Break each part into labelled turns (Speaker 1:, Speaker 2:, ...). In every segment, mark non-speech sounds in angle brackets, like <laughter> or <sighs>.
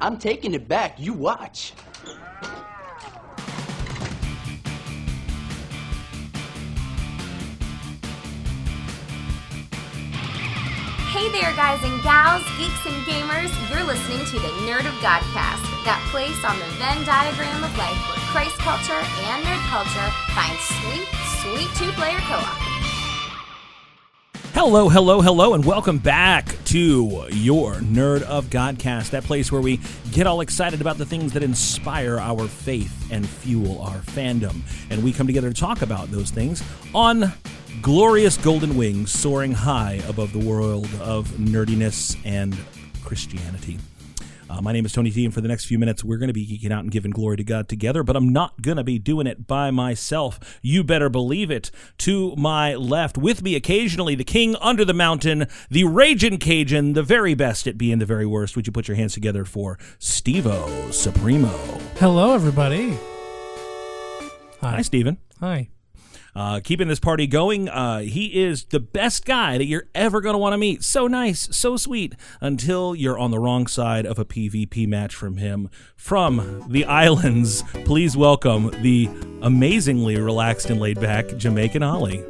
Speaker 1: I'm taking it back. You watch.
Speaker 2: Hey there, guys and gals, geeks and gamers. You're listening to the Nerd of Godcast, that place on the Venn diagram of life where Christ culture and nerd culture find sweet, sweet two player co op.
Speaker 3: Hello, hello, hello, and welcome back to your Nerd of Godcast, that place where we get all excited about the things that inspire our faith and fuel our fandom. And we come together to talk about those things on glorious golden wings soaring high above the world of nerdiness and Christianity. Uh, my name is Tony T, and for the next few minutes, we're going to be geeking out and giving glory to God together, but I'm not going to be doing it by myself. You better believe it. To my left, with me occasionally, the king under the mountain, the raging Cajun, the very best at being the very worst. Would you put your hands together for Stevo Supremo?
Speaker 4: Hello, everybody.
Speaker 3: Hi, Steven.
Speaker 4: Hi.
Speaker 3: Uh, keeping this party going, uh, he is the best guy that you're ever going to want to meet. So nice, so sweet, until you're on the wrong side of a PvP match from him. From the islands, please welcome the amazingly relaxed and laid back Jamaican Ollie.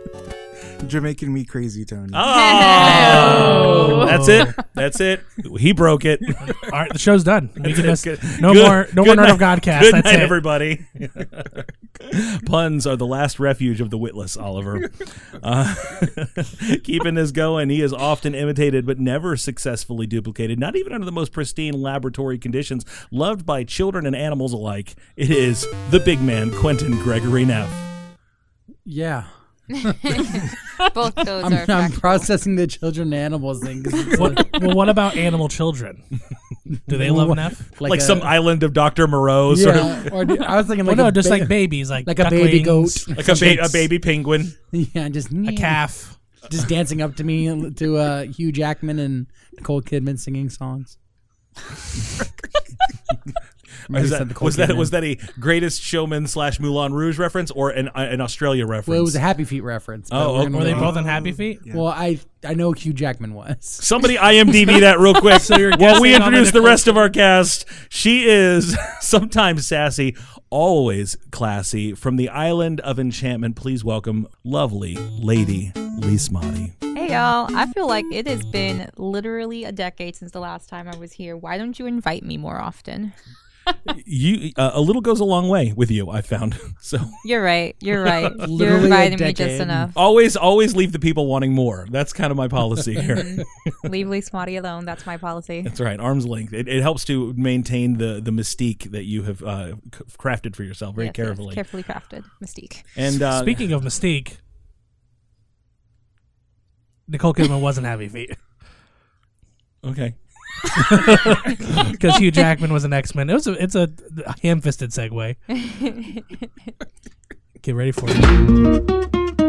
Speaker 5: You're making me crazy, Tony.
Speaker 3: Ah. Oh, that's it. That's it. He broke it.
Speaker 4: All right, the show's done.
Speaker 3: <laughs>
Speaker 4: We can just, no
Speaker 3: Good-
Speaker 4: more, no
Speaker 3: good
Speaker 4: more Nerd of
Speaker 3: night-
Speaker 4: Godcast.
Speaker 3: Good
Speaker 4: That's
Speaker 3: night,
Speaker 4: it.
Speaker 3: everybody. <laughs> Puns are the last refuge of the witless, Oliver. Uh, <laughs> keeping this going, he is often imitated but never successfully duplicated, not even under the most pristine laboratory conditions. Loved by children and animals alike, it is the big man, Quentin Gregory Neff.
Speaker 6: Yeah.
Speaker 7: <laughs> Both those
Speaker 6: I'm,
Speaker 7: are
Speaker 6: I'm
Speaker 7: fact-
Speaker 6: processing the children and animals thing.
Speaker 3: <laughs>
Speaker 6: 'cause it's like,
Speaker 4: What, well, what about animal children? Do they love enough?
Speaker 3: Like, some
Speaker 6: a,
Speaker 3: island of Dr. Moreau, sort of. Oh,
Speaker 6: yeah, or do- I
Speaker 3: <laughs>
Speaker 6: was thinking
Speaker 4: Well,
Speaker 6: like
Speaker 4: no,
Speaker 6: a
Speaker 4: just
Speaker 6: ba-
Speaker 4: like babies, like
Speaker 6: like a baby
Speaker 4: ducklings,
Speaker 6: goat.
Speaker 3: Like a, ba- a
Speaker 4: chicks,
Speaker 3: baby penguin.
Speaker 6: <laughs> yeah, just
Speaker 4: a calf.
Speaker 6: just dancing up to me and to uh, Hugh Jackman and Nicole Kidman
Speaker 3: <laughs>
Speaker 6: singing songs. Maybe
Speaker 3: Is
Speaker 6: said
Speaker 3: that,
Speaker 6: Nicole
Speaker 3: was that
Speaker 6: Kidman.
Speaker 3: was that a Greatest Showman slash Moulin Rouge reference or an uh, an Australia reference?
Speaker 6: Well, it was a Happy Feet reference. but
Speaker 3: Oh,
Speaker 6: we're gonna
Speaker 4: Were they
Speaker 6: leave-
Speaker 4: both on happy feet?
Speaker 6: Well, I I know Hugh Jackman was.
Speaker 3: Somebody IMDb that
Speaker 4: <laughs>
Speaker 3: real quick. While we
Speaker 4: guessing on
Speaker 3: introduce
Speaker 4: the
Speaker 3: the rest of our cast, she is <laughs> sometimes sassy, always classy. From the island of enchantment, please welcome lovely lady Lismati.
Speaker 7: Hey y'all, I feel like it has been literally a decade since the last time I was here. Why don't you invite me more often?
Speaker 3: You uh, a little goes a long way with you, I found. <laughs> So
Speaker 7: You're right. You're right. You're
Speaker 6: Literally a
Speaker 7: inviting me just
Speaker 3: <laughs>
Speaker 6: decade.
Speaker 7: enough.
Speaker 3: always, always leave the people wanting more. That's kind of my policy
Speaker 4: <laughs>
Speaker 3: here.
Speaker 7: Leave Lee Smotty alone. That's my policy.
Speaker 3: That's right, arm's length. It, it helps to maintain the the mystique that you have uh, c- crafted for yourself very
Speaker 7: Yes, yes,
Speaker 3: carefully.
Speaker 7: carefully crafted. Mystique.
Speaker 3: and uh,
Speaker 4: Speaking of Mystique, Nicole Kidman wasn't happy feet
Speaker 3: okay.
Speaker 4: because
Speaker 8: <laughs>
Speaker 4: Hugh Jackman was an X Men. It was a, it's a ham fisted
Speaker 8: <laughs>
Speaker 4: segue. Get ready for it.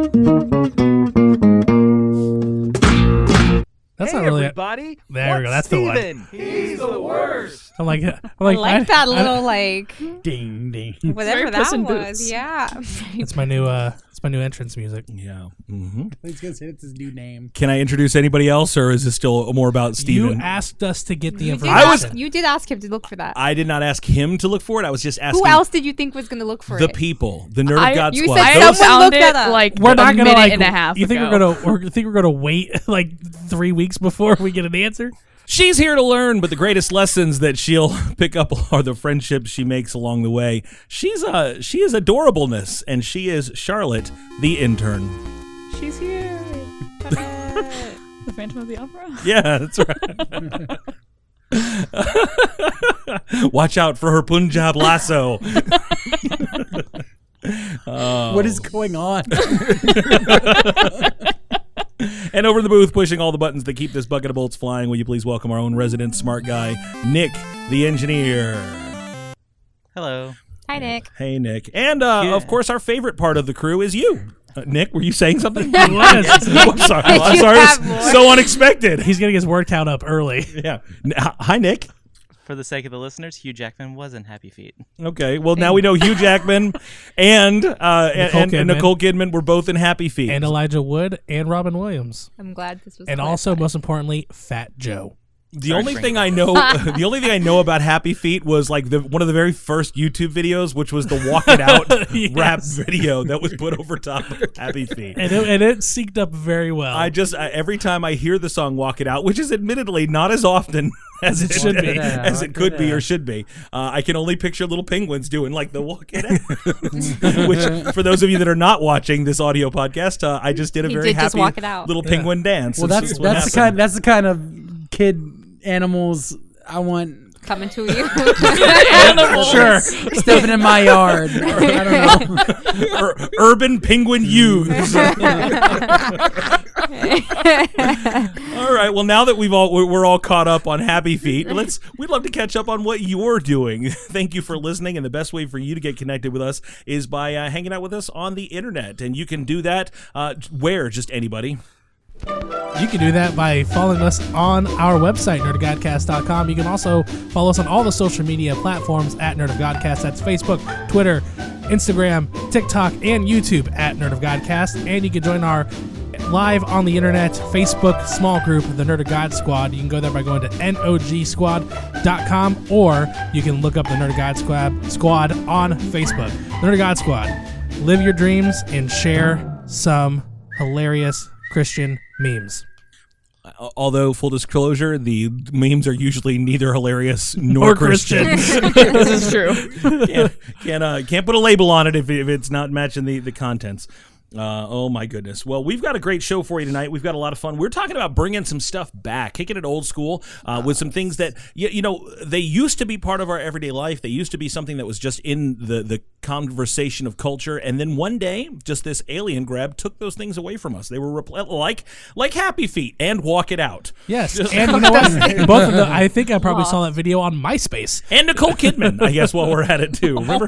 Speaker 4: That's not really.
Speaker 8: everybody.
Speaker 4: There we go, that's the one.
Speaker 8: He's the worst.
Speaker 4: I'm like, I'm
Speaker 7: I
Speaker 4: like,
Speaker 7: like
Speaker 4: I-
Speaker 7: that
Speaker 4: I-
Speaker 7: little like
Speaker 6: Ding <laughs> ding.
Speaker 7: whatever
Speaker 8: very
Speaker 7: that
Speaker 8: Puss
Speaker 7: was.
Speaker 8: in Boots.
Speaker 7: Yeah.
Speaker 4: It's my new. Uh, it's my new entrance music.
Speaker 3: Yeah. hmm
Speaker 6: He's gonna say it's his new name.
Speaker 3: Can I introduce anybody else, or is this still more about Steven?
Speaker 4: You asked us to get
Speaker 7: <laughs>
Speaker 4: the
Speaker 7: You did,
Speaker 4: information.
Speaker 3: I was-
Speaker 7: ask, you did ask him to look for that.
Speaker 3: I did not ask him to look for it. I was just asking
Speaker 7: Who else did you think was going to look for
Speaker 3: the
Speaker 7: it?
Speaker 3: people, the nerd of God
Speaker 7: you
Speaker 3: squad.
Speaker 7: said someone
Speaker 3: Those-
Speaker 8: found
Speaker 7: looked that up.
Speaker 8: it like
Speaker 4: We're
Speaker 8: a
Speaker 4: not gonna
Speaker 8: minute
Speaker 4: like.
Speaker 8: and a half.
Speaker 4: you think
Speaker 8: ago.
Speaker 4: we're gonna? Or you think we're gonna wait <laughs> like three weeks before we get an
Speaker 8: <laughs>
Speaker 4: answer?
Speaker 3: She's here to learn, but the greatest lessons that she'll <laughs> pick up are the friendships she makes along the way. She's a she is adorableness, and she is Charlotte, the intern. <laughs>
Speaker 8: She's here. the Phantom of the Opera.
Speaker 3: Yeah, that's right. <laughs> Watch out for her Punjab lasso.
Speaker 6: What
Speaker 3: Oh.
Speaker 6: is going on?
Speaker 3: And over in the booth, pushing all the buttons that keep this bucket of bolts flying, will you please welcome our own resident smart guy, Nick, the engineer.
Speaker 9: Hello.
Speaker 7: Hi, Nick.
Speaker 3: Hey, Nick. And uh, of course, our favorite part of the crew is you. Uh, Nick, were you saying
Speaker 4: <laughs>
Speaker 3: something? <laughs>
Speaker 4: He
Speaker 8: <laughs>
Speaker 4: was.
Speaker 3: Oh, I'm sorry. I'm
Speaker 7: You
Speaker 3: sorry.
Speaker 7: have
Speaker 3: It's
Speaker 7: more.
Speaker 3: so unexpected.
Speaker 4: He's getting his word count up early.
Speaker 3: yeah. N- Hi, Nick.
Speaker 9: For the sake of the listeners, Hugh Jackman was in Happy Feet.
Speaker 3: Okay. Well, now we know Hugh Jackman and uh, and,
Speaker 4: Nicole
Speaker 3: and- and
Speaker 4: Kidman.
Speaker 3: Nicole Kidman were both in Happy Feet.
Speaker 4: And Elijah Wood and Robin Williams.
Speaker 7: I'm glad this was.
Speaker 4: And
Speaker 7: clarified.
Speaker 4: also, most importantly, Fat Joe.
Speaker 3: The only thing I
Speaker 7: <laughs>
Speaker 3: know, the only thing I know about Happy Feet was like the one of the very first YouTube videos, which was the walk it
Speaker 6: <laughs>
Speaker 3: out rap video that was put over top of Happy Feet.
Speaker 4: and it, and it synced up very
Speaker 6: uh,
Speaker 4: well.
Speaker 3: I just I, every time I hear the song "Walk It Out," which is admittedly not as often <laughs> as it should be,
Speaker 6: out,
Speaker 3: as it
Speaker 6: walk
Speaker 3: could
Speaker 6: it
Speaker 3: be or
Speaker 6: out.
Speaker 3: should be, uh, I can only picture little penguins doing like the "Walk It Out," <laughs> which for those of you that are not watching this audio podcast, uh, I just did a
Speaker 7: He
Speaker 3: very
Speaker 7: did
Speaker 3: happy
Speaker 7: just walk it out.
Speaker 3: little penguin dance.
Speaker 6: Well,
Speaker 3: This
Speaker 6: that's
Speaker 3: is what
Speaker 6: that's the
Speaker 3: happened.
Speaker 6: kind that's the kind of kid animals I want
Speaker 7: Coming to you.
Speaker 6: <laughs>
Speaker 7: <laughs>
Speaker 6: sure stepping in my <laughs> yard. Or, I don't know.
Speaker 3: Ur- urban
Speaker 6: <laughs>
Speaker 3: penguin youths. all right. Well, now that we've all we're, we're all caught up on Happy Feet, let's we'd love to catch up on what you're doing. <laughs> Thank you for listening, and the best way for you to get connected with us is by uh, hanging out with us on the internet, and you can do that uh, where just anybody.
Speaker 4: You can do that by following us on our website, nerdgodcast.com. You can also follow us on all the social media platforms at Nerd of Godcast. That's Facebook, Twitter, Instagram, TikTok, and YouTube at Nerd of Godcast. And you can join our live on the internet Facebook small group, the Nerd of God Squad. You can go there by going to nogsquad.com or you can look up the Nerd of God Squad, squad on Facebook. The Nerd of God Squad. Live your dreams and share some hilarious Christian memes.
Speaker 3: Al- Uh, Although full disclosure, the memes are usually neither hilarious nor, Christian. <laughs>
Speaker 8: this is true.
Speaker 3: can't can't, uh, can't put a label on it if, if it's not matching the, the contents. Uh, oh my goodness! Well, we've got a great show for you tonight. We've got a lot of fun. We're talking about bringing some stuff back, kicking it old school uh, with some things that you, you know they used to be part of our everyday life. They used to be something that was just in the the conversation of culture, and then one day, just this alien grab took those things away from us. They were repl- like like Happy Feet and Walk It Out.
Speaker 4: Yes,
Speaker 3: <laughs>
Speaker 4: and you know what? Both of the, I think I probably saw that video on MySpace.
Speaker 3: And Nicole Kidman, I guess, while we're at it too. Remember,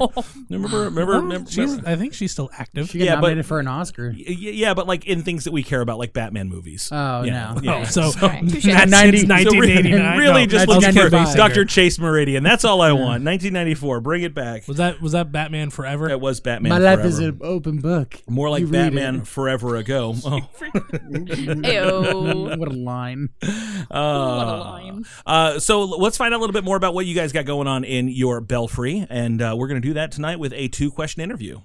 Speaker 3: remember, remember, remember
Speaker 4: She's, I think she's still active.
Speaker 6: She got
Speaker 3: Yeah, but-
Speaker 6: nominated for an Oscar.
Speaker 3: Y- Yeah, but like in things that we care about, like Batman movies.
Speaker 6: Oh,
Speaker 3: yeah.
Speaker 6: no.
Speaker 3: Yeah. <laughs>
Speaker 4: so <laughs>
Speaker 7: Touche.
Speaker 4: that's
Speaker 6: 90
Speaker 4: since 1989.
Speaker 3: really
Speaker 4: No,
Speaker 3: just
Speaker 6: that's
Speaker 3: looking for
Speaker 6: 95.
Speaker 3: Dr. Chase Meridian. That's all I want. 1994. Bring it back.
Speaker 4: was that was that Batman Forever?
Speaker 3: That was Batman.
Speaker 6: My life
Speaker 3: Forever.
Speaker 6: is an open book.
Speaker 3: More like
Speaker 6: You read
Speaker 3: Batman
Speaker 6: it.
Speaker 3: forever ago. Oh.
Speaker 7: Ew.
Speaker 6: <laughs> What a
Speaker 3: <laughs>
Speaker 6: line!
Speaker 3: Uh, uh, so l- let's find out a little bit more about what you guys got going on in your belfry, and uh, we're going to do that tonight with a two-question interview.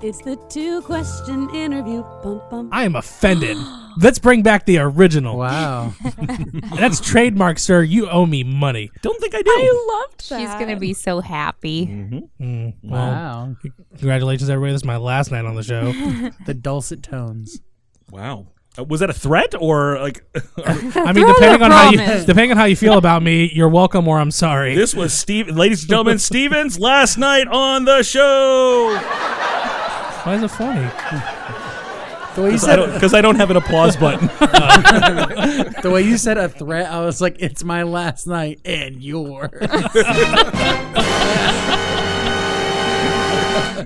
Speaker 10: It's the two question interview. Bum, bum.
Speaker 4: I am offended. Let's bring back the original.
Speaker 6: Wow.
Speaker 4: That's trademark, sir. You owe me money.
Speaker 3: Don't think I do.
Speaker 8: Loved that.
Speaker 7: She's gonna be so happy.
Speaker 4: Mm, well,
Speaker 6: Wow.
Speaker 4: congratulations, everybody. This is my last night on the show.
Speaker 6: The dulcet tones.
Speaker 3: wow. Uh, was that a threat or like <laughs>
Speaker 4: I mean,
Speaker 7: Throw
Speaker 4: depending
Speaker 7: the
Speaker 4: on how you
Speaker 7: promise.
Speaker 4: depending on how you feel about me, you're welcome or I'm sorry.
Speaker 3: This was Steve, ladies and
Speaker 6: <laughs>
Speaker 3: gentlemen, Stevens last night on the show.
Speaker 4: Why is it funny?
Speaker 6: The way you
Speaker 3: Because I,
Speaker 6: said
Speaker 3: don't- 'cause I don't have an applause
Speaker 6: <laughs>
Speaker 3: button.
Speaker 6: the way you said a threat, I was like, "It's my last night and yours."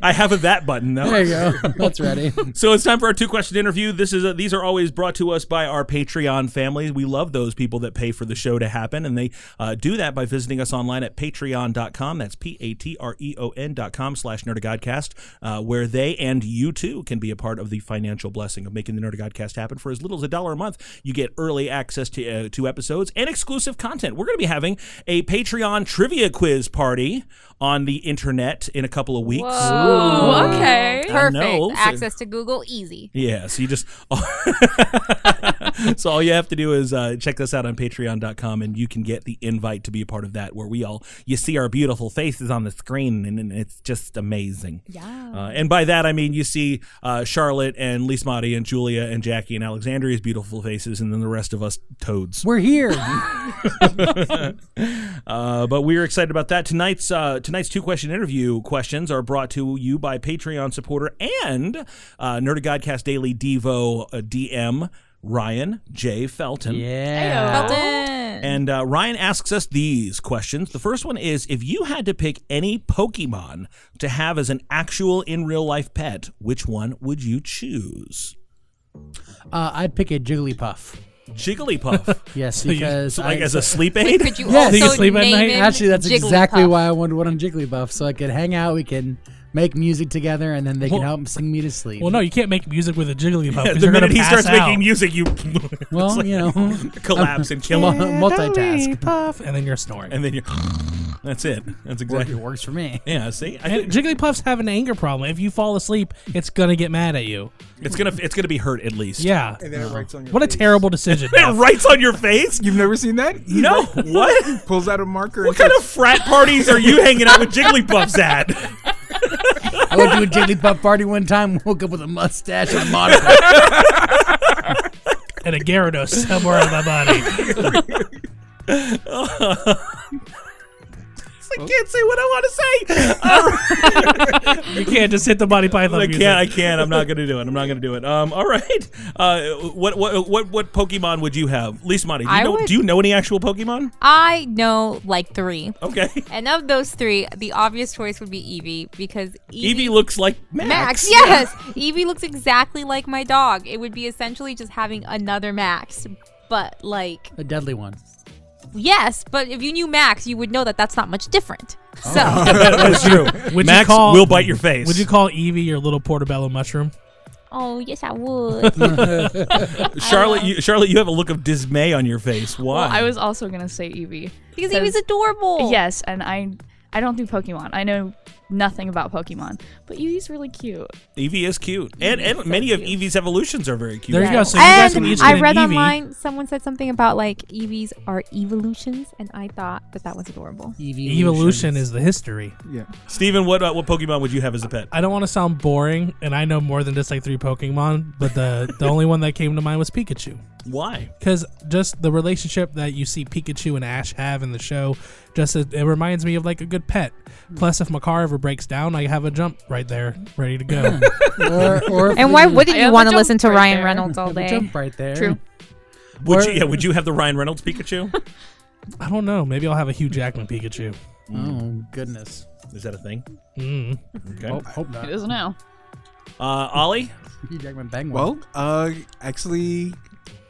Speaker 3: I have a that button though.
Speaker 6: <laughs> there you go. That's ready.
Speaker 3: So it's time for our two question interview. This is a, these are always brought to us by our Patreon families. We love those people that pay for the show to happen, and they uh, do that by visiting us online at patreon.com. That's p a t r e o n dot com slash nerdagodcast, uh, where they and you too can be a part of the financial blessing of making the Nerdagodcast happen. For as little as a dollar a month, you get early access to uh, to episodes and exclusive content. We're going to be having a Patreon trivia quiz party on the internet in a couple of weeks.
Speaker 7: Mm-hmm.
Speaker 8: Oh, okay.
Speaker 3: I
Speaker 7: Perfect.
Speaker 3: know. So-
Speaker 7: Access to Google, easy.
Speaker 3: Yeah, so you just <laughs> so all you have to do is uh, check us out on Patreon.com, and you can get the invite to be a part of that, where we all you see our beautiful faces on the screen, and, and it's just amazing. Yeah. Uh, and by that I mean you see uh, Charlotte and Lise Motti and Julia and Jackie and Alexandria's beautiful faces, and then the rest of us toads.
Speaker 6: We're here.
Speaker 3: Uh, but we're excited about that. Tonight's uh, tonight's two question interview questions are brought to you by Patreon supporter and uh, Nerd of Godcast Daily Devo uh, DM Ryan J Felton.
Speaker 6: <laughs> Yeah.
Speaker 7: Felton.
Speaker 3: And uh, Ryan asks us these questions. The first one is if you had to pick any Pokemon to have as an actual in real life pet, which one would you choose?
Speaker 6: Uh, I'd pick a Jigglypuff.
Speaker 3: Jigglypuff.
Speaker 6: <laughs>
Speaker 3: <laughs>
Speaker 6: Yes,
Speaker 4: you-
Speaker 6: because
Speaker 3: So, like
Speaker 6: I,
Speaker 3: as a sleep aid?
Speaker 7: Could you
Speaker 6: Yes. Do you
Speaker 7: also
Speaker 4: sleep at
Speaker 7: name
Speaker 4: night?
Speaker 7: him
Speaker 6: actually that's exactly
Speaker 7: Jigglypuff?
Speaker 6: why I wanted one on Jigglypuff, so I could hang out. We can make music together, and then they can
Speaker 4: Well-
Speaker 6: help him sing me to sleep.
Speaker 4: Well, no, you can't make music with a jigglypuff.
Speaker 3: <laughs>
Speaker 4: 'cause
Speaker 3: the
Speaker 4: you're gonna
Speaker 3: minute he
Speaker 4: pass
Speaker 3: starts
Speaker 4: out.
Speaker 3: making music, you <laughs>
Speaker 6: well, you know,
Speaker 3: collapse and kill
Speaker 6: Mul-
Speaker 3: him,
Speaker 6: multitask.
Speaker 4: Jigglypuff, and then you're snoring.
Speaker 3: and then you. <laughs> That's it. That's
Speaker 6: Work-
Speaker 3: exactly.
Speaker 6: It works for me.
Speaker 3: <laughs> Yeah. See, I think
Speaker 4: And Jigglypuffs have an anger problem. If you fall asleep, it's gonna get mad at you.
Speaker 3: it's gonna it's gonna be hurt at least.
Speaker 4: Yeah.
Speaker 5: And then it writes on your
Speaker 4: What a
Speaker 5: face.
Speaker 4: terrible decision.
Speaker 3: <laughs> It writes on your face.
Speaker 5: You've never seen that?
Speaker 3: <laughs>
Speaker 5: He <laughs>
Speaker 3: No.
Speaker 5: like,
Speaker 3: What?
Speaker 5: pulls out a marker
Speaker 3: What
Speaker 5: and
Speaker 3: kind of frat parties are you hanging out with Jigglypuffs at?
Speaker 6: I went to a Jigglypuff party one time, woke up with a mustache and a monocle.
Speaker 4: <laughs> <laughs> and a Gyarados somewhere on my body.
Speaker 3: <laughs> I can't say what I want to
Speaker 5: <laughs>
Speaker 3: say.
Speaker 4: You can't just hit
Speaker 3: <laughs>
Speaker 4: the body python.
Speaker 3: I
Speaker 4: music.
Speaker 3: can't. I can't. I'm not gonna do it. I'm not gonna do it. Um. All right. Uh. What what what what Pokemon would you have, Least Monty? Do you
Speaker 7: I
Speaker 3: know
Speaker 7: would-
Speaker 3: Do you know any actual Pokemon?
Speaker 7: I know like three.
Speaker 3: Okay.
Speaker 7: And of those three, the obvious choice would be Evie because
Speaker 3: Eevee looks like Max.
Speaker 7: Max,
Speaker 3: <laughs>
Speaker 7: yes. Evie looks exactly like my dog. It would be essentially just having another Max. But, like,
Speaker 6: a deadly one.
Speaker 7: yes, but if you knew Max, you would know that that's not much different. So,
Speaker 3: That's true.
Speaker 4: Would
Speaker 3: Max
Speaker 4: you call,
Speaker 3: will bite your face.
Speaker 4: Would you call Eevee your little portobello mushroom?
Speaker 7: oh, yes, I would. well,
Speaker 3: Charlotte? You, Charlotte, you have a look of dismay on your face. <laughs> Why?
Speaker 11: Well, I was also gonna say Eevee.
Speaker 7: because Evie's adorable.
Speaker 11: Yes, and I I don't do Pokemon. I know nothing about Pokemon, but Eevee's really cute.
Speaker 3: Eevee is cute, and and many of Eevee's evolutions are very cute.
Speaker 4: There you go. So you guys can
Speaker 7: and
Speaker 4: each get
Speaker 7: I
Speaker 4: an
Speaker 7: read
Speaker 4: Eevee.
Speaker 7: online someone said something about like Eevees are evolutions, and I thought that that was adorable.
Speaker 6: Evolution,
Speaker 4: Evolution is the history.
Speaker 5: Yeah.
Speaker 3: Steven, what uh, what Pokemon would you have as a pet?
Speaker 4: I don't want to sound boring, and I know more than just like three Pokemon, but the the only one that came to mind was Pikachu.
Speaker 3: Why?
Speaker 4: Because just the relationship that you see Pikachu and Ash have in the show, just it, it reminds me of like a good pet. Plus, if my car ever breaks down, I have a jump right there, ready to go.
Speaker 6: Or, or if
Speaker 7: And why wouldn't
Speaker 11: I
Speaker 7: you
Speaker 11: have a
Speaker 7: want to
Speaker 11: jump
Speaker 7: listen to
Speaker 11: right
Speaker 7: Ryan
Speaker 11: there.
Speaker 7: Reynolds all
Speaker 6: <laughs> Have a
Speaker 7: day?
Speaker 11: <laughs>
Speaker 6: jump right there.
Speaker 11: True.
Speaker 3: Would
Speaker 6: Or-
Speaker 3: you, yeah, would you have the Ryan Reynolds Pikachu?
Speaker 4: I don't know. Maybe I'll have a Hugh Jackman Pikachu.
Speaker 6: Oh goodness.
Speaker 3: Is that a thing?
Speaker 4: Mm.
Speaker 3: Okay.
Speaker 6: Oh, hope
Speaker 11: It
Speaker 6: not.
Speaker 11: is now.
Speaker 3: Uh, Ollie,
Speaker 6: Hugh Jackman bang one.
Speaker 5: Well, uh, actually,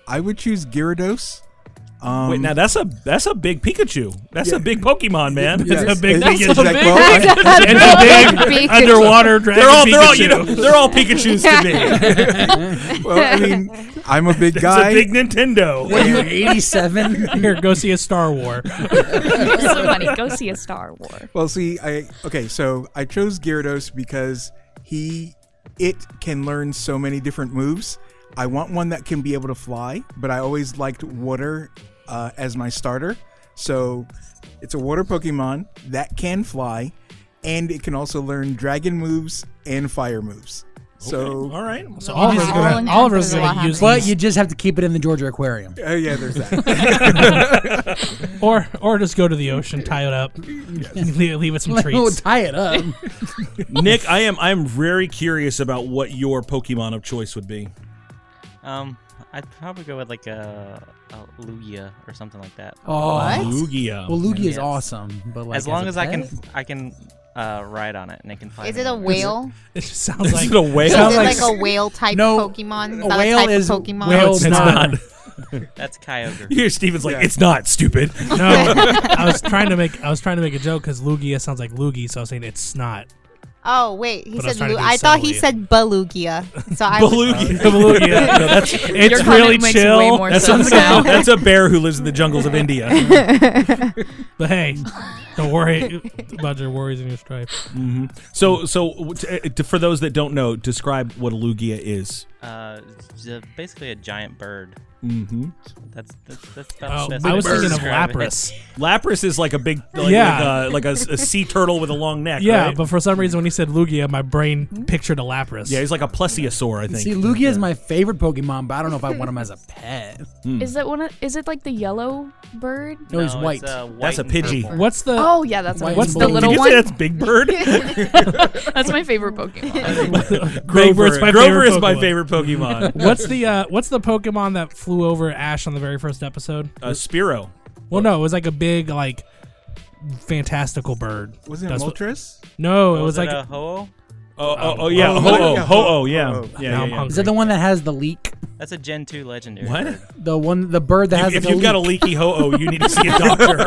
Speaker 5: I would choose Gyarados. Um,
Speaker 3: wait, now that's a that's a big Pikachu. That's a big Pokemon, man.
Speaker 5: yes,
Speaker 3: That's a big
Speaker 5: it-
Speaker 3: Pikachu.
Speaker 5: it's like, well, I-
Speaker 3: <laughs>
Speaker 4: And a big underwater dragon
Speaker 3: They're all they're all
Speaker 4: Pikachu.
Speaker 3: you know they're all Pikachu's to <laughs> me.
Speaker 5: well, I mean, I'm
Speaker 3: <laughs>
Speaker 5: a
Speaker 3: It's
Speaker 5: big
Speaker 3: a
Speaker 5: guy.
Speaker 3: big Nintendo.
Speaker 6: What are you,
Speaker 4: <laughs>
Speaker 6: 87?
Speaker 4: Here, go see a Star War.
Speaker 11: Somebody go see a Star Wars.
Speaker 5: well, see, I okay, so I chose Gyarados because he it can learn so many different moves. I want one that can be able to fly, but I always liked water uh, as my starter. So it's a water Pokemon that can fly, and it can also learn dragon moves and fire moves. So
Speaker 3: All right.
Speaker 4: So Oliver's
Speaker 7: all in
Speaker 4: gonna, Oliver's
Speaker 7: concert is a
Speaker 4: gonna
Speaker 7: lot
Speaker 4: use
Speaker 6: but
Speaker 4: these,
Speaker 6: you just have to keep it in the Georgia Aquarium.
Speaker 5: Oh yeah, there's that.
Speaker 4: or or just go to the ocean, tie it
Speaker 11: <laughs>
Speaker 4: up, leave, leave it some
Speaker 6: We'll
Speaker 4: treats.
Speaker 6: tie it up.
Speaker 3: Nick, I am I'm very curious about what your Pokemon of choice would be.
Speaker 9: Um, I'd probably go with like a, a Lugia or something like that.
Speaker 6: Oh,
Speaker 3: Lugia.
Speaker 6: well, Lugia is
Speaker 9: Yes.
Speaker 6: awesome, but like
Speaker 9: as long as
Speaker 6: I
Speaker 9: I can, I can uh, ride on it and I can fly.
Speaker 12: Is it a
Speaker 9: anywhere.
Speaker 12: whale?
Speaker 4: It just sounds
Speaker 3: Is
Speaker 4: like
Speaker 3: it a whale?
Speaker 12: Is
Speaker 4: Sounds
Speaker 12: it
Speaker 4: like-
Speaker 12: like a whale type
Speaker 6: No,
Speaker 12: Pokemon? Is
Speaker 6: a
Speaker 12: that
Speaker 6: whale
Speaker 12: type
Speaker 6: is-
Speaker 12: of Pokemon?
Speaker 6: whale-
Speaker 3: it's
Speaker 6: It's
Speaker 3: not.
Speaker 6: not.
Speaker 9: <laughs> That's Kyogre.
Speaker 3: Here, Steven's like,
Speaker 5: Yeah.
Speaker 3: it's not stupid.
Speaker 4: <laughs> no. I was trying to make I was trying to make a joke because Lugia sounds like Lugie, so I was saying it's snot.
Speaker 12: Oh wait, he
Speaker 4: But I
Speaker 12: said.
Speaker 4: was trying to
Speaker 12: Lu-
Speaker 4: do it
Speaker 12: I thought he
Speaker 4: subtly.
Speaker 12: said Balugia. So I. was-
Speaker 3: Belugia.
Speaker 4: Lugia.
Speaker 3: No, that's
Speaker 11: Your
Speaker 4: It's
Speaker 11: comment
Speaker 4: really
Speaker 11: makes way
Speaker 4: chill.
Speaker 11: more
Speaker 3: that's,
Speaker 11: sense
Speaker 4: <laughs>
Speaker 11: now.
Speaker 3: a, that's a bear who lives in the jungles of India.
Speaker 4: But
Speaker 11: <laughs>
Speaker 4: hey, don't worry about your worries and your strife.
Speaker 3: <laughs> So, so t- uh, t- for those that don't know, describe what a Lugia is.
Speaker 9: Uh, j- basically a giant bird.
Speaker 3: Mm-hmm.
Speaker 9: That's that's that's
Speaker 4: Oh,
Speaker 9: about the best
Speaker 4: I
Speaker 9: way
Speaker 4: was
Speaker 9: to
Speaker 4: thinking of
Speaker 9: describe it.
Speaker 3: <laughs>
Speaker 4: Lapras.
Speaker 3: Lapras is like a big, like,
Speaker 4: Yeah.
Speaker 3: like, a, like a, a sea turtle with a long neck.
Speaker 4: Yeah,
Speaker 3: right?
Speaker 4: but for some reason when he said Lugia, my
Speaker 11: Hmm?
Speaker 4: brain pictured a Lapras.
Speaker 3: yeah, he's like a plesiosaur, I think.
Speaker 6: See, Lugia is my favorite Pokemon, but I don't know if I want him as a pet.
Speaker 11: Is it one? Of, is it like the yellow bird?
Speaker 6: No, he's
Speaker 9: No,
Speaker 6: white.
Speaker 9: it's, uh,
Speaker 3: That's
Speaker 9: white
Speaker 3: a
Speaker 9: and
Speaker 3: Pidgey.
Speaker 9: purple.
Speaker 4: What's the
Speaker 11: Oh yeah, that's
Speaker 6: Why-
Speaker 11: what
Speaker 4: what's
Speaker 11: what's the
Speaker 4: the
Speaker 3: Did
Speaker 11: little
Speaker 3: you
Speaker 11: one.
Speaker 3: say that's Big Bird?
Speaker 11: That's my favorite Pokemon.
Speaker 3: <laughs>
Speaker 4: Grover is my
Speaker 3: Grover
Speaker 4: favorite
Speaker 3: is my
Speaker 4: Pokemon.
Speaker 3: favorite <laughs> Pokemon.
Speaker 4: What's the uh, what's the Pokemon that flew over Ash on the very first episode?
Speaker 3: uh, Spiro.
Speaker 4: Well, no, it was like a big like fantastical bird.
Speaker 5: Wasn't it
Speaker 4: That's what-
Speaker 5: Moltres? <laughs>
Speaker 4: no, it was
Speaker 9: Was
Speaker 4: like
Speaker 9: it a ho?
Speaker 3: Oh, oh, oh yeah,
Speaker 4: Oh,
Speaker 3: Ho-Oh,
Speaker 5: yeah,
Speaker 3: Ho-Oh,
Speaker 5: Ho-Oh,
Speaker 3: yeah,
Speaker 5: Ho-Oh.
Speaker 3: yeah, yeah,
Speaker 4: Now
Speaker 3: yeah.
Speaker 4: I'm hungry.
Speaker 6: Is that the one that has the leak?
Speaker 9: That's a Gen 2 legendary.
Speaker 3: What?
Speaker 9: bird.
Speaker 6: The one, the bird that
Speaker 3: If,
Speaker 6: has
Speaker 3: if
Speaker 6: the
Speaker 3: you've
Speaker 6: leak?
Speaker 3: got a leaky Ho-Oh, you need to <laughs> see a doctor.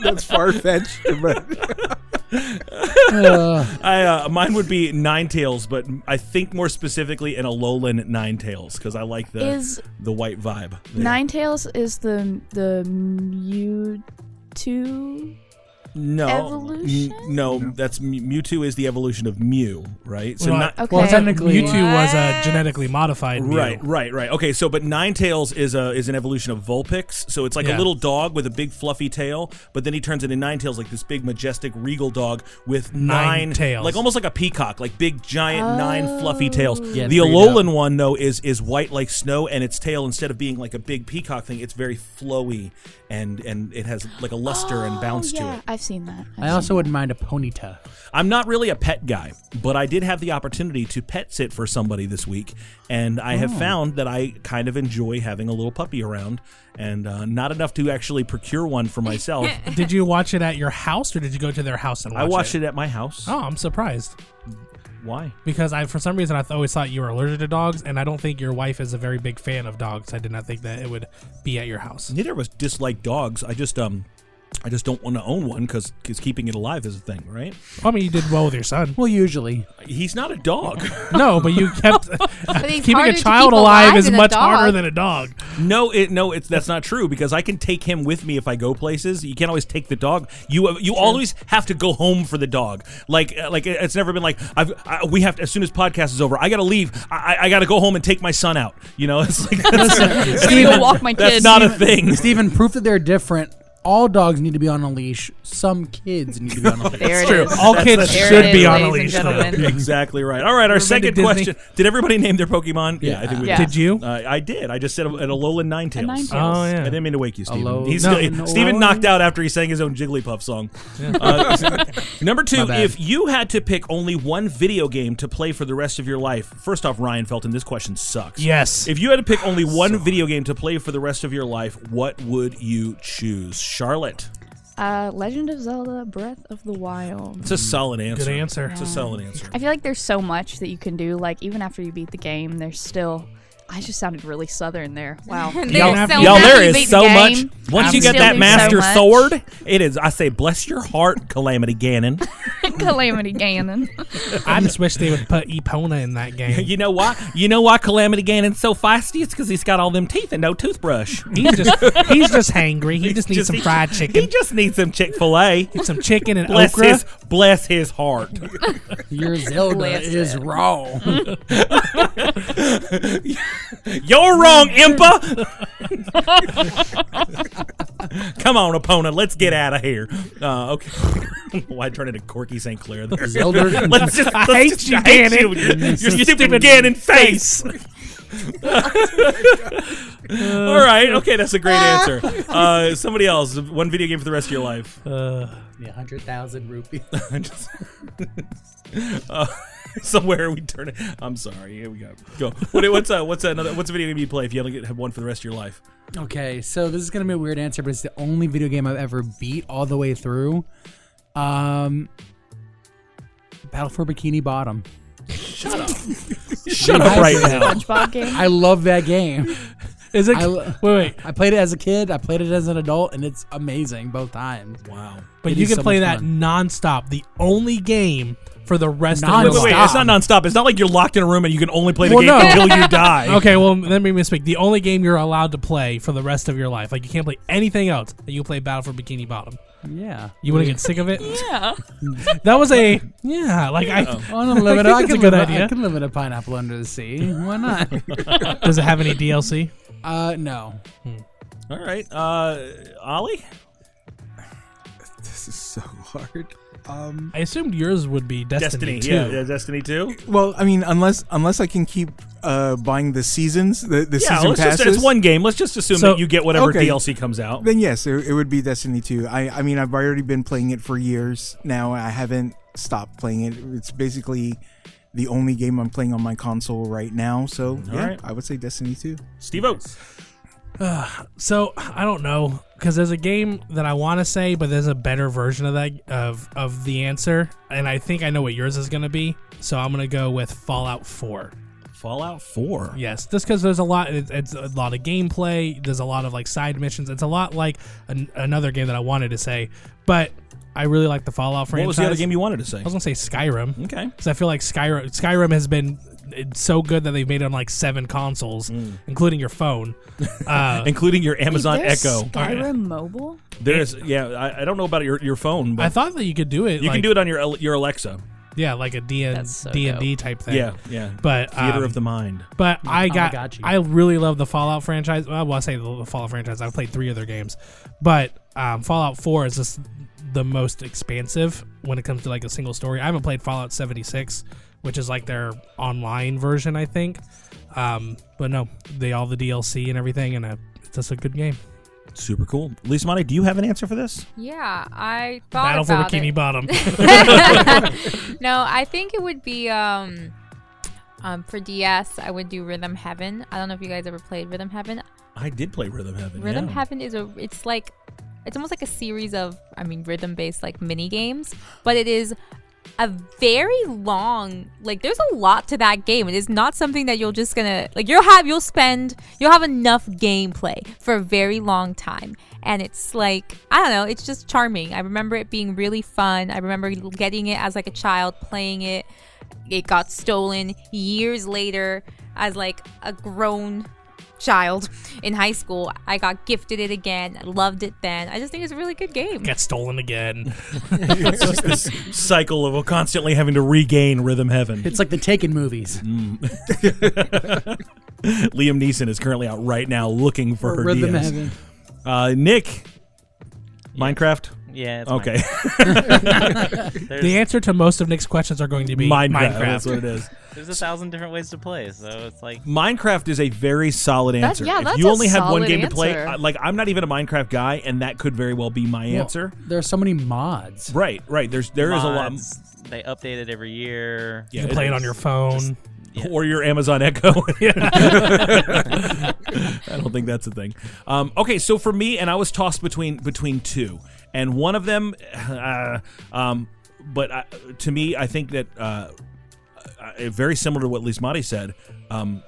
Speaker 5: <laughs> That's far fetched, but
Speaker 3: I, uh, mine would be Nine Tails, but I think more specifically an Alolan Nine Tails because I like the
Speaker 11: Is-
Speaker 3: the white vibe.
Speaker 11: Nine Tails is the the Mewtwo.
Speaker 3: No,
Speaker 11: Evolution?
Speaker 3: N- no, that's Mew- Mewtwo is the evolution of Mew, right?
Speaker 4: Well,
Speaker 3: not-
Speaker 4: well, Okay. technically- Mewtwo was a genetically modified Mew.
Speaker 3: Right, right, right. Okay, so but Ninetales is a is an evolution of Vulpix, so it's like
Speaker 4: Yeah.
Speaker 3: a little dog with a big fluffy tail, but then he turns into Ninetales, like this big majestic regal dog with
Speaker 4: Nine
Speaker 3: nine,
Speaker 4: tails. Oh.
Speaker 3: like almost like a peacock, like big giant nine fluffy tails.
Speaker 4: Yeah,
Speaker 3: the
Speaker 4: freed
Speaker 3: Alolan one though is is white like snow, and its tail instead of being like a big peacock thing, it's very flowy and and it has like a luster and bounce to it.
Speaker 11: Oh, Yeah, I've seen that. I've
Speaker 6: I
Speaker 11: seen
Speaker 6: also wouldn't mind a ponyta.
Speaker 3: I'm not really a pet guy, but I did have the opportunity to pet sit for somebody this week, and I have
Speaker 6: Oh.
Speaker 3: found that I kind of enjoy having a little puppy around, and uh, not enough to actually procure one for myself.
Speaker 4: did you watch it at your house or did you go to their house and watch
Speaker 3: I watched it. at my house.
Speaker 4: Oh, I'm surprised.
Speaker 3: Why?
Speaker 4: Because I, for some reason, I th- always thought you were allergic to dogs, and I don't think your wife is a very big fan of dogs. I did not think that it would be at your house.
Speaker 3: Neither of us dislike dogs. I just um, I just don't want to own one because keeping it alive is a thing, right?
Speaker 4: I mean, you did well with your son. Well, usually.
Speaker 3: He's not a dog. <laughs>
Speaker 4: No, but you
Speaker 13: <laughs>
Speaker 4: kept
Speaker 13: he's
Speaker 4: keeping
Speaker 13: harder
Speaker 4: a
Speaker 13: to
Speaker 4: child
Speaker 13: keep
Speaker 4: alive,
Speaker 13: alive
Speaker 4: is
Speaker 13: than a
Speaker 4: much
Speaker 13: dog.
Speaker 4: harder than a dog.
Speaker 3: No, it no, it's that's not true because I can take him with me if I go places. You can't always take the dog. You you always have to go home for the dog. Like uh, like it's never been like I've I, we have to, as soon as podcast is over. I gotta leave. I, I gotta go home and take my son out. You know, <laughs> it's like that's, that's- <laughs> That's not a thing.
Speaker 6: Stephen, proof that they're different. All dogs need to be on a leash. Some kids need to be on a leash.
Speaker 3: That's true. That's the- <laughs> exactly right. All right, our
Speaker 6: Ever been to
Speaker 3: second
Speaker 6: Disney?
Speaker 3: question. Did everybody name their Pokemon?
Speaker 6: Yeah. Yeah.
Speaker 3: did.
Speaker 6: Did you?
Speaker 3: Uh, I did. I just said a, an Alolan Ninetales.
Speaker 6: Ninetales.
Speaker 4: Oh, yeah.
Speaker 3: I didn't mean to wake you, Steven.
Speaker 6: Alo-
Speaker 3: He's
Speaker 6: No,
Speaker 3: still,
Speaker 6: no,
Speaker 3: Steven
Speaker 6: Alolan.
Speaker 3: knocked out after he sang his own Jigglypuff song.
Speaker 6: Yeah.
Speaker 3: Uh, <laughs> number
Speaker 6: My
Speaker 3: two,
Speaker 6: bad.
Speaker 3: if you had to pick only one video game to play for the rest of your life, first off, Ryan Felton, this question sucks.
Speaker 4: Yes.
Speaker 3: If you had to pick only one video game to play for the rest of your life, what would you choose? Charlotte.
Speaker 11: Uh, Legend of Zelda: Breath of the Wild.
Speaker 3: It's a solid answer.
Speaker 4: answer.
Speaker 3: It's a solid answer.
Speaker 11: I feel like there's so much that you can do. Like even after you beat the game, there's still. I just sounded really southern
Speaker 8: <laughs>
Speaker 11: there. Wow.
Speaker 3: y'all there is so much. Once you get that master sword, it is. I say, bless your heart, Calamity Ganon.
Speaker 4: <laughs>
Speaker 8: <laughs>
Speaker 11: Calamity <laughs> Ganon.
Speaker 4: I just wish they would put Epona in that game.
Speaker 3: you know why? You know why Calamity Ganon's so feisty? It's because he's got all them teeth and no toothbrush.
Speaker 4: He's just he's just hangry. He just needs some fried chicken. <laughs> He
Speaker 3: just needs some Chick Fil
Speaker 4: <laughs>
Speaker 3: A,
Speaker 4: some chicken and
Speaker 3: bless
Speaker 4: okra.
Speaker 3: his bless his heart.
Speaker 6: Your Zelda
Speaker 4: Bless
Speaker 6: is
Speaker 4: it.
Speaker 6: raw.
Speaker 3: You're wrong,
Speaker 4: <laughs>
Speaker 3: Impa. Come on, opponent. Let's get out of here. Uh, okay. <laughs> Why turn into Corky St. Clair? there? <laughs>
Speaker 6: Zelda-
Speaker 3: let's just,
Speaker 6: I
Speaker 3: let's
Speaker 6: hate
Speaker 3: just-
Speaker 6: you,
Speaker 3: I hate
Speaker 6: Ganon.
Speaker 3: you with your-
Speaker 6: Your
Speaker 3: your
Speaker 6: stupid
Speaker 3: stupid Ganon face. <laughs> Uh, All right. Okay, that's a <laughs> great answer. Uh, somebody else. One video game for the rest of your life. <laughs>
Speaker 6: yeah, hundred thousand rupees.
Speaker 3: Uh, somewhere we turn it. I'm sorry. Here we go. Go. What, what's uh, what's another? What's a video game you play if you only get have one for the rest of your life?
Speaker 6: Okay, so this is gonna be a weird answer, but it's the only video game I've ever beat all the way through. Um, Battle for Bikini Bottom.
Speaker 3: Shut
Speaker 6: <laughs>
Speaker 3: up. Shut up
Speaker 6: I-
Speaker 3: right now.
Speaker 11: SpongeBob
Speaker 8: <laughs>
Speaker 11: game?
Speaker 6: I love that game.
Speaker 4: Is it-
Speaker 6: I, wait,
Speaker 4: wait.
Speaker 6: I played it as a kid. I played it as an adult, and it's amazing both times.
Speaker 3: <laughs> Wow!
Speaker 4: But you can play that nonstop. The only game for the rest
Speaker 3: Wait,
Speaker 4: of your
Speaker 3: wait, wait.
Speaker 4: life.
Speaker 3: It's not nonstop. It's not like you're locked in a room and you can only play the game until <laughs> you die.
Speaker 4: Okay, well, let me misspeak. The only game you're allowed to play for the rest of your life, like you can't play anything else, that you can play Battle for Bikini Bottom.
Speaker 6: Yeah.
Speaker 4: You want to get sick of it?
Speaker 11: Yeah.
Speaker 4: That was a yeah. Like I,
Speaker 6: Oh, I'm gonna live
Speaker 4: I
Speaker 6: it
Speaker 4: think
Speaker 6: up. I
Speaker 4: it's
Speaker 6: can
Speaker 4: a good
Speaker 6: live it- I
Speaker 4: idea.
Speaker 6: can live in a pineapple under the sea. Why not?
Speaker 4: Does it have any DLC?
Speaker 6: Uh, no.
Speaker 3: All right. Uh, Ollie.
Speaker 5: This is so hard. Um,
Speaker 4: I assumed yours would be Destiny, too.
Speaker 3: Yeah, yeah, Destiny Two.
Speaker 5: Well, I mean, unless unless I can keep uh, buying the seasons, the, the
Speaker 3: Yeah,
Speaker 5: season
Speaker 3: let's just-
Speaker 5: passes.
Speaker 3: it's one game. Let's just assume that you get whatever DLC comes out.
Speaker 5: Then yes, it, it would be Destiny Two. I I mean, I've already been playing it for years now. I haven't stopped playing it. It's basically the only game I'm playing on my console right now. So yeah,
Speaker 4: right.
Speaker 5: I would say Destiny Two.
Speaker 3: Steve Oates.
Speaker 4: Ugh, so I don't know because there's a game that I want to say, but there's a better version of that of of the answer, and I think I know what yours is gonna be. So I'm gonna go with Fallout Four.
Speaker 3: Fallout Four.
Speaker 4: Yes, just because there's a lot, it, it's a lot of gameplay. There's a lot of like side missions. It's a lot like an, another game that I wanted to say, but I really like the Fallout franchise.
Speaker 3: What was the other game you wanted to say?
Speaker 4: I was gonna say Skyrim.
Speaker 3: Okay.
Speaker 4: Because I feel like Skyrim Skyrim has been it's so good that they've made it on like seven consoles,
Speaker 3: Mm.
Speaker 4: including your
Speaker 3: <laughs>
Speaker 4: phone, uh,
Speaker 3: Including your Amazon
Speaker 11: there's
Speaker 3: Echo.
Speaker 11: Skyrim mobile.
Speaker 3: There is, yeah. I, I don't know about your, your phone, but
Speaker 4: I thought that you could do it.
Speaker 3: you
Speaker 4: like-
Speaker 3: can do it on your Al- your Alexa.
Speaker 4: Yeah, like a DN,
Speaker 3: That's so
Speaker 4: D&D
Speaker 3: dope.
Speaker 4: type thing.
Speaker 3: Yeah, yeah.
Speaker 4: But
Speaker 3: Theater
Speaker 4: um,
Speaker 3: of the mind.
Speaker 4: But
Speaker 3: Mm.
Speaker 4: I
Speaker 3: Oh,
Speaker 4: got,
Speaker 3: got you.
Speaker 4: I really love the Fallout franchise. Well, well, I say the the Fallout franchise. I've played three other games, but um, Fallout Four is just the most expansive when it comes to like a single story. I haven't played Fallout seventy six, which is like their online version, I think. Um, but no, they all the DLC and everything, and uh it's just a good game.
Speaker 3: Super cool. Lisa Monte, do you have an answer for this?
Speaker 8: Yeah, I thought
Speaker 4: Battle for
Speaker 8: about
Speaker 4: Bikini
Speaker 3: <laughs>
Speaker 8: it.
Speaker 4: Bottom. <laughs>
Speaker 8: <laughs> no, I think it would be um, um, for DS. I would do Rhythm Heaven. I don't know if you guys ever played Rhythm Heaven.
Speaker 3: I did play Rhythm Heaven.
Speaker 8: Rhythm
Speaker 3: yeah.
Speaker 8: Heaven is a. It's like, it's almost like a series of. I mean, rhythm-based like mini games, but it is a very long. Like, there's a lot to that game. It is not something that you're just gonna like. You'll have. You'll spend. You'll have enough gameplay for a very long time, and it's like I don't know. It's just charming. I remember it being really fun. I remember getting it as like a child playing it. It got stolen years later as like a grown child in high school. I got gifted it again. I loved it then. I just think it's a really good game.
Speaker 4: Got stolen again.
Speaker 3: it's just this cycle of constantly having to regain Rhythm Heaven.
Speaker 6: <laughs> It's like the Taken movies.
Speaker 3: Liam Neeson is currently out right now looking for
Speaker 6: For
Speaker 3: her
Speaker 6: Rhythm
Speaker 3: DS.
Speaker 6: Heaven.
Speaker 3: Uh, Nick, Minecraft.
Speaker 9: Yeah, it's
Speaker 3: okay.
Speaker 9: Minecraft.
Speaker 4: the answer to most of Nick's questions are going to be
Speaker 3: Minecraft,
Speaker 4: Minecraft.
Speaker 3: that's what it is.
Speaker 9: There's a thousand different ways to play, so it's like
Speaker 3: Minecraft is a very solid
Speaker 9: That-
Speaker 3: answer.
Speaker 9: yeah,
Speaker 3: if
Speaker 9: that's
Speaker 3: you
Speaker 9: a
Speaker 3: only have one
Speaker 9: solid
Speaker 3: game to play,
Speaker 9: answer.
Speaker 3: I- like I'm not even a Minecraft guy, and that could very well be my
Speaker 6: Well,
Speaker 3: answer.
Speaker 6: There are so many mods.
Speaker 3: Right, right. There's there is
Speaker 9: mods. They update it every year.
Speaker 3: You can play it on your
Speaker 4: phone.
Speaker 3: a lot, or your Amazon Echo. <laughs> I don't think that's a thing. Um, okay, so for me, and I was tossed between between two, and one of them, <sighs> uh, um, but I, to me, I think that uh, uh, very similar to what Lismati said, um,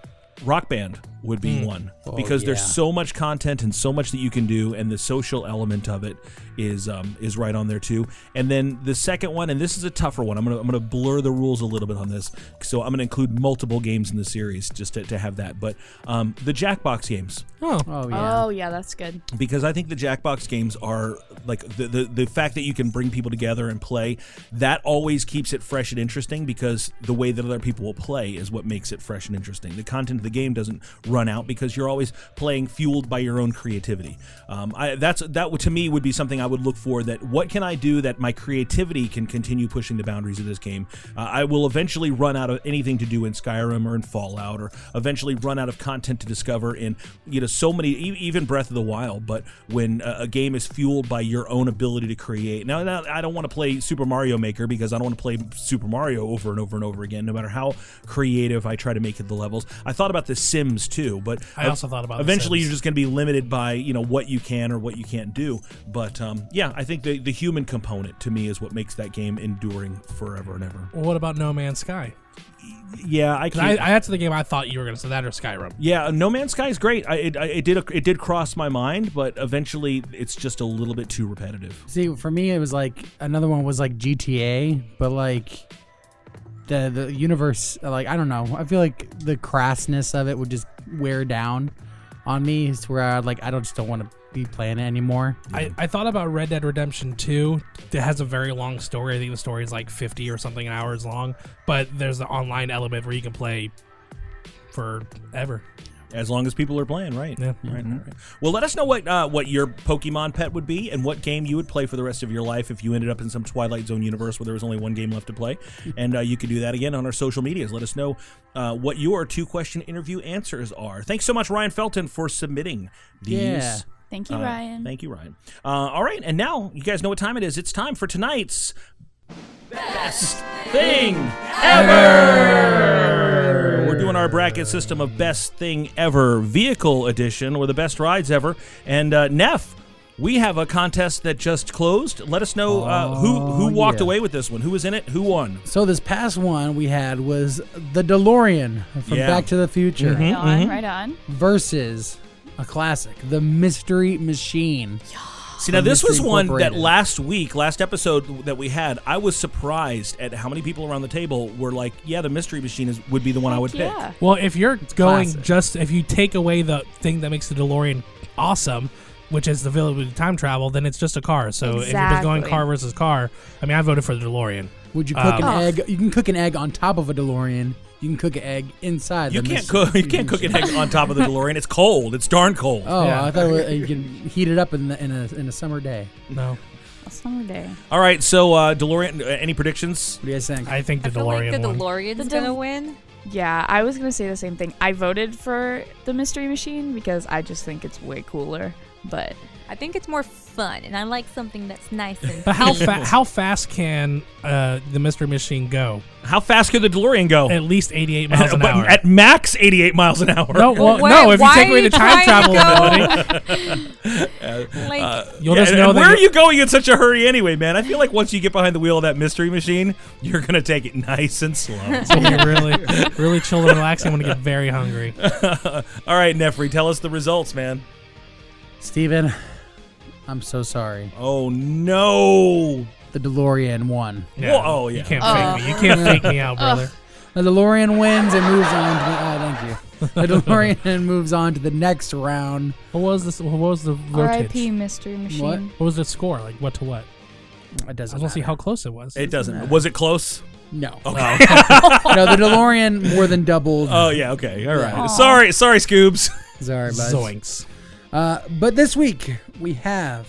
Speaker 3: Rock Band would be
Speaker 6: Mm.
Speaker 3: one
Speaker 6: Oh,
Speaker 3: because there's
Speaker 6: yeah.
Speaker 3: so much content and so much that you can do, and the social element of it is um, is right on there too. And then the second one, and this is a tougher one. I'm gonna I'm gonna blur the rules a little bit on this, so I'm gonna include multiple games in the series just to, to have that. But um, the Jackbox games
Speaker 4: Oh.
Speaker 6: Oh
Speaker 11: yeah. Oh yeah, that's good.
Speaker 3: because I think the Jackbox games are like the, the the fact that you can bring people together and play that always keeps it fresh and interesting because the way that other people will play is what makes it fresh and interesting. The content of the game doesn't run out because you're always playing fueled by your own creativity. Um, I, that's that would- to me would be something I would look for. That what can I do that my creativity can continue pushing the boundaries of this game. Uh, I will eventually run out of anything to do in Skyrim or in Fallout, or eventually run out of content to discover in you know so many, e- even Breath of the Wild. But when a, a game is fueled by your own ability to create, now, now I don't want to play Super Mario Maker because I don't want to play Super Mario over and over and over again, no matter how creative I try to make it the levels. I thought about The Sims too, but
Speaker 4: I also thought about The
Speaker 3: eventually
Speaker 4: Sims.
Speaker 3: you're just going to be limited by you know what you can or what you can't do. But um, yeah, I think the the human component to me is what makes that game enduring forever and ever.
Speaker 4: Well, what about No Man's Sky?
Speaker 3: Yeah, I
Speaker 4: 'Cause
Speaker 3: can't.
Speaker 4: I, that's the game I thought you were going to say that or Skyrim.
Speaker 3: yeah, No Man's Sky is great. I, it, I, it did it did cross my mind, but eventually it's just a little bit too repetitive.
Speaker 6: See, for me, it was like another one was like GTA, but like the the universe, like I don't know. I feel like the crassness of it would just wear down on me, to where I'd like I don't just don't want to be playing it anymore.
Speaker 4: I, I thought about Red Dead Redemption 2. It has a very long story. I think the story is like 50 or something hours long, but there's the online element where you can play forever.
Speaker 3: As long as people are playing, right?
Speaker 4: Yeah.
Speaker 3: Right, right, right. Well, let us know what uh, what your Pokemon pet would be and what game you would play for the rest of your life if you ended up in some Twilight Zone universe where there was only one game left to play. and uh, you can do that again on our social medias. Let us know uh, what your two question interview answers are. Thanks so much, Ryan Felton, for submitting these. Uh,
Speaker 11: Yeah. Thank you, Ryan.
Speaker 3: Thank you, Ryan. Uh, all right, and now you guys know what time it is. It's time for tonight's best thing ever. We're doing our bracket system of best thing ever vehicle edition or the best rides ever. And uh, Neff, we have a contest that just closed. Let us know uh, who who
Speaker 6: Oh,
Speaker 3: walked
Speaker 6: yeah.
Speaker 3: away with this one. Who was in it? Who won?
Speaker 6: So this past one we had was the DeLorean from
Speaker 3: Yeah.
Speaker 6: Back to the Future
Speaker 3: Mhm, Right on, mhm.
Speaker 11: right on.
Speaker 6: versus a classic, the Mystery Machine.
Speaker 3: See, now
Speaker 6: from
Speaker 3: this was
Speaker 6: Mystery
Speaker 3: one that
Speaker 6: Incorporated.
Speaker 3: last week, last episode that we had, I was surprised at how many people around the table were like, "Yeah, the mystery machine is would be the one I would pick."
Speaker 4: Well, if you're going
Speaker 3: classic.
Speaker 4: just if you take away the thing that makes the DeLorean awesome, which is the ability to time travel, then it's just a car. So if you're just going
Speaker 6: Exactly.
Speaker 4: car versus car, I mean, I voted for the DeLorean.
Speaker 6: Would you cook an
Speaker 3: Ah.
Speaker 6: egg? You can cook an egg on top of a DeLorean. You can cook an egg inside.
Speaker 3: You
Speaker 6: the
Speaker 3: can't
Speaker 6: mystery-
Speaker 3: cook. You can't cook an egg on top of the DeLorean. It's cold. It's darn cold.
Speaker 6: Oh, I thought it was, you can heat it up in, the, in a in a summer day.
Speaker 4: No.
Speaker 7: A summer day.
Speaker 3: All right, so uh, DeLorean. uh, Any predictions?
Speaker 6: What do you guys think?
Speaker 4: I think the
Speaker 7: I feel like
Speaker 4: DeLorean
Speaker 7: the
Speaker 4: won.
Speaker 7: DeLorean's
Speaker 11: The Del-
Speaker 7: gonna win.
Speaker 11: Yeah, I was gonna say the same thing. I voted for the Mystery Machine because I just think it's way cooler. But
Speaker 8: I think it's more fun, and I like something that's nice and.
Speaker 4: But how
Speaker 8: clean.
Speaker 4: fa- how fast can uh, the Mystery Machine go?
Speaker 3: How fast could the DeLorean go?
Speaker 4: At least
Speaker 3: <laughs>
Speaker 4: 88 miles an
Speaker 3: But
Speaker 4: hour.
Speaker 3: At max, eighty-eight miles an hour. <laughs>
Speaker 4: No, well,
Speaker 3: Where-
Speaker 4: no. If you
Speaker 3: why
Speaker 4: take
Speaker 3: are
Speaker 4: away
Speaker 3: you
Speaker 4: the time
Speaker 3: trying
Speaker 4: travel
Speaker 3: to
Speaker 4: ability,
Speaker 11: <laughs>
Speaker 3: Like-
Speaker 4: Uh,
Speaker 3: You'll
Speaker 4: you'll
Speaker 3: yeah,
Speaker 4: just
Speaker 3: and-
Speaker 4: know
Speaker 3: and
Speaker 4: that
Speaker 3: where are
Speaker 4: you're-
Speaker 3: you going in such a hurry anyway, man? I feel like once you get behind the wheel of that mystery machine, you're gonna take it nice and slow. <laughs>
Speaker 4: it's gonna be really, really chill and relaxing. I'm gonna get very hungry.
Speaker 3: All right, Nefri, tell us the results, man.
Speaker 6: Steven, I'm so sorry.
Speaker 3: Oh no.
Speaker 6: The DeLorean won.
Speaker 4: Yeah, Whoa, oh, you yeah. can't fake me. You can't fake me out, brother.
Speaker 6: The DeLorean wins and moves on. To the, oh, thank you. The DeLorean <laughs> moves on to the next round.
Speaker 4: What was this? What was the
Speaker 11: R.I.P.
Speaker 4: voltage?
Speaker 11: Mystery Machine.
Speaker 6: What?
Speaker 4: What was the score? Like what to what?
Speaker 6: It
Speaker 4: I
Speaker 6: doesn't.
Speaker 4: was gonna see how close it was.
Speaker 3: It doesn't. Was it close?
Speaker 6: No.
Speaker 3: Okay.
Speaker 6: <laughs>
Speaker 4: <laughs>
Speaker 6: no, the DeLorean more than doubled.
Speaker 3: Oh yeah. Okay. All right.
Speaker 6: Yeah.
Speaker 3: Sorry. Sorry, Scoobs.
Speaker 6: Sorry, bud.
Speaker 4: Zoinks.
Speaker 6: Uh, but this week we have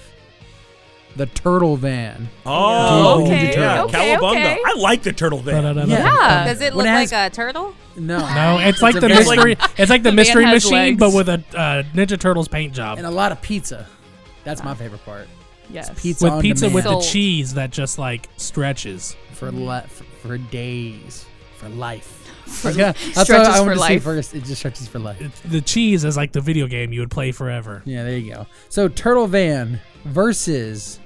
Speaker 6: the Turtle Van.
Speaker 3: Oh,
Speaker 6: Teenage Mutant Ninja
Speaker 3: okay, yeah,
Speaker 6: Turtles.
Speaker 3: Cowabunga. I like the turtle van.
Speaker 8: Yeah. Does it
Speaker 6: When
Speaker 8: look
Speaker 6: it has-
Speaker 8: like a turtle?
Speaker 6: No.
Speaker 4: No, it's like
Speaker 6: a
Speaker 4: the
Speaker 6: van.
Speaker 4: mystery. It's like the
Speaker 8: The van
Speaker 4: mystery
Speaker 8: has
Speaker 4: machine,
Speaker 8: legs.
Speaker 4: but with a uh, Ninja Turtles paint job.
Speaker 6: and a lot of pizza. That's my favorite part.
Speaker 11: Yes.
Speaker 6: It's pizza
Speaker 4: with
Speaker 6: on
Speaker 4: pizza with
Speaker 6: demand.
Speaker 4: the cheese that just like stretches.
Speaker 6: for
Speaker 11: Mm.
Speaker 6: le- for, for days for
Speaker 11: <laughs>
Speaker 6: life.
Speaker 11: For-
Speaker 6: yeah, that's what
Speaker 11: stretches
Speaker 6: I
Speaker 11: for
Speaker 6: wanted to see
Speaker 11: life.
Speaker 6: first. It just stretches for life.
Speaker 4: The cheese is like the video game you would play
Speaker 6: <laughs>
Speaker 4: forever.
Speaker 6: Yeah, there you go. So Turtle Van versus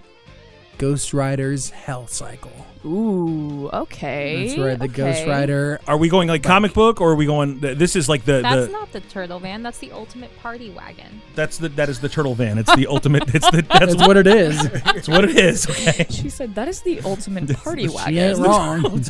Speaker 6: Ghost Rider's Hell Cycle.
Speaker 11: Ooh, okay.
Speaker 6: That's right, the Ghost
Speaker 11: okay.
Speaker 6: Rider.
Speaker 3: Are we going like comic book, or are we going? th- This is like the
Speaker 8: That's
Speaker 3: the.
Speaker 8: not the turtle van. That's the ultimate party wagon.
Speaker 3: That's the that is the turtle van. It's the ultimate. It's the that's
Speaker 6: That's what it
Speaker 11: <laughs>
Speaker 6: is.
Speaker 3: It's what it is. Okay.
Speaker 11: She said that is the ultimate party wagon.
Speaker 6: She ain't wrong.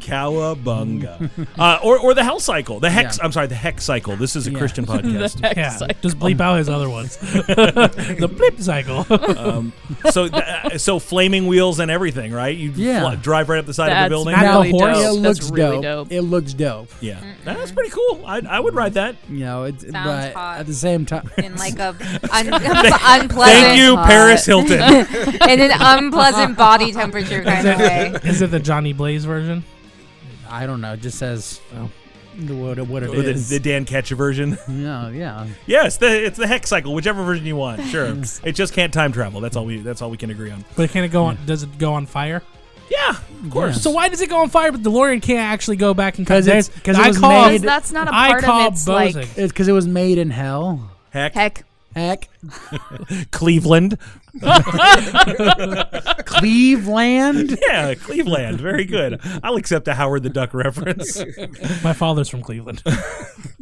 Speaker 3: Cowabunga. Uh, or, or the hell cycle. The hex. I'm sorry, the hex cycle. This is a
Speaker 6: Yeah.
Speaker 3: Christian podcast.
Speaker 4: Yeah, just bleep out his other ones. <laughs> the blip
Speaker 6: <laughs>
Speaker 4: cycle.
Speaker 3: um, so, th- uh, so flaming wheels and everything, right? You
Speaker 6: Yeah.
Speaker 3: fly- drive right up the side of
Speaker 11: That's
Speaker 3: the building.
Speaker 4: Not the
Speaker 6: <laughs> Now,
Speaker 4: horse.
Speaker 6: It
Speaker 11: That's
Speaker 6: looks
Speaker 11: really
Speaker 6: dope.
Speaker 11: dope.
Speaker 6: It looks dope.
Speaker 3: yeah, that's pretty cool. I, I would ride that.
Speaker 6: You know, it's
Speaker 8: Sounds
Speaker 6: but
Speaker 8: hot.
Speaker 6: at the
Speaker 11: <laughs>
Speaker 6: same time,
Speaker 8: In like a un- <laughs> unpleasant.
Speaker 3: Thank you,
Speaker 11: hot.
Speaker 8: <laughs>
Speaker 3: Paris Hilton.
Speaker 8: in an unpleasant body temperature kind
Speaker 4: <laughs>
Speaker 8: of way.
Speaker 4: is it the Johnny Blaze version?
Speaker 6: I don't know. It just says the what, what it
Speaker 3: Or the,
Speaker 6: is.
Speaker 3: the Dan Ketcher version.
Speaker 6: yeah, yeah.
Speaker 3: Yes, the, it's the hex cycle, whichever version you want.
Speaker 4: <laughs>
Speaker 3: Sure, it just can't time travel. That's all we. That's all we can agree on.
Speaker 4: But can it go on? Does it go on fire?
Speaker 3: Yeah, of course.
Speaker 4: So why does it go on fire? But DeLorean can't actually go back and
Speaker 6: 'Cause it's- 'cause it
Speaker 4: I
Speaker 6: was
Speaker 4: call,
Speaker 6: made-
Speaker 11: That's not a
Speaker 4: I
Speaker 11: part
Speaker 4: call
Speaker 11: of its
Speaker 4: Bozing.
Speaker 11: like.
Speaker 6: It's because it was made in hell.
Speaker 3: Heck,
Speaker 11: Heck,
Speaker 6: Heck,
Speaker 3: Cleveland.
Speaker 6: Cleveland.
Speaker 3: Yeah, Cleveland. Very good. I'll accept a Howard the Duck reference.
Speaker 4: <laughs> my father's from Cleveland.
Speaker 6: <laughs>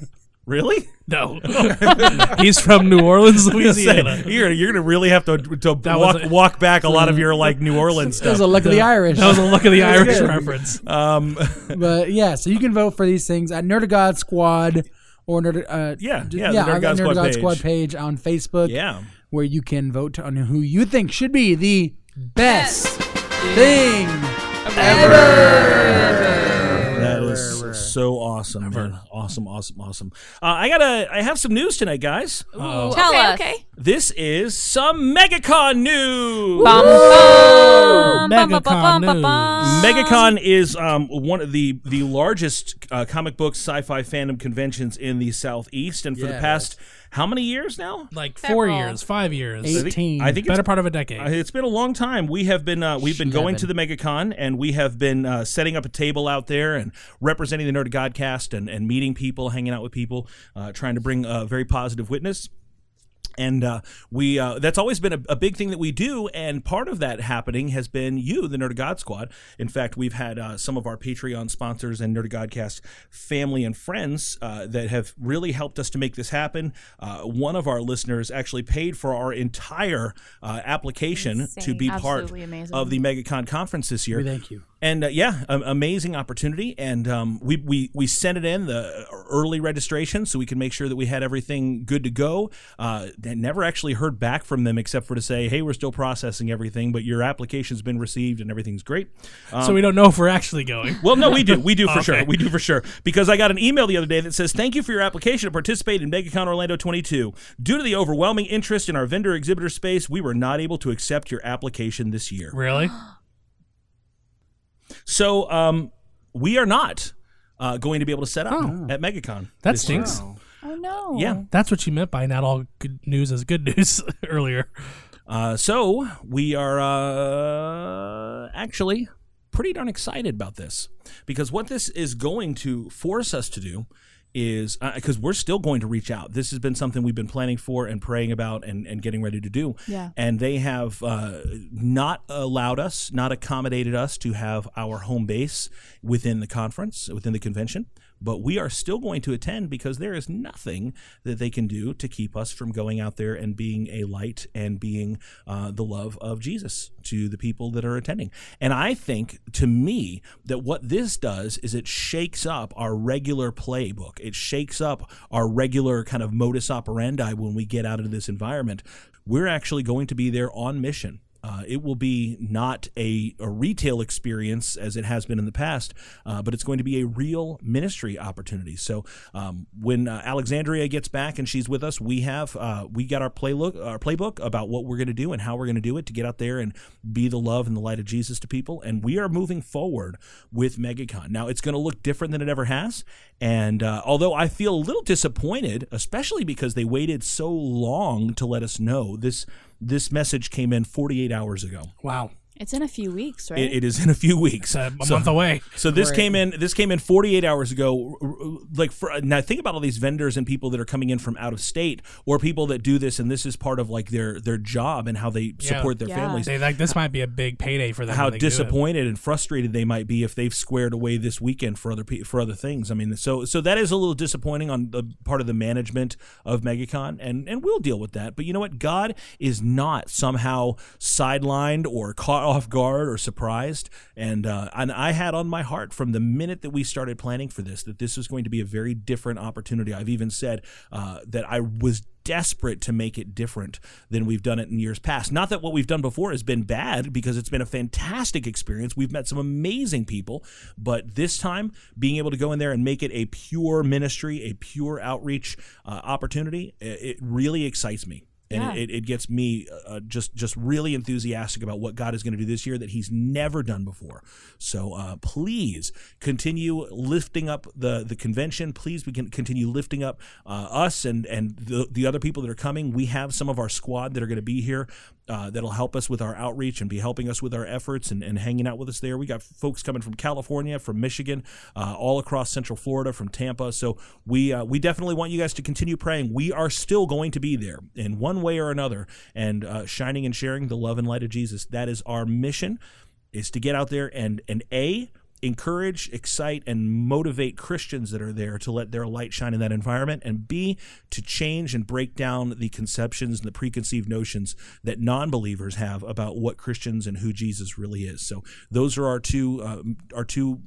Speaker 4: <laughs>
Speaker 3: Really?
Speaker 4: No, <laughs> he's from New
Speaker 6: <laughs>
Speaker 4: Orleans, Louisiana.
Speaker 3: <laughs> You're you're gonna really have to to
Speaker 4: That was
Speaker 3: walk
Speaker 4: a-
Speaker 3: walk back a lot of your like New Orleans
Speaker 6: It was
Speaker 3: stuff.
Speaker 6: a luck of the Irish.
Speaker 4: That was a
Speaker 6: <laughs>
Speaker 4: look of the Irish
Speaker 6: good.
Speaker 4: reference. <laughs>
Speaker 3: Um,
Speaker 6: but yeah, so you can vote for these things at Nerd of God Squad or Nerd. Uh,
Speaker 3: Yeah,
Speaker 6: d-
Speaker 3: yeah, the
Speaker 6: yeah,
Speaker 3: Nerd
Speaker 6: on
Speaker 3: of God
Speaker 6: the Nerd of
Speaker 3: Squad
Speaker 6: God
Speaker 3: page.
Speaker 6: Squad page on Facebook.
Speaker 3: yeah.
Speaker 6: where you can vote on who you think should be the best thing.
Speaker 3: That is so awesome, man. Awesome, awesome, awesome. Uh, I gotta. I have some news tonight, guys.
Speaker 4: Uh-oh.
Speaker 8: Tell
Speaker 11: okay,
Speaker 8: us.
Speaker 11: okay.
Speaker 3: This is some MegaCon news.
Speaker 8: Bum, bum, bum, bum,
Speaker 4: Megacon
Speaker 8: bum, bum, bum.
Speaker 3: MegaCon is um, one of the the largest uh, comic book sci-fi fandom conventions in the southeast, and for
Speaker 6: Yeah,
Speaker 3: the
Speaker 6: it
Speaker 3: past how many years now?
Speaker 4: Like four
Speaker 8: Several.
Speaker 4: years, five years,
Speaker 6: Eight. 18.
Speaker 3: I think, I think
Speaker 4: better
Speaker 3: it's,
Speaker 4: part of a decade.
Speaker 3: uh, it's been a long time. We have been uh, we've been going to the
Speaker 6: Seven.
Speaker 3: MegaCon, and we have been uh, setting up a table out there and representing the Nerd Godcast and and meeting people, hanging out with people, uh, trying to bring a very positive witness. and uh, we uh, that's always been a, a big thing that we do and part of that happening has been you the nerd of god squad in fact we've had uh, some of our patreon sponsors and nerd of godcast family and friends uh, that have really helped us to make this happen uh, one of our listeners actually paid for our entire uh, application to
Speaker 11: Insane.
Speaker 3: be part
Speaker 11: Absolutely amazing.
Speaker 3: of the megacon conference this year
Speaker 6: We thank you.
Speaker 3: and uh, yeah, a- amazing opportunity. And um, we, we we sent it in the early registration so we could make sure that we had everything good to go. Uh, they never actually heard back from them except for to say, "Hey, we're still processing everything, but your application's been received and everything's great." Um,
Speaker 4: so we don't know if we're actually going.
Speaker 3: Well, no, we do. We
Speaker 4: <laughs>
Speaker 3: do for sure.
Speaker 4: Okay.
Speaker 3: We do for sure. Because I got an email the other day that says, Thank you for your application to participate in MegaCon Orlando 22. Due to the overwhelming interest in our vendor exhibitor space, we were not able to accept your application this year.
Speaker 4: <gasps> Really?
Speaker 3: So um, we are not uh, going to be able to set up at MegaCon.
Speaker 4: That
Speaker 3: this year.
Speaker 4: stinks.
Speaker 11: Oh no.
Speaker 3: Yeah.
Speaker 4: That's what you meant by not all good news is good news <laughs> earlier.
Speaker 3: Uh, so we are uh, actually pretty darn excited about this because what this is going to force us to do is because we're still going to reach out. This has been something we've been planning for and praying about and, and getting ready to do.
Speaker 11: Yeah.
Speaker 3: And they have uh, not allowed us, not accommodated us to have our home base within the conference, within the convention. But we are still going to attend because there is nothing that they can do to keep us from going out there and being a light and being uh, the love of Jesus to the people that are attending. And I think to me that what this does is it shakes up our regular playbook, it shakes up our regular kind of modus operandi when we get out into this environment we're actually going to be there on mission. Uh, it will be not a, a retail experience as it has been in the past, uh, but it's going to be a real ministry opportunity. So um, when uh, Alexandria gets back and she's with us, we have uh, we got our playbook our playbook about what we're going to do and how we're going to do it to get out there and be the love and the light of Jesus to people. And we are moving forward with MegaCon. Now it's going to look different than it ever has. And uh, although I feel a little disappointed, especially because they waited so long to let us know this this message came in 48 hours ago.
Speaker 4: Wow.
Speaker 11: It's in a few weeks, right?
Speaker 3: It, it is in a few weeks,
Speaker 4: a month away. <laughs>
Speaker 3: So this
Speaker 4: Great.
Speaker 3: came in. This came in 48 hours ago. R- r- Like for, now, think about all these vendors and people that are coming in from out of state, or people that do this, and this is part of like their their job and how they support their families.
Speaker 4: They like this might be a big payday for them.
Speaker 3: How
Speaker 4: when they do it.
Speaker 3: disappointed and frustrated they might be if they've squared away this weekend for other pe- for other things. I mean, so so that is a little disappointing on the part of the management of MegaCon, and and we'll deal with that. But you know what? God is not somehow sidelined or caught off guard or surprised. And uh, and I had on my heart from the minute that we started planning for this that this was going to be a very different opportunity. I've even said uh, that I was desperate to make it different than we've done it in years past. Not that what we've done before has been bad because it's been a fantastic experience. We've met some amazing people, but this time being able to go in there and make it a pure ministry, a pure outreach uh, opportunity, i- it really excites me. And
Speaker 11: Yeah.
Speaker 3: it, it gets me uh, just just really enthusiastic about what God is going to do this year that He's never done before. So uh, please continue lifting up the the convention. Please we can continue lifting up uh, us and and the, the other people that are coming. We have some of our squad that are going to be here uh, that'll help us with our outreach and be helping us with our efforts and, and hanging out with us there. We got folks coming from California, from Michigan, uh, all across Central Florida, from Tampa. So we uh, we definitely want you guys to continue praying. We are still going to be there in one way or another, and uh, shining and sharing the love and light of Jesus. That is our mission, is to get out there and and a encourage, excite, and motivate Christians that are there to let their light shine in that environment, and B, to change and break down the conceptions and the preconceived notions that non believers have about what Christians and who Jesus really is. So, those are our two, uh, our two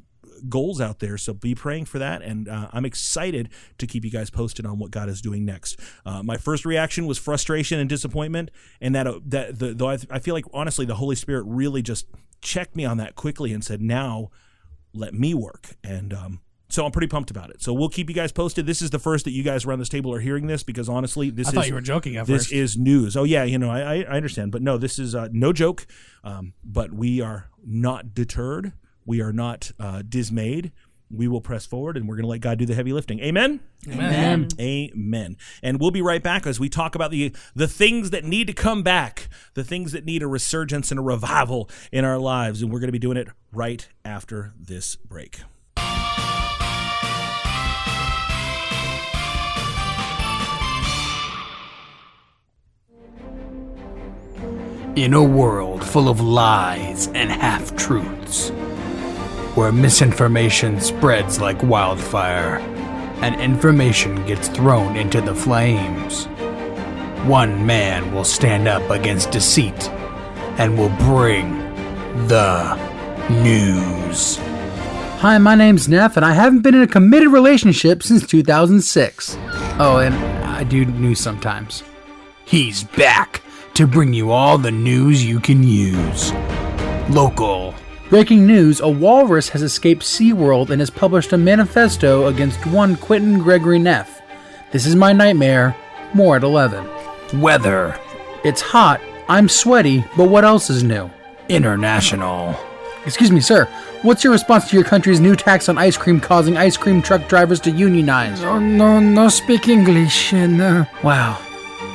Speaker 3: goals out there so be praying for that and uh, i'm excited to keep you guys posted on what god is doing next uh, my first reaction was frustration and disappointment and that uh, that the, though I, I feel like honestly the holy spirit really just checked me on that quickly and said now let me work. And um, so I'm pretty pumped about it. So we'll keep you guys posted. This is the first that you guys around this table are hearing this because honestly, this
Speaker 4: I
Speaker 3: is
Speaker 4: thought you were joking at
Speaker 3: this
Speaker 4: first.
Speaker 3: is news. Oh yeah, you know I I, I understand, but no, this is uh, no joke. Um, but we are not deterred. We are not uh, dismayed. We will press forward, and we're going to let God do the heavy lifting. Amen.
Speaker 4: Amen.
Speaker 3: Amen. And we'll be right back as we talk about the the things that need to come back, the things that need a resurgence and a revival in our lives, and we're going to be doing it right after this break.
Speaker 14: In a world full of lies and half truths, where misinformation spreads like wildfire and information gets thrown into the flames, one man will stand up against deceit and will bring the news.
Speaker 6: Hi, my name's Neff, and I haven't been in a committed relationship since 2006. Oh, and I do news sometimes.
Speaker 14: He's back to bring you all the news you can use. Local.
Speaker 6: Breaking news a walrus has escaped SeaWorld and has published a manifesto against one Quentin Gregory Neff. This is my nightmare. More at 11.
Speaker 14: Weather.
Speaker 6: It's hot, I'm sweaty, but what else is new?
Speaker 14: International.
Speaker 6: Excuse me, sir. What's your response to your country's new tax on ice cream causing ice cream truck drivers to unionize?
Speaker 4: No, no, no speak English. And, uh,
Speaker 6: Wow.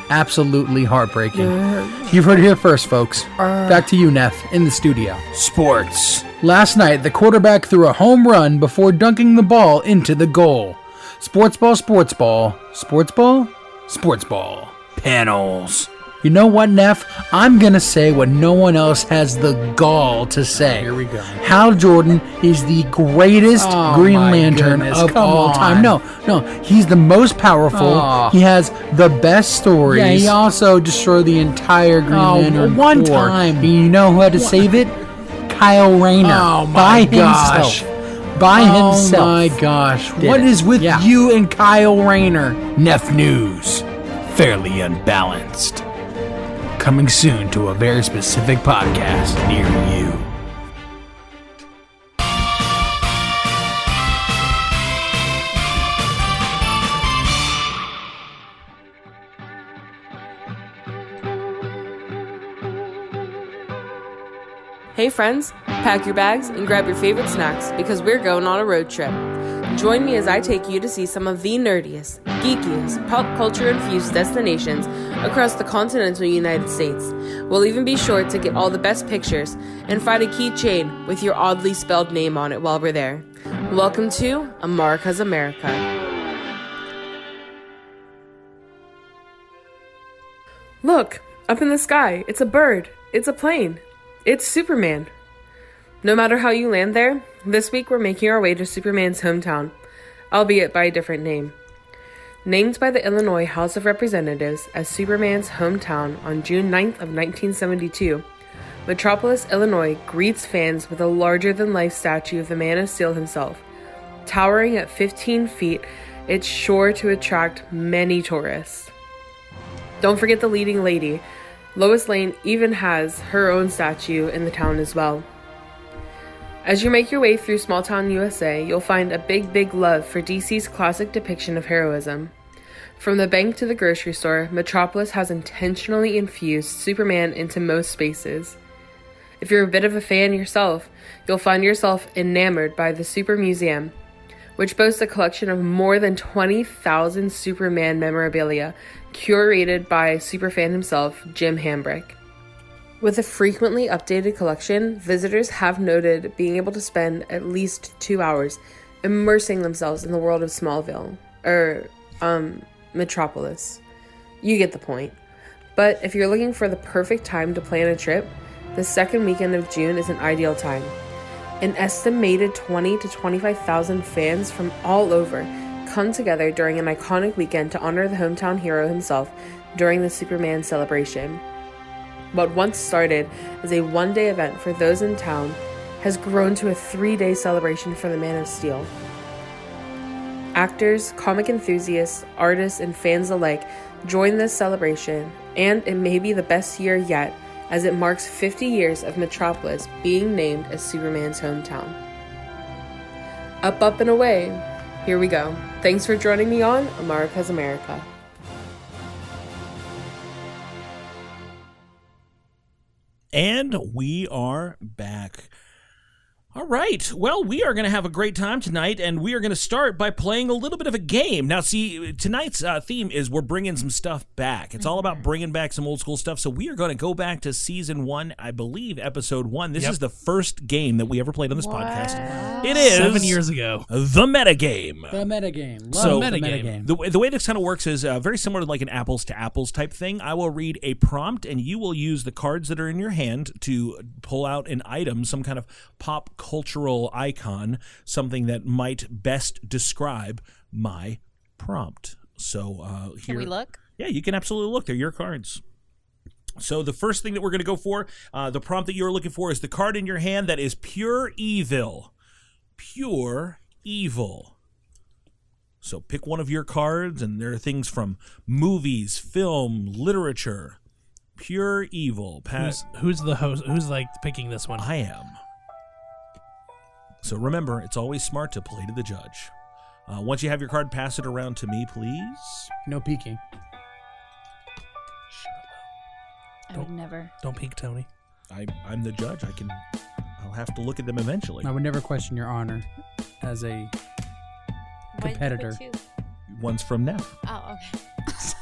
Speaker 6: Absolutely heartbreaking.
Speaker 4: Yeah.
Speaker 6: You've heard it here first, folks.
Speaker 4: Uh.
Speaker 6: Back to you, Neff, in the studio.
Speaker 14: Sports.
Speaker 6: Last night, the quarterback threw a home run before dunking the ball into the goal. Sports ball, sports ball, sports ball, sports ball.
Speaker 14: Panels.
Speaker 6: You know what, Neff? I'm going to say what no one else has the gall to say. Here we go. Hal Jordan is the greatest
Speaker 4: Oh,
Speaker 6: Green
Speaker 4: my
Speaker 6: Lantern
Speaker 4: goodness,
Speaker 6: of
Speaker 4: come
Speaker 6: all time.
Speaker 4: on.
Speaker 6: No, no. He's the most powerful.
Speaker 4: Oh.
Speaker 6: He has the best stories.
Speaker 4: Yeah, he
Speaker 6: also destroyed the entire Green
Speaker 4: Oh,
Speaker 6: Lantern
Speaker 4: one
Speaker 6: Corps.
Speaker 4: time.
Speaker 6: And You know who had to
Speaker 4: One-
Speaker 6: save it? Kyle Rayner.
Speaker 4: Oh,
Speaker 6: By
Speaker 4: my gosh.
Speaker 6: himself. By
Speaker 4: Oh,
Speaker 6: himself.
Speaker 4: my
Speaker 6: gosh.
Speaker 4: Did
Speaker 6: What
Speaker 4: it.
Speaker 6: is with you and Kyle Rayner?
Speaker 14: Neff News. Fairly unbalanced. Coming soon to a very specific podcast near you.
Speaker 5: Hey friends, pack your bags and grab your favorite snacks because we're going on a road trip. Join me as I take you to see some of the nerdiest, geekiest, pop culture infused destinations across the continental United States. We'll even be sure to get all the best pictures and find a keychain with your oddly spelled name on it while we're there. Welcome to America's America. Look, up in the sky, it's a bird, it's a plane, it's Superman. No matter how you land there, this week we're making our way to Superman's hometown, albeit by a different name. Named by the Illinois House of Representatives as Superman's hometown on June 9th of 1972, Metropolis, Illinois greets fans with a larger than life statue of the Man of Steel himself. Towering at 15 feet, it's sure to attract many tourists. Don't forget the leading lady. Lois Lane even has her own statue in the town as well. As you make your way through small town USA, you'll find a big, big love for DC's classic depiction of heroism. From the bank to the grocery store, Metropolis has intentionally infused Superman into most spaces. If you're a bit of a fan yourself, you'll find yourself enamored by the Super Museum, which boasts a collection of more than 20,000 Superman memorabilia curated by superfan himself, Jim Hambrick. With a frequently updated collection, visitors have noted being able to spend at least two hours immersing themselves in the world of Smallville, or, um, Metropolis. You get the point. But if you're looking for the perfect time to plan a trip, the second weekend of June is an ideal time. An estimated 20 to 25,000 fans from all over come together during an iconic weekend to honor the hometown hero himself during the Superman celebration. What once started as a one day event for those in town has grown to a three day celebration for the Man of Steel. Actors, comic enthusiasts, artists, and fans alike join this celebration, and it may be the best year yet as it marks 50 years of Metropolis being named as Superman's hometown. Up, up, and away. Here we go. Thanks for joining me on America's America.
Speaker 3: And we are back. All right. Well, we are going to have a great time tonight, and we are going to start by playing a little bit of a game. Now, see, tonight's uh, theme is we're bringing some stuff back. It's all
Speaker 4: Mm-hmm.
Speaker 3: about bringing back some old school stuff. So we are going to go back to season one, I believe, episode one. This
Speaker 4: Yep.
Speaker 3: is the first game that we ever played on this podcast. It is
Speaker 4: Seven years ago.
Speaker 3: The meta game.
Speaker 6: The metagame. Love
Speaker 3: So
Speaker 6: the metagame.
Speaker 3: The, way- the way this kind of works is uh, very similar to like an apples to apples type thing. I will read a prompt, and you will use the cards that are in your hand to pull out an item, some kind of pop cultural icon, something that might best describe my prompt. So uh, here,
Speaker 8: we look?
Speaker 3: Yeah, you can absolutely look. They're your cards. So the first thing that we're going to go for, uh, the prompt that you're looking for, is the card in your hand that is pure evil. Pure evil. So pick one of your cards, and there are things from movies, film, literature. Pure evil. Pass.
Speaker 4: Who's, who's the host? Who's like picking this one?
Speaker 3: I am. So remember, it's always smart to play to the judge. Uh, once you have your card, pass it around to me, please.
Speaker 6: No peeking.
Speaker 11: I would never.
Speaker 4: Don't peek, Tony.
Speaker 3: I, I'm the judge. I can. I'll have to look at them eventually.
Speaker 6: I would never question your honor as a competitor.
Speaker 3: One's from now.
Speaker 8: Oh, okay.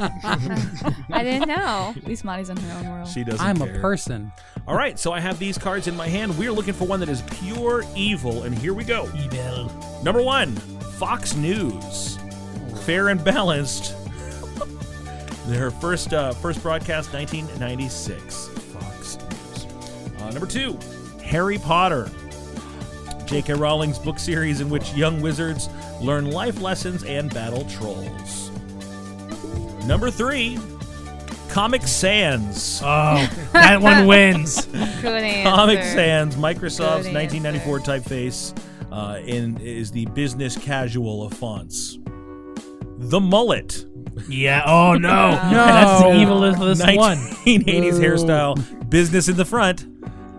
Speaker 11: I didn't know. At least Maddie's in her own world.
Speaker 3: She doesn't.
Speaker 6: I'm a
Speaker 3: care.
Speaker 6: person.
Speaker 3: All right, so I have these cards in my hand. We're looking for one that is pure evil, and here we go.
Speaker 4: Evil.
Speaker 3: Number one, Fox News, fair and balanced. <laughs> Their first uh, first broadcast, 1996. Fox News. Uh, number two, Harry Potter. J.K. Rowling's book series in which young wizards learn life lessons and battle trolls. Number three, Comic Sans.
Speaker 4: <laughs> Oh, <laughs> that one wins.
Speaker 8: Good answer.
Speaker 3: Comic Sans, Microsoft's
Speaker 8: Good
Speaker 3: 1994 typeface, uh, and is the business casual of fonts. The mullet.
Speaker 4: Yeah. Oh <laughs> no. That's the evilest of this <laughs> one.
Speaker 3: 1980s hairstyle. Business in the front,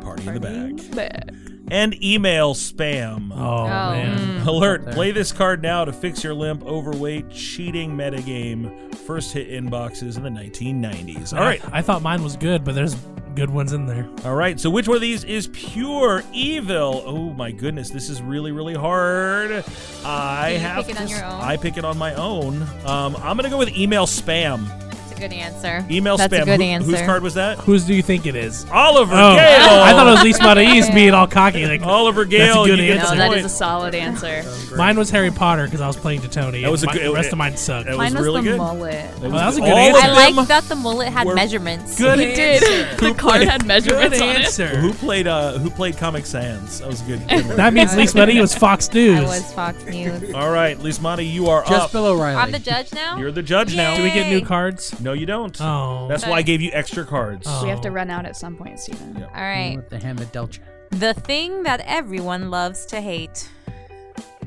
Speaker 3: party, in the back. And email spam.
Speaker 4: Oh,
Speaker 11: mm.
Speaker 4: man.
Speaker 3: Alert!
Speaker 4: Up there.
Speaker 3: Play this card now to fix your limp, overweight, cheating metagame. First hit inboxes in the 1990s. All right.
Speaker 4: I, thought mine was good, but there's good ones in there.
Speaker 3: All right, so which one of these is pure evil? Oh my goodness, this is really, really hard. I
Speaker 8: Do you
Speaker 3: have
Speaker 8: pick it
Speaker 3: to
Speaker 8: on
Speaker 3: s-
Speaker 8: your own?
Speaker 3: I pick it on my own. Um, I'm gonna go with email spam.
Speaker 8: That's a good answer.
Speaker 3: Email
Speaker 8: That's
Speaker 3: spam.
Speaker 8: a good
Speaker 3: Who-
Speaker 8: answer.
Speaker 3: Whose card was that?
Speaker 4: Whose do you think it is?
Speaker 3: Oliver
Speaker 4: Oh,
Speaker 3: Gale.
Speaker 4: <laughs> I thought
Speaker 3: <laughs>
Speaker 4: it was Lisa Mata East being all cocky. Like
Speaker 3: Oliver
Speaker 4: That's
Speaker 3: Gale,
Speaker 4: a good
Speaker 3: you get
Speaker 4: answer.
Speaker 3: the
Speaker 11: That
Speaker 3: point.
Speaker 11: is a solid answer.
Speaker 4: Mine was Harry Potter because I was playing to Tony.
Speaker 3: That was a
Speaker 4: My-
Speaker 3: good-
Speaker 4: The rest
Speaker 3: it-
Speaker 4: of mine sucked.
Speaker 3: that was Mine was really the good.
Speaker 11: mullet.
Speaker 3: That
Speaker 4: Well, that was a good
Speaker 3: all
Speaker 4: answer.
Speaker 3: of
Speaker 8: I like
Speaker 3: them.
Speaker 8: that the mullet had measurements.
Speaker 3: Good
Speaker 11: It did.
Speaker 3: answer.
Speaker 8: <laughs>
Speaker 11: The
Speaker 3: Who
Speaker 11: card
Speaker 3: played-
Speaker 11: had measurements on it.
Speaker 3: Who played? Uh, who played Comic Sans? That was a
Speaker 8: <laughs>
Speaker 3: good. good one.
Speaker 4: That means Lisa Mata East was Fox News.
Speaker 8: I was Fox News.
Speaker 3: All right, Lismati, you are
Speaker 6: Just
Speaker 3: up.
Speaker 6: below Riley.
Speaker 8: I'm the judge now.
Speaker 3: You're the judge now.
Speaker 4: Do we get
Speaker 8: Yay.
Speaker 4: new cards?
Speaker 3: No, you don't.
Speaker 4: Oh.
Speaker 3: That's why I gave you extra cards.
Speaker 11: We have to run out at some point, Stephen.
Speaker 8: All right.
Speaker 6: With the hand of Delta.
Speaker 8: The thing that everyone loves to
Speaker 3: <laughs>
Speaker 8: hate.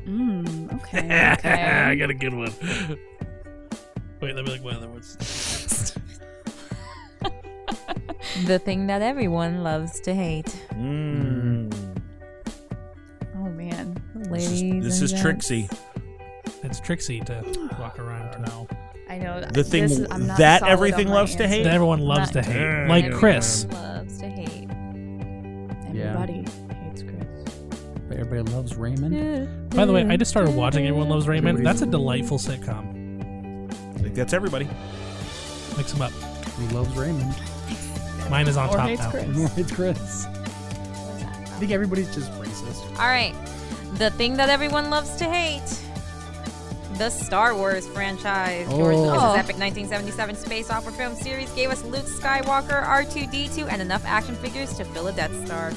Speaker 11: Mm, okay.
Speaker 4: <laughs>
Speaker 11: Okay.
Speaker 4: I got a good one. Wait, let me look my other ones.
Speaker 8: The thing that everyone loves to hate.
Speaker 3: Mm.
Speaker 11: oh man.
Speaker 8: Ladies.
Speaker 3: This
Speaker 8: and
Speaker 3: is Trixie.
Speaker 4: It's Trixie to walk around to know.
Speaker 11: I know. th-
Speaker 3: The thing
Speaker 11: this is- I'm not
Speaker 3: that
Speaker 11: solid
Speaker 3: everything
Speaker 11: on my
Speaker 3: loves to
Speaker 11: answer.
Speaker 3: hate.
Speaker 4: That everyone loves to
Speaker 11: Not
Speaker 4: hate.
Speaker 3: good.
Speaker 4: Like
Speaker 8: everyone
Speaker 4: Chris.
Speaker 8: Loves to hate.
Speaker 11: Everybody hates Chris.
Speaker 6: But everybody loves Raymond.
Speaker 4: By the way, I just started watching Everyone Loves Raymond. That's a delightful sitcom.
Speaker 3: I think that's everybody.
Speaker 4: Mix them up.
Speaker 6: Who loves Raymond?
Speaker 4: Mine is on
Speaker 11: Or
Speaker 4: top
Speaker 11: hates
Speaker 4: now.
Speaker 11: Chris.
Speaker 6: it's Chris. I think everybody's just racist.
Speaker 8: All right. The thing that everyone loves to hate. The Star Wars franchise. George
Speaker 6: Oh.
Speaker 8: Lucas's
Speaker 11: Oh.
Speaker 8: epic 1977 space opera film series gave us Luke Skywalker, R2D2, and enough action figures to fill a Death Star.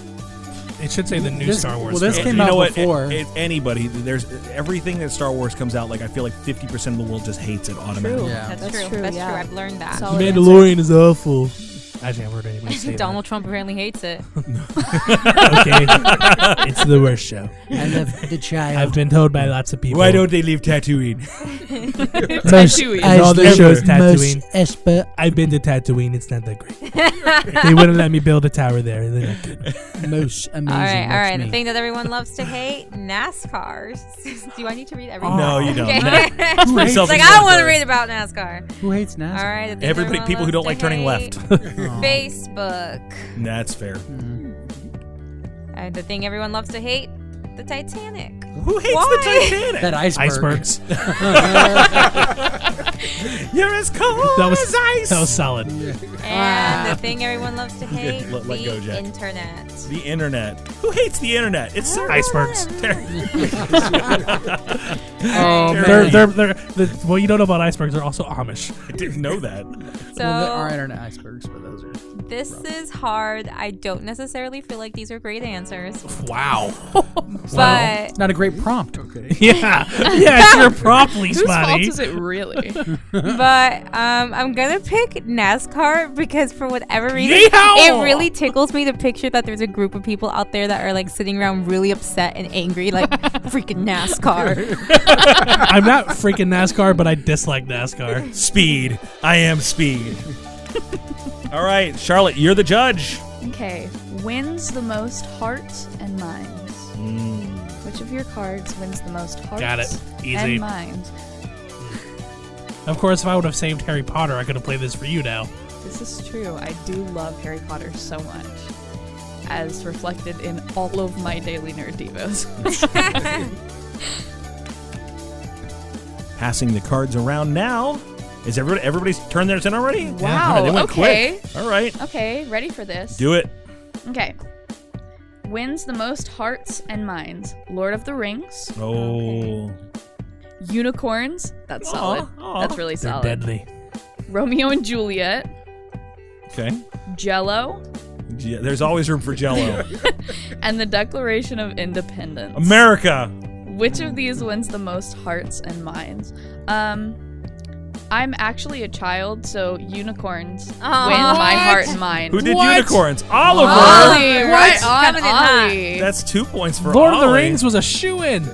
Speaker 4: It should say the new
Speaker 6: This-
Speaker 4: Star Wars.
Speaker 6: well, this
Speaker 4: film.
Speaker 3: And
Speaker 6: came
Speaker 3: you
Speaker 6: out
Speaker 3: know what?
Speaker 6: before.
Speaker 3: It- it- anybody, there's everything that Star Wars comes out. Like I feel like 50 percent of the world just hates it automatically.
Speaker 6: Yeah.
Speaker 8: That's,
Speaker 11: That's
Speaker 8: true.
Speaker 11: true,
Speaker 8: That's
Speaker 11: yeah.
Speaker 8: true. I've learned that.
Speaker 11: Solid answer.
Speaker 4: Mandalorian is awful. Actually, I've heard
Speaker 8: <laughs>
Speaker 4: anybody say
Speaker 8: Donald Trump apparently
Speaker 3: <laughs>
Speaker 8: hates it.
Speaker 4: that. Okay, it's the worst show.
Speaker 6: I love the child.
Speaker 4: I've been told by lots of people.
Speaker 3: they leave Tatooine? <laughs>
Speaker 4: Most,
Speaker 11: Tatooine.
Speaker 4: all the
Speaker 3: Most
Speaker 4: shows Tatooine. I've been to Tatooine. It's not that great. they wouldn't let me build a tower there. They're not good. Oh,
Speaker 6: most
Speaker 4: um,
Speaker 6: amazing.
Speaker 8: all right, all
Speaker 6: that's
Speaker 8: right. The
Speaker 6: me.
Speaker 8: thing that everyone loves to hate, NASCAR. <laughs> Do I need to read everything? <laughs>
Speaker 3: No, you don't.
Speaker 4: <laughs>
Speaker 8: Okay.
Speaker 3: It's pretty
Speaker 8: it's like, I
Speaker 3: self-explanatory.
Speaker 8: want to read about NASCAR.
Speaker 6: Who hates NASCAR?
Speaker 8: All right. the thing
Speaker 3: Everybody,
Speaker 8: everyone
Speaker 3: people who
Speaker 8: loves
Speaker 3: don't
Speaker 8: to
Speaker 3: like turning
Speaker 8: hate.
Speaker 3: left. <laughs>
Speaker 8: <laughs> Facebook.
Speaker 3: That's fair.
Speaker 8: Uh, the thing everyone loves to hate the Titanic.
Speaker 3: Who hates
Speaker 8: Why?
Speaker 3: the Titanic?
Speaker 6: That iceberg.
Speaker 4: Icebergs.
Speaker 3: <laughs> You're as cold
Speaker 4: That was
Speaker 3: as ice.
Speaker 4: that was solid.
Speaker 8: And the thing everyone
Speaker 3: <laughs>
Speaker 8: loves to hate,
Speaker 3: Let- let
Speaker 8: the
Speaker 3: go, Jack.
Speaker 8: internet.
Speaker 3: The internet. Who hates the internet? It's so
Speaker 4: Icebergs.
Speaker 3: <laughs> Oh,
Speaker 4: they're, they're, they're, the, what you don't know about icebergs, they're also Amish.
Speaker 3: I didn't know that.
Speaker 8: So- Well, there are
Speaker 6: internet icebergs, but those are.
Speaker 8: This is hard. I don't necessarily feel like these are great answers.
Speaker 3: Wow.
Speaker 8: But
Speaker 6: Not a great prompt. Okay.
Speaker 4: <laughs> Yeah. Yeah, it's your prompt,
Speaker 6: Whose
Speaker 4: Lise
Speaker 6: fault
Speaker 4: Bonnie.
Speaker 6: is it really?
Speaker 8: but um, I'm gonna pick NASCAR because for whatever reason,
Speaker 4: Yeehaw!
Speaker 8: it really tickles me to picture that there's a group of people out there that are like sitting around really upset and
Speaker 11: <laughs>
Speaker 8: angry, like freaking NASCAR.
Speaker 4: I'm not freaking NASCAR, but I dislike NASCAR.
Speaker 3: Speed. I am speed. <laughs> All right, Charlotte, you're the judge.
Speaker 11: Okay, wins the most hearts and minds.
Speaker 6: Mm.
Speaker 11: Which of your cards wins the most hearts
Speaker 4: Got it. Easy.
Speaker 11: and minds?
Speaker 4: Of course, if I would have saved Harry Potter, I could have played this for you now.
Speaker 11: This is true. I do love Harry Potter so much, as reflected in all of my daily nerd divas.
Speaker 3: Passing the cards around now. Is everybody everybody's turned theirs in already?
Speaker 11: Wow.
Speaker 3: they went
Speaker 11: okay.
Speaker 3: quick. All right.
Speaker 11: Okay. Ready for this?
Speaker 3: Do it.
Speaker 11: Okay. Wins the most hearts and minds. <laughs> Lord of the Rings.
Speaker 3: Oh.
Speaker 11: Unicorns. That's solid.
Speaker 3: aw.
Speaker 11: That's really
Speaker 4: They're
Speaker 11: solid.
Speaker 4: deadly.
Speaker 11: Romeo and Juliet.
Speaker 3: Okay.
Speaker 11: Jello.
Speaker 3: Yeah, there's always room
Speaker 11: <laughs>
Speaker 3: for jello.
Speaker 11: and the Declaration of Independence.
Speaker 3: America.
Speaker 11: Which of these wins the most hearts and minds? Um, I'm actually a child, so unicorns
Speaker 8: Aw.
Speaker 11: win my
Speaker 8: What?
Speaker 11: heart and mind.
Speaker 3: Who did
Speaker 4: What?
Speaker 3: unicorns? Oliver.
Speaker 11: Ollie, right
Speaker 8: What?
Speaker 11: on
Speaker 8: Coming in hot.
Speaker 11: Ollie.
Speaker 3: That's two points for
Speaker 4: Lord of the
Speaker 3: Ollie.
Speaker 4: Rings was a shoe in.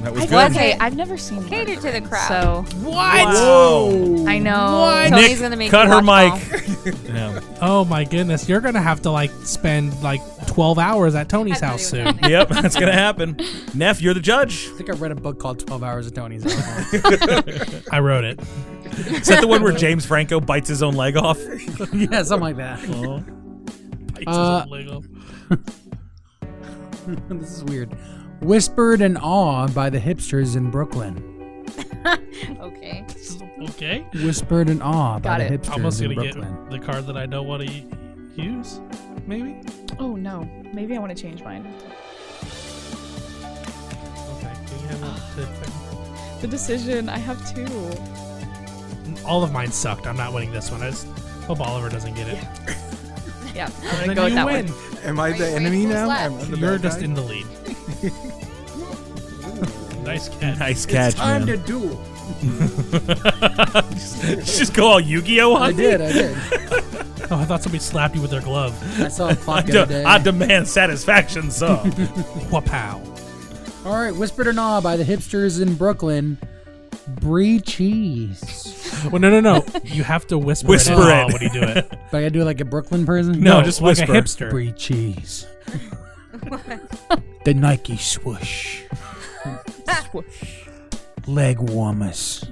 Speaker 3: That was
Speaker 11: I
Speaker 3: good.
Speaker 11: Okay, I've never seen Lord
Speaker 8: Cater
Speaker 11: of
Speaker 8: to the
Speaker 11: Rings,
Speaker 8: crowd.
Speaker 11: So
Speaker 4: What?
Speaker 3: Whoa.
Speaker 11: I know.
Speaker 8: Tony's
Speaker 3: Nick,
Speaker 8: gonna make
Speaker 3: cut
Speaker 8: you
Speaker 3: her
Speaker 8: watch
Speaker 3: mic. <laughs> yeah.
Speaker 4: Oh my goodness, you're gonna have to like spend like 12 hours at Tony's house soon.
Speaker 3: Yep, that's gonna happen. Neff, you're the judge.
Speaker 6: <laughs> I think I read a book called 12 Hours of Tony's.
Speaker 4: I wrote it.
Speaker 3: Is that the
Speaker 11: <laughs>
Speaker 3: one where James Franco bites his own leg off?
Speaker 6: <laughs> yeah, something like that. <laughs>
Speaker 3: Oh.
Speaker 6: Uh, this is weird. Whispered in awe by the hipsters in Brooklyn.
Speaker 11: okay.
Speaker 4: Okay.
Speaker 6: Whispered in awe
Speaker 11: Got
Speaker 6: by the
Speaker 11: it.
Speaker 6: hipsters
Speaker 4: Almost
Speaker 6: in
Speaker 4: gonna
Speaker 6: Brooklyn.
Speaker 4: get the card that I don't want to use. Maybe.
Speaker 11: Oh no, maybe I want to change mine.
Speaker 4: Okay. do you have a-
Speaker 11: The decision. I have two.
Speaker 4: All of mine sucked. I'm not winning this one. I just hope Oliver doesn't get it.
Speaker 11: <laughs> Yeah,
Speaker 4: And
Speaker 11: I'm
Speaker 4: then
Speaker 11: gonna go with that
Speaker 4: you win.
Speaker 11: one.
Speaker 5: Am I the enemy now? Am I the
Speaker 4: You're
Speaker 5: bad
Speaker 4: just
Speaker 5: guy?
Speaker 4: in the lead. nice catch.
Speaker 3: Nice catch,
Speaker 4: time
Speaker 3: man.
Speaker 4: to
Speaker 5: duel.
Speaker 3: just, <laughs> just go all Yu-Gi-Oh! on
Speaker 6: I
Speaker 3: me?
Speaker 6: did, I did.
Speaker 4: Oh, I thought somebody slapped you with their glove.
Speaker 6: I saw a clock
Speaker 3: I,
Speaker 4: <laughs>
Speaker 6: the
Speaker 3: de-
Speaker 6: other day.
Speaker 3: I demand satisfaction, sir. <laughs>
Speaker 4: Wapow.
Speaker 6: All right, Whispered in Awe by the hipsters in Brooklyn. Brie cheese.
Speaker 4: Well, no, no, no. You have to whisper,
Speaker 3: Whisper
Speaker 4: it, out
Speaker 3: it.
Speaker 4: when you do it.
Speaker 6: <laughs> But I gotta do it like a Brooklyn person?
Speaker 3: No, just
Speaker 4: like
Speaker 3: whisper.
Speaker 4: a hipster.
Speaker 6: Brie cheese. the Nike swoosh. Leg warmers.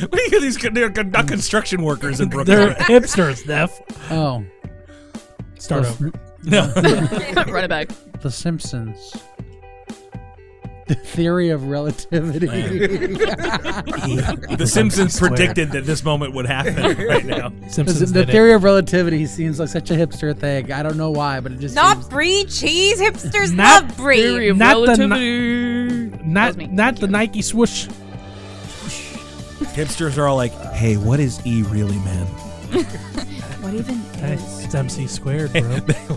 Speaker 3: what do you get these con- they're con- not construction workers in <laughs>
Speaker 4: They're
Speaker 3: Brooklyn?
Speaker 4: hipsters, Neff.
Speaker 6: Oh.
Speaker 4: Start
Speaker 6: the,
Speaker 4: over.
Speaker 3: no.
Speaker 11: Run it back.
Speaker 6: The Simpsons. The theory of relativity. <laughs>
Speaker 3: the Simpsons predicted that this moment would happen right now.
Speaker 4: Simpsons
Speaker 6: the
Speaker 4: did it.
Speaker 6: theory of relativity seems like such a hipster thing. I don't know why, but it just
Speaker 8: Not brie cheese. Hipsters
Speaker 4: Not
Speaker 8: love brie.
Speaker 11: of
Speaker 4: Not the
Speaker 11: relativity.
Speaker 4: Not, not the Nike swoosh.
Speaker 3: Hipsters are all like, hey, what is E really, man?
Speaker 11: What even
Speaker 4: Hey, it's MC squared, bro.
Speaker 3: <laughs>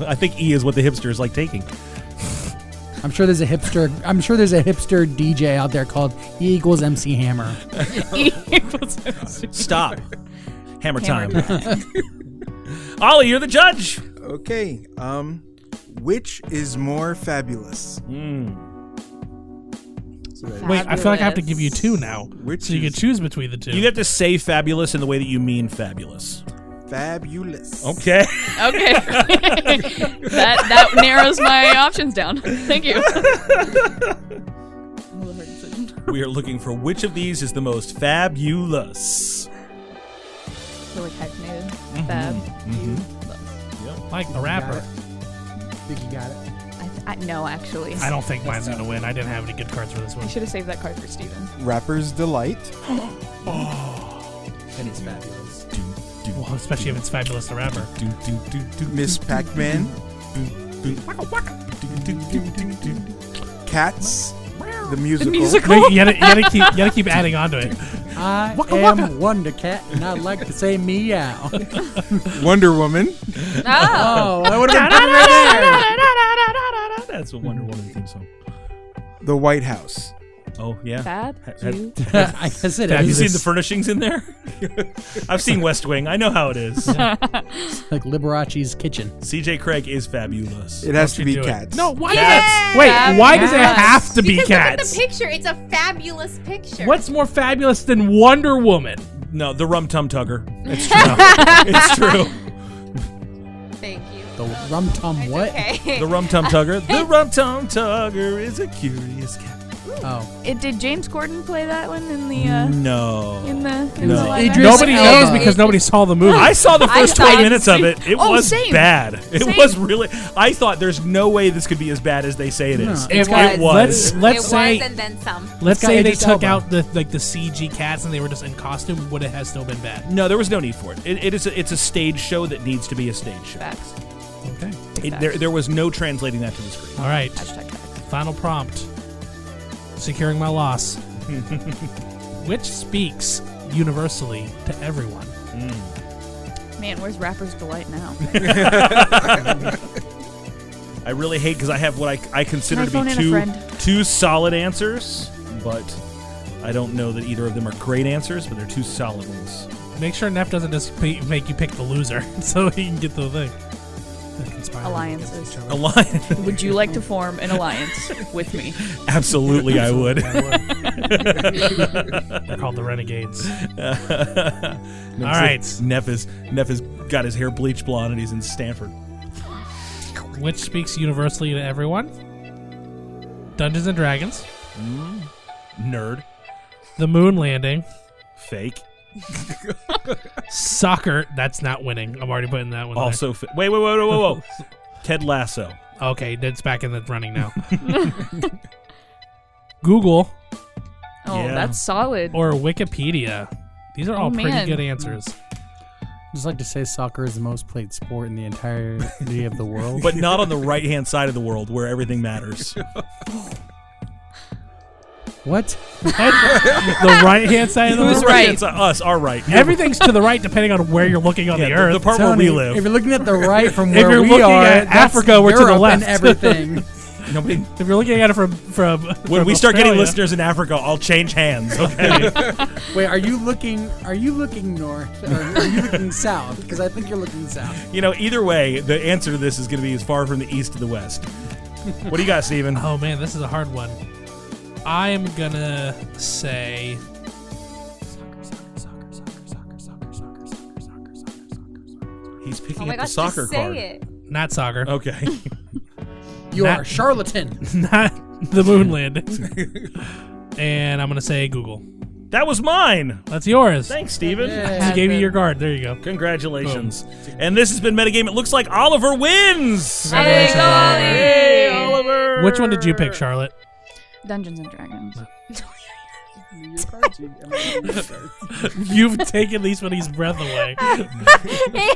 Speaker 3: I think E is what the hipsters like taking.
Speaker 6: seems, I'm sure there's a hipster. I'm sure there's a hipster DJ out there called E equals MC Hammer.
Speaker 3: Stop. Hammer
Speaker 11: Hammer
Speaker 3: time. <laughs> Ollie, you're the judge.
Speaker 5: Okay. Um, which is more fabulous?
Speaker 3: Hmm.
Speaker 5: So
Speaker 4: <laughs>
Speaker 5: that-
Speaker 4: Wait, I feel like I have to give you two now.
Speaker 5: Which
Speaker 4: so you
Speaker 5: is-
Speaker 4: can choose between the two.
Speaker 3: You have to say fabulous in the way that you mean fabulous. <laughs>
Speaker 5: Fabulous.
Speaker 3: Okay.
Speaker 11: Okay. <laughs> that that narrows my options down. Thank you.
Speaker 3: we are looking for which of these is the most fabulous.
Speaker 11: really hyphenated. Fab.
Speaker 3: Mhm.
Speaker 11: You.
Speaker 4: Like the rapper.
Speaker 6: Think you got it?
Speaker 11: I, th- I, no, actually.
Speaker 4: Mm-hmm. I don't think mine's gonna win. I didn't have any good cards for this one.
Speaker 11: You should have saved that card for Steven.
Speaker 15: Rapper's Delight.
Speaker 4: And it's fabulous.
Speaker 3: Oh,
Speaker 4: well, especially if it's fabulous
Speaker 12: <laughs>
Speaker 4: to rapper. <laughs>
Speaker 15: Miss Pac-Man. Cats. The musical.
Speaker 5: <laughs>
Speaker 4: No, you, gotta, you gotta keep, you gotta keep adding on to it.
Speaker 6: I am Wonder Cat, and I'd like to say meow.
Speaker 15: Wonder Woman.
Speaker 6: oh, <laughs> that would have been better right there.
Speaker 3: That's what Wonder Woman theme song.
Speaker 15: The White House.
Speaker 3: Oh yeah.
Speaker 11: Fab,
Speaker 3: Ha- ha-
Speaker 11: you-
Speaker 6: I guess it
Speaker 3: Have you
Speaker 6: is.
Speaker 3: seen the furnishings in there? <laughs> I've seen West Wing. I know how it is.
Speaker 11: <laughs>
Speaker 6: like Liberace's kitchen.
Speaker 3: CJ Craig is fabulous.
Speaker 15: It has
Speaker 3: Don't
Speaker 15: to
Speaker 3: you
Speaker 15: be
Speaker 3: do it.
Speaker 15: cats.
Speaker 4: No, why
Speaker 3: Cats.
Speaker 4: does it? Wait, why does it
Speaker 6: Cats.
Speaker 4: have to be
Speaker 12: because
Speaker 4: cats?
Speaker 12: look at the picture. It's a fabulous picture.
Speaker 4: What's more fabulous than Wonder Woman?
Speaker 3: No, the Rum Tum Tugger. It's
Speaker 11: <laughs>
Speaker 3: true. it's true.
Speaker 12: Thank you.
Speaker 6: The rum tum what?
Speaker 3: The Rum Tum Tugger. The Rum Tum Tugger is a curious cat.
Speaker 8: <laughs>
Speaker 6: Oh,
Speaker 11: <laughs> It, did James Gordon play that one in the uh,
Speaker 3: no.
Speaker 11: in the
Speaker 4: Mm-hmm.
Speaker 11: in the
Speaker 3: No.
Speaker 11: live
Speaker 3: Idris
Speaker 11: action?
Speaker 4: Nobody knows because nobody saw the movie.
Speaker 3: I saw the first
Speaker 11: I saw
Speaker 3: 20
Speaker 11: it.
Speaker 3: minutes of it. It
Speaker 11: Oh,
Speaker 3: was
Speaker 11: same.
Speaker 3: bad. It
Speaker 11: Same.
Speaker 3: was really. I thought there's no way this could be as bad as they say it is.
Speaker 4: If-
Speaker 3: it was.
Speaker 4: Let's let's
Speaker 7: it
Speaker 4: say
Speaker 7: was and then some.
Speaker 4: let's
Speaker 6: It's got
Speaker 4: say they
Speaker 6: Idris
Speaker 4: took
Speaker 6: Elba.
Speaker 4: out the like the CG cats and they were just in costume. Would it have still been bad?
Speaker 3: No, there was no need for it. it, it is a, it's a stage show that needs to be a stage show.
Speaker 11: Facts.
Speaker 4: Okay.
Speaker 3: It, there, there was no translating that to the screen.
Speaker 4: All right.
Speaker 11: Hashtag facts.
Speaker 4: Final prompt. Securing my <laughs> loss. Which speaks universally to everyone.
Speaker 11: Man, where's Rapper's Delight now?
Speaker 3: I really hate because I have what I, I
Speaker 11: Can I
Speaker 3: consider to
Speaker 11: phone
Speaker 3: be
Speaker 11: in a
Speaker 3: two
Speaker 11: friend?
Speaker 3: two solid answers, but I don't know that either of them are great answers, but they're two solid ones. <laughs>
Speaker 4: Make sure Neff doesn't just pay, make you pick the loser <laughs> so he can get the thing. They're conspiring
Speaker 11: Alliances.
Speaker 4: against each other.
Speaker 3: Alliance,
Speaker 11: Would you like to form an alliance with me?
Speaker 3: absolutely, I would.
Speaker 4: They're called the Renegades.
Speaker 3: <laughs> All
Speaker 4: right.
Speaker 3: Neff is Neff has got his hair bleach blonde and he's in Stanford.
Speaker 4: Which speaks universally to everyone? Dungeons and Dragons,
Speaker 3: Nerd,
Speaker 4: the moon landing,
Speaker 3: fake.
Speaker 4: soccer. That's not winning. I'm already putting that one. there.
Speaker 3: Also, fa- wait, wait, wait, wait, <laughs> whoa, whoa. Ted Lasso.
Speaker 4: okay, that's back in the running now. <laughs> Google
Speaker 11: Oh,
Speaker 3: Yeah.
Speaker 11: that's solid.
Speaker 4: or Wikipedia. These are all
Speaker 11: Oh,
Speaker 4: pretty
Speaker 11: man.
Speaker 4: good answers. <laughs>
Speaker 6: just like to say soccer is the most played sport in the entirety of the world.
Speaker 3: but not on the right hand side of the world where everything matters.
Speaker 6: what?
Speaker 4: the right hand side of the
Speaker 11: Who's
Speaker 4: world.
Speaker 3: The right-hand
Speaker 11: right?
Speaker 3: side- us, our right.
Speaker 4: Everything's to the right depending on where you're looking on
Speaker 3: Yeah,
Speaker 4: the
Speaker 3: the-
Speaker 4: earth.
Speaker 3: the part where
Speaker 6: Tony,
Speaker 3: we live.
Speaker 6: If you're looking at the right from
Speaker 4: If
Speaker 6: where
Speaker 4: you're
Speaker 6: we
Speaker 4: looking
Speaker 6: are,
Speaker 4: at
Speaker 6: that's
Speaker 4: Africa, we're to the
Speaker 6: Europe
Speaker 4: left.
Speaker 6: and everything.
Speaker 3: Nobody,
Speaker 4: if you're looking at it from from
Speaker 3: when
Speaker 4: from
Speaker 3: we start getting
Speaker 4: Australia-
Speaker 3: listeners in Africa, I'll change
Speaker 4: <laughs>
Speaker 3: hands. Okay.
Speaker 6: Wait, are you looking? Are you looking north? Or are you looking south? Because I think you're looking south.
Speaker 3: you know, either way, the answer to this is going to be as far from the east to the west. What do you got, Steven?
Speaker 4: Oh man, this is a hard one. I am gonna say
Speaker 3: He's picking
Speaker 7: Oh my
Speaker 3: up the
Speaker 7: gosh,
Speaker 3: soccer
Speaker 7: just say
Speaker 3: card.
Speaker 7: it.
Speaker 4: not soccer,
Speaker 3: Okay. <laughs>
Speaker 6: You
Speaker 4: Not-
Speaker 6: are a charlatan.
Speaker 4: <laughs> not the moon landing, and I'm gonna say Google.
Speaker 3: that was mine.
Speaker 4: That's yours.
Speaker 3: Thanks, Steven.
Speaker 4: She gave you your guard. There you go.
Speaker 3: Congratulations. And this has been Metagame. It looks like Oliver wins.
Speaker 4: Congratulations.
Speaker 3: Hey, Oliver.
Speaker 4: Which one did you pick, Charlotte?
Speaker 11: Dungeons and Dragons.
Speaker 4: <laughs> You've taken Lisa Winnie's breath
Speaker 11: <laughs>
Speaker 4: away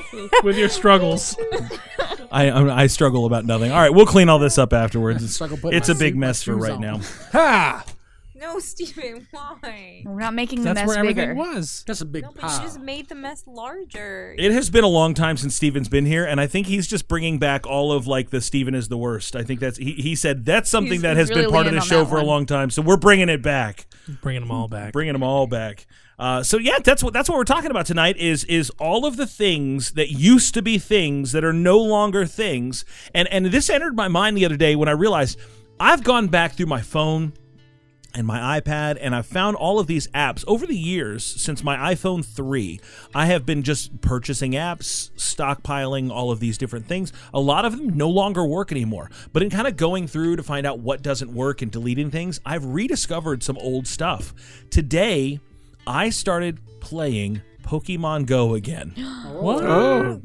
Speaker 4: with your struggles.
Speaker 3: <laughs> I, I I struggle about nothing. All right, we'll clean all this up afterwards. It's,
Speaker 6: Struggle putting
Speaker 3: it's
Speaker 6: my
Speaker 3: a big
Speaker 6: suit- my
Speaker 3: mess for
Speaker 6: shoes
Speaker 3: right
Speaker 6: on.
Speaker 3: now.
Speaker 4: Ha!
Speaker 7: No, Steven, why?
Speaker 11: We're not making the
Speaker 4: That's
Speaker 11: mess
Speaker 4: where
Speaker 11: bigger.
Speaker 4: everything was.
Speaker 6: That's a big
Speaker 7: No, but
Speaker 6: pile.
Speaker 7: you just made the mess larger.
Speaker 3: It has been a long time since Steven's been here, and I think he's just bringing back all of like the Steven is the worst. I think that's he, he said that's something
Speaker 11: He's-
Speaker 3: that
Speaker 11: he's
Speaker 3: has been
Speaker 11: really
Speaker 3: part of
Speaker 11: leaning
Speaker 3: the
Speaker 11: on
Speaker 3: show
Speaker 11: that
Speaker 3: for a
Speaker 11: one.
Speaker 3: long time, so we're bringing it back,
Speaker 4: Bringing them all back.
Speaker 3: bringing them all back. Uh, so yeah, that's what that's what we're talking about tonight is is all of the things that used to be things that are no longer things, and and this entered my mind the other day when I realized I've gone back through my phone and my iPad, and I've found all of these apps over the years since my iPhone 3. I have been just purchasing apps, stockpiling all of these different things. A lot of them no longer work anymore. But in kind of going through to find out what doesn't work and deleting things, I've rediscovered some old stuff. Today, I started playing Pokemon Go again.
Speaker 4: What?
Speaker 15: Oh,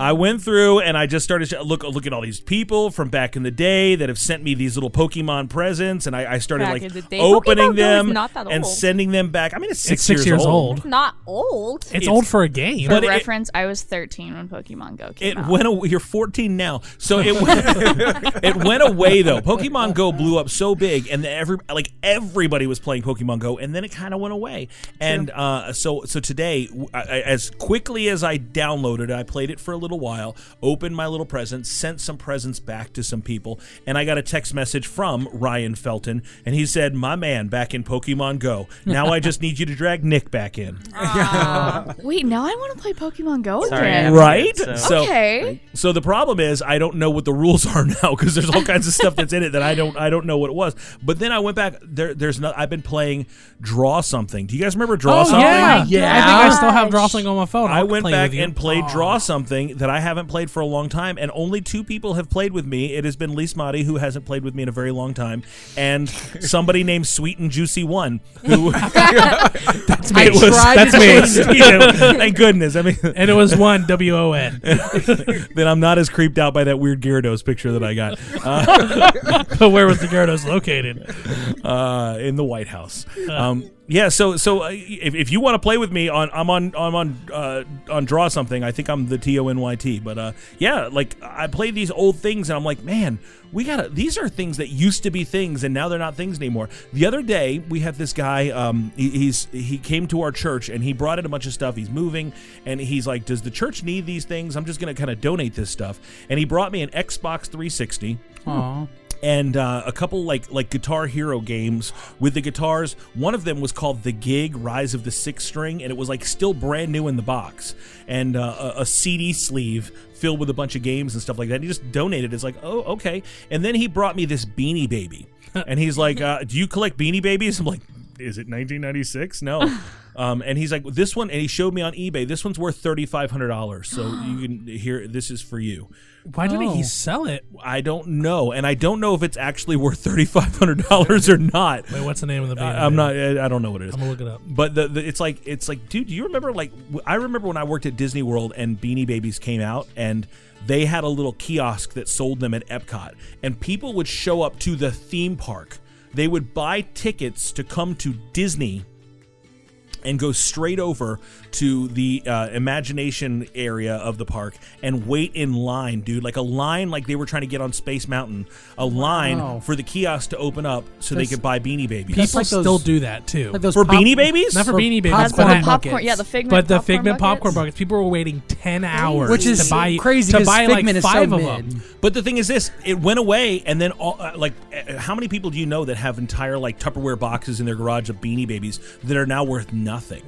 Speaker 3: I went through and I just started to look look at all these people from back in the day that have sent me these little Pokemon presents, and I, I started
Speaker 8: Back in the
Speaker 3: like
Speaker 8: day.
Speaker 3: opening
Speaker 8: Pokemon Go is
Speaker 3: them
Speaker 8: not that
Speaker 3: and
Speaker 8: old.
Speaker 3: sending them back. I mean, it's six,
Speaker 4: It's six years old.
Speaker 8: It's not old.
Speaker 4: for a game.
Speaker 11: For
Speaker 3: But it,
Speaker 11: reference, I was 13 when Pokemon Go came
Speaker 3: it
Speaker 11: out.
Speaker 3: went away. You're 14 now, so it went, <laughs> it went away though. Pokemon Go blew up so big, and then every like everybody was playing Pokemon Go, and then it kind of went away. And uh, so so today, w- I- I- as quickly as I downloaded, it, I played it for a little while, opened my little present, sent some presents back to some people, and I got a text message from Ryan Felton, and he said, "My man, back in Pokemon Go. Now I
Speaker 11: <laughs>
Speaker 3: just need you to drag Nick back in."
Speaker 11: Wait, now I want to play Pokemon Go
Speaker 3: Sorry,
Speaker 11: again.
Speaker 3: right?
Speaker 11: okay.
Speaker 3: So the problem is I don't know what the rules <laughs> are now because there's all kinds of stuff that's in it that I don't I don't know what it was. But then I went back there. There's no. I've been playing Draw Something. Do you guys remember Draw
Speaker 4: Oh,
Speaker 3: Something?
Speaker 4: yeah. Yeah. I think I still have Draw Something on my phone.
Speaker 3: I
Speaker 4: I'll
Speaker 3: went
Speaker 4: play
Speaker 3: back
Speaker 4: with you.
Speaker 3: and played Draw Something that I haven't played for a long time, and only two people have played with me. It has been Lise Motti, who hasn't played with me in a very long time,
Speaker 4: <laughs>
Speaker 3: and somebody named Sweet and Juicy One, who <laughs> that's
Speaker 4: me. I tried to
Speaker 3: <laughs>
Speaker 4: change it.
Speaker 3: thank goodness. I mean,
Speaker 4: <laughs> And it
Speaker 3: <laughs>
Speaker 4: was one W O N.
Speaker 3: then I'm not as creeped out by that weird Gyarados picture that I got. Uh,
Speaker 4: <laughs> But where was the Gyarados located?
Speaker 3: Uh, in the White House. Um, yeah. So so uh, if, if you want to play with me on I'm on I'm on uh, on draw something. I think I'm the T O N Y T. But uh, yeah, like I play these old things and I'm like, man, we gotta. These are things that used to be things and now they're not things anymore. The other day we had this guy. Um, he, he's he came to our church and he brought in a bunch of stuff. He's moving and he's like, does the church need these things? I'm just gonna kind of donate this stuff. And he brought me an Xbox 360
Speaker 6: Aw.
Speaker 3: and uh, a couple like like Guitar Hero games with the guitars. One of them was called The Gig: Rise of the Six String, and it was like still brand new in the box, and uh, a, a CD sleeve filled with a bunch of games and stuff like that. And he just donated. It's like, oh, okay. And then he brought me this Beanie Baby, and he's like, uh, "Do you collect Beanie Babies?" I'm like. Is it 1996? No, um, and he's like this one, and he showed me on eBay. This one's worth thirty five hundred dollars. So you can here, this is for you.
Speaker 4: Why didn't he sell it?
Speaker 3: I don't know, and I don't know if it's actually worth <laughs> thirty five hundred dollars or not.
Speaker 4: Wait, what's the name of the band?
Speaker 3: I, am Uh, not. I I don't know what it is.
Speaker 4: I'm gonna look it up.
Speaker 3: But the, the it's like it's like, dude, do you remember? Like, w- I remember when I worked at Disney World and Beanie Babies came out, and they had a little kiosk that sold them at Epcot, and people would show up to the theme park. They would buy tickets to come to Disney and go straight over to the uh, imagination area of the park and wait in line, dude. Like a line, like they were trying to get on Space Mountain, a line
Speaker 4: Wow.
Speaker 3: for the kiosk to open up so they
Speaker 4: That's-
Speaker 3: could buy Beanie Babies.
Speaker 4: People still do that too.
Speaker 3: for Beanie Babies,
Speaker 4: Not for Beanie Babies, but
Speaker 11: popcorn popcorn- yeah, the Figment
Speaker 4: But the
Speaker 11: popcorn
Speaker 4: Figment
Speaker 11: buckets.
Speaker 4: popcorn buckets. People were waiting ten hours,
Speaker 6: Which is
Speaker 4: to buy,
Speaker 6: crazy
Speaker 4: to
Speaker 6: 'cause
Speaker 4: buy like
Speaker 6: Figment is so
Speaker 4: five of
Speaker 6: mid.
Speaker 4: them.
Speaker 3: But the thing is, this it went away, and then all, uh, like, uh, how many people do you know that have entire like Tupperware boxes in their garage of Beanie Babies that are now worth nothing?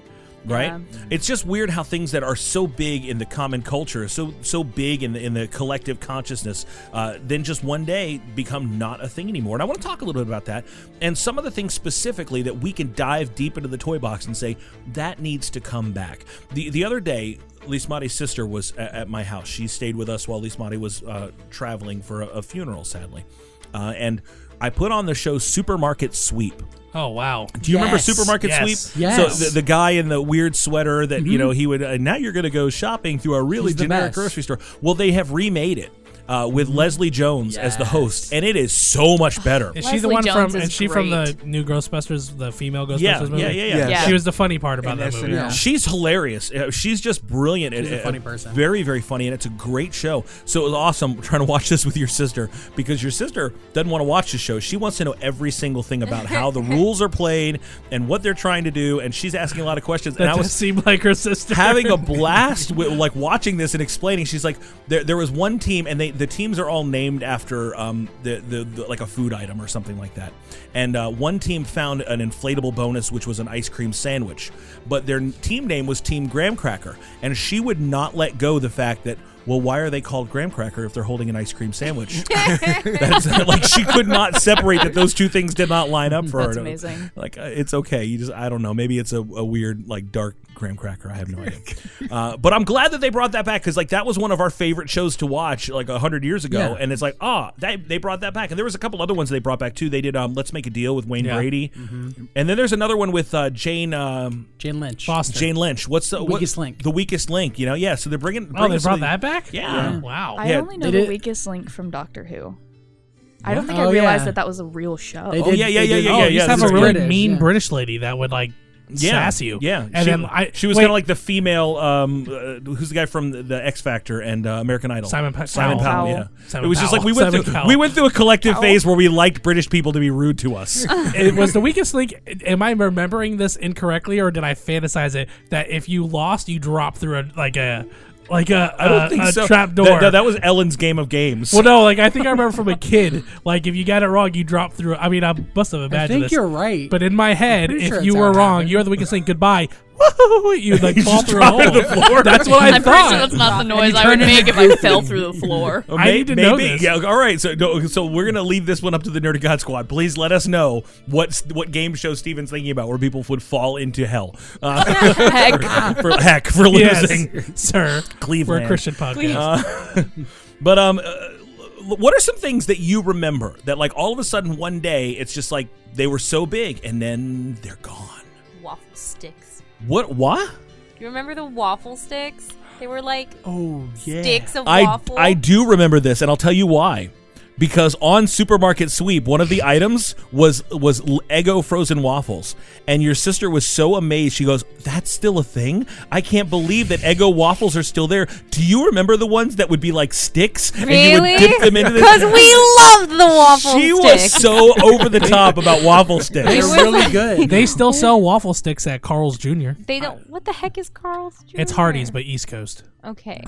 Speaker 3: Right,
Speaker 15: Yeah.
Speaker 3: it's just weird how things that are so big in the common culture, so so big in the in the collective consciousness, uh, then just one day become not a thing anymore. And I want to talk a little bit about that, and some of the things specifically that we can dive deep into the toy box and say that needs to come back. The the other day, Lismati's sister was at, at my house. She stayed with us while Lismati was uh, traveling for a, a funeral, sadly. Uh, and I put on the show Supermarket Sweep.
Speaker 4: Oh wow!
Speaker 3: Do you remember Supermarket
Speaker 4: Yes.
Speaker 3: Sweep?
Speaker 4: Yes.
Speaker 3: So the, the guy in the weird sweater that you
Speaker 4: Mhm.
Speaker 3: know he would uh, now you're going to go shopping through a really
Speaker 4: He's the
Speaker 3: generic
Speaker 4: best. Mm-hmm.
Speaker 3: grocery store. Well, they have remade it. Uh, with Leslie Jones as the host, and it is so much better.
Speaker 4: Is she the one from? Is she from the new Ghostbusters, the female Ghostbusters
Speaker 3: Yeah,
Speaker 4: movie?
Speaker 3: yeah, yeah, yeah. Yeah.
Speaker 4: She was the funny part about
Speaker 3: And
Speaker 4: that movie.
Speaker 3: She's hilarious. Uh, She's just brilliant.
Speaker 4: She's
Speaker 3: and,
Speaker 4: a
Speaker 3: uh,
Speaker 4: funny person.
Speaker 3: Very, very funny, and it's a great show. So it was awesome <laughs> trying to watch this with your sister because your sister doesn't want to watch the show. She wants to know every single thing about how
Speaker 4: <laughs>
Speaker 3: the rules are played and what they're trying to do, and she's asking a lot of questions.
Speaker 4: That
Speaker 3: and I
Speaker 4: does
Speaker 3: was
Speaker 4: seem like her sister
Speaker 3: having a blast with like watching this and explaining. She's like, there, there was one team, and they the teams are all named after um the, the, the like a food item or something like that. And uh, one team found an inflatable bonus, which was an ice cream sandwich, but their team name was Team Graham Cracker, and she would not let go the fact that. Well, why are they called graham cracker if they're holding an ice
Speaker 11: <laughs>
Speaker 3: cream sandwich? That's like she could not separate that those two things did not line up for
Speaker 11: That's
Speaker 3: her.
Speaker 11: amazing.
Speaker 3: Like uh, it's okay. You just I don't know. Maybe it's a, a weird like dark graham cracker. I have no idea.
Speaker 6: <laughs>
Speaker 3: Uh, but I'm glad that they brought that back because like that was one of our favorite shows to watch like a hundred years ago.
Speaker 15: Yeah.
Speaker 3: And it's like ah, that, they brought that back. And there was a couple other ones they brought back too. They did um, Let's Make a Deal with Wayne
Speaker 6: Yeah.
Speaker 3: Brady,
Speaker 6: Mhm.
Speaker 3: and then there's another one with uh, Jane um,
Speaker 6: Jane Lynch.
Speaker 3: Jane Lynch. What's the what-
Speaker 6: Weakest Link.
Speaker 3: The weakest link. You know, yeah. So they're bringing.
Speaker 6: Oh, they
Speaker 3: bringing some
Speaker 6: brought
Speaker 3: of the-
Speaker 6: that
Speaker 4: back?
Speaker 3: Yeah.
Speaker 4: Wow.
Speaker 11: I only know the weakest link from Doctor Who. I don't
Speaker 4: What?
Speaker 11: think I
Speaker 4: Oh,
Speaker 11: realized
Speaker 4: yeah.
Speaker 11: that that was a real show.
Speaker 4: oh, yeah, yeah, yeah, yeah, yeah. You just have a really mean British lady that would like
Speaker 3: Yeah,
Speaker 4: sass you.
Speaker 3: Yeah,
Speaker 4: and
Speaker 3: she,
Speaker 4: then I
Speaker 3: she was
Speaker 4: wait,
Speaker 3: kind of like the female. Um, uh, who's the guy from the, the X Factor and uh, American Idol?
Speaker 4: Simon Pa-
Speaker 3: Simon
Speaker 4: Cowell.
Speaker 3: Powell.
Speaker 4: Cowell.
Speaker 3: Yeah,
Speaker 4: Simon
Speaker 3: it was just like we
Speaker 4: Cowell.
Speaker 3: went
Speaker 4: Simon
Speaker 3: through
Speaker 4: Cowell.
Speaker 3: we went through a collective
Speaker 4: Cowell.
Speaker 3: phase where we liked British people to be rude to <laughs> us.
Speaker 4: it was the weakest link. Am I remembering this incorrectly, or did I fantasize it that if you lost, you drop through a like a like a,
Speaker 3: I don't
Speaker 4: a-
Speaker 3: think
Speaker 4: Uh, a
Speaker 3: so.
Speaker 4: trap door?
Speaker 3: That, no, that was Ellen's game of games.
Speaker 4: well, no, like I think I remember from a kid, like if you got it wrong, you drop through. I mean, I must have imagined.
Speaker 6: think
Speaker 4: this.
Speaker 6: you're right.
Speaker 4: but in my head,
Speaker 6: pretty
Speaker 4: if
Speaker 6: sure
Speaker 4: you
Speaker 6: that's
Speaker 4: were
Speaker 6: how it
Speaker 4: wrong, you're the weakest link. Goodbye. Woo-hoo-hoo, You'd like
Speaker 3: You
Speaker 4: fall
Speaker 3: just
Speaker 4: through a
Speaker 3: drop
Speaker 4: hole.
Speaker 3: into the floor.
Speaker 4: That's what I
Speaker 3: I'm
Speaker 4: thought.
Speaker 3: pretty sure
Speaker 11: that's not the
Speaker 3: And you
Speaker 11: noise I
Speaker 3: turn
Speaker 11: would
Speaker 3: into
Speaker 11: make if I fell through the floor.
Speaker 3: Oh,
Speaker 4: I
Speaker 3: may-
Speaker 4: need to know this.
Speaker 3: Yeah, all right. So, no, so we're gonna leave this one up to the Nerdy God Squad. Please let us know what what game show Steven's thinking about where people would fall into hell. Uh, <laughs>
Speaker 4: Heck.
Speaker 3: for, for- heck for
Speaker 4: Yes,
Speaker 3: losing,
Speaker 4: sir.
Speaker 3: Cleveland.
Speaker 4: We're a Christian podcast. Please.
Speaker 3: Uh, but um, uh, l- what are some things that you remember that like all of a sudden one day it's just like they were so big and then they're gone.
Speaker 8: <laughs> waffle sticks.
Speaker 3: What? What?
Speaker 8: You remember the waffle sticks? They were like
Speaker 6: oh
Speaker 8: sticks of
Speaker 3: I,
Speaker 8: waffle.
Speaker 3: I do remember this, and I'll tell you why. Because on Supermarket Sweep, one of
Speaker 8: <laughs>
Speaker 3: the items was was L- Eggo frozen waffles, and your sister was so amazed. She goes, "That's still a thing? I can't believe that Eggo waffles are still there." Do you remember the ones that would be like sticks, and you
Speaker 8: really?
Speaker 3: would dip them
Speaker 8: <laughs>
Speaker 3: into the?
Speaker 8: Because we loved the waffle
Speaker 3: She was
Speaker 8: sticks. <laughs>
Speaker 3: so over the top about waffle sticks.
Speaker 8: They were really
Speaker 6: good.
Speaker 4: They still sell waffle sticks at Carl's Jr.
Speaker 8: They don't. What the heck is Carl's?
Speaker 4: It's
Speaker 8: Jr.?
Speaker 4: Hardee's, but East Coast.
Speaker 8: Okay.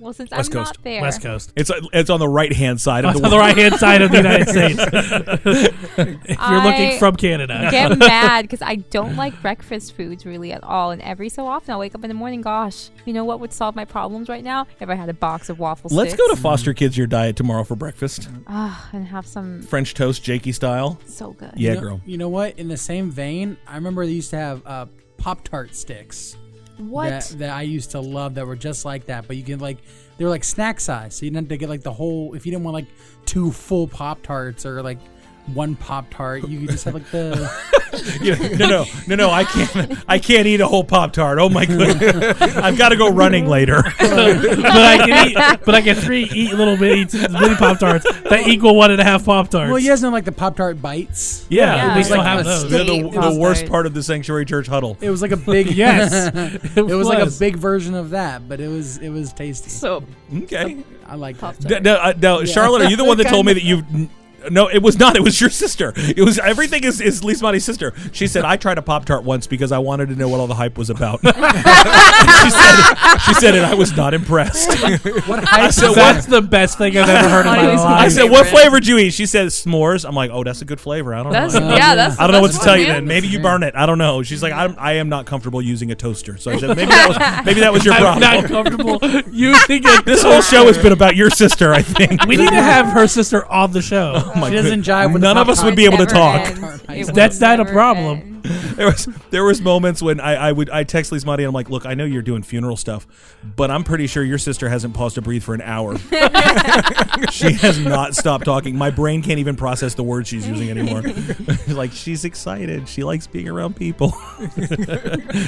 Speaker 8: Well, since
Speaker 3: West
Speaker 8: I'm
Speaker 3: Coast.
Speaker 8: not there,
Speaker 4: West Coast.
Speaker 3: It's it's on the right hand side of
Speaker 4: It's
Speaker 3: the
Speaker 4: on the right-hand side of the United States. If you're looking
Speaker 8: I
Speaker 11: <laughs>
Speaker 4: from Canada.
Speaker 3: <laughs>
Speaker 4: <laughs>
Speaker 8: get mad because I don't like breakfast foods really at all. And every so often, I wake up in the morning. Gosh, you know what would solve my problems right now? If I had a box of waffle
Speaker 3: Let's
Speaker 8: sticks.
Speaker 3: go to Foster Kids Your Diet tomorrow for breakfast,
Speaker 8: Ah, and have some.
Speaker 3: French toast, Jakey style.
Speaker 8: So good.
Speaker 3: Yeah,
Speaker 6: you know,
Speaker 3: girl. <laughs>
Speaker 6: You know what? In the same vein, I remember they used to have uh, Pop Tart sticks.
Speaker 8: What?
Speaker 6: That, that I used to love that were just like that, but you can like they were like snack size, so you didn't have to get like the whole. If you didn't want like two full Pop Tarts or like one Pop Tart, you could just have like
Speaker 4: <laughs>
Speaker 6: the.
Speaker 3: Yeah, no, no, no, no. I can't. I can't eat a whole pop tart. Oh my <laughs> goodness! I've got to go running later. <laughs>
Speaker 4: but I can eat. But I can three eat little bitty, little pop tarts that equal one and a half pop tarts.
Speaker 6: Well, you guys know like the Pop Tart bites.
Speaker 3: Yeah,
Speaker 4: Yeah,
Speaker 3: it
Speaker 4: we
Speaker 3: was
Speaker 4: still
Speaker 3: like
Speaker 4: have
Speaker 3: the-
Speaker 4: those.
Speaker 3: The, the-
Speaker 4: State
Speaker 3: the
Speaker 4: Pop
Speaker 3: worst
Speaker 4: Tarts.
Speaker 3: part of the sanctuary church huddle.
Speaker 6: It was like a big
Speaker 4: <laughs> Yes,
Speaker 6: <laughs> it,
Speaker 4: it
Speaker 6: was, like a
Speaker 4: was.
Speaker 6: big version of that, but it was it was tasty.
Speaker 11: So
Speaker 3: Okay.
Speaker 6: I like Pop
Speaker 3: D- no, uh, no, Charlotte, are you the one that told me that you? No, it was not. It was your sister. It was everything is is Lismani's sister. She said I tried a pop tart once because I wanted to know what all the hype was about. <laughs> she said she said it. I was not impressed.
Speaker 6: What
Speaker 3: I said,
Speaker 4: That's the best thing I've ever heard in my life.
Speaker 3: I said, "What flavor do you eat?" She said, "S'mores." I'm like, "Oh, that's a good flavor." I don't
Speaker 11: That's-
Speaker 3: know.
Speaker 11: yeah, that's-
Speaker 3: I don't know what
Speaker 11: that's
Speaker 3: to tell
Speaker 11: what
Speaker 3: you
Speaker 11: it
Speaker 3: then.
Speaker 11: is.
Speaker 3: Maybe you burn it. I don't know. She's like, I'm, "I am not comfortable using a toaster." So I said, "Maybe that was maybe that was your
Speaker 4: I'm
Speaker 3: problem."
Speaker 4: not comfortable. You think
Speaker 3: <laughs>
Speaker 4: it-
Speaker 3: this whole show has been about your sister. I think
Speaker 4: <laughs> We need to have her sister on the show.
Speaker 3: Oh my
Speaker 6: She doesn't
Speaker 3: goodness.
Speaker 6: jive with the
Speaker 3: None of us
Speaker 6: Pop-Tart.
Speaker 3: would be able to
Speaker 6: Never
Speaker 3: talk.
Speaker 6: ends. It will
Speaker 4: That's not a
Speaker 8: never
Speaker 4: problem.
Speaker 3: there was there was moments when I, I would I text Lise Mati and I'm like, look, I know you're doing funeral stuff, but I'm pretty sure your sister hasn't paused to breathe for an hour. she has not stopped talking. My brain can't even process the words she's using anymore. like she's excited. She likes being around people. <laughs>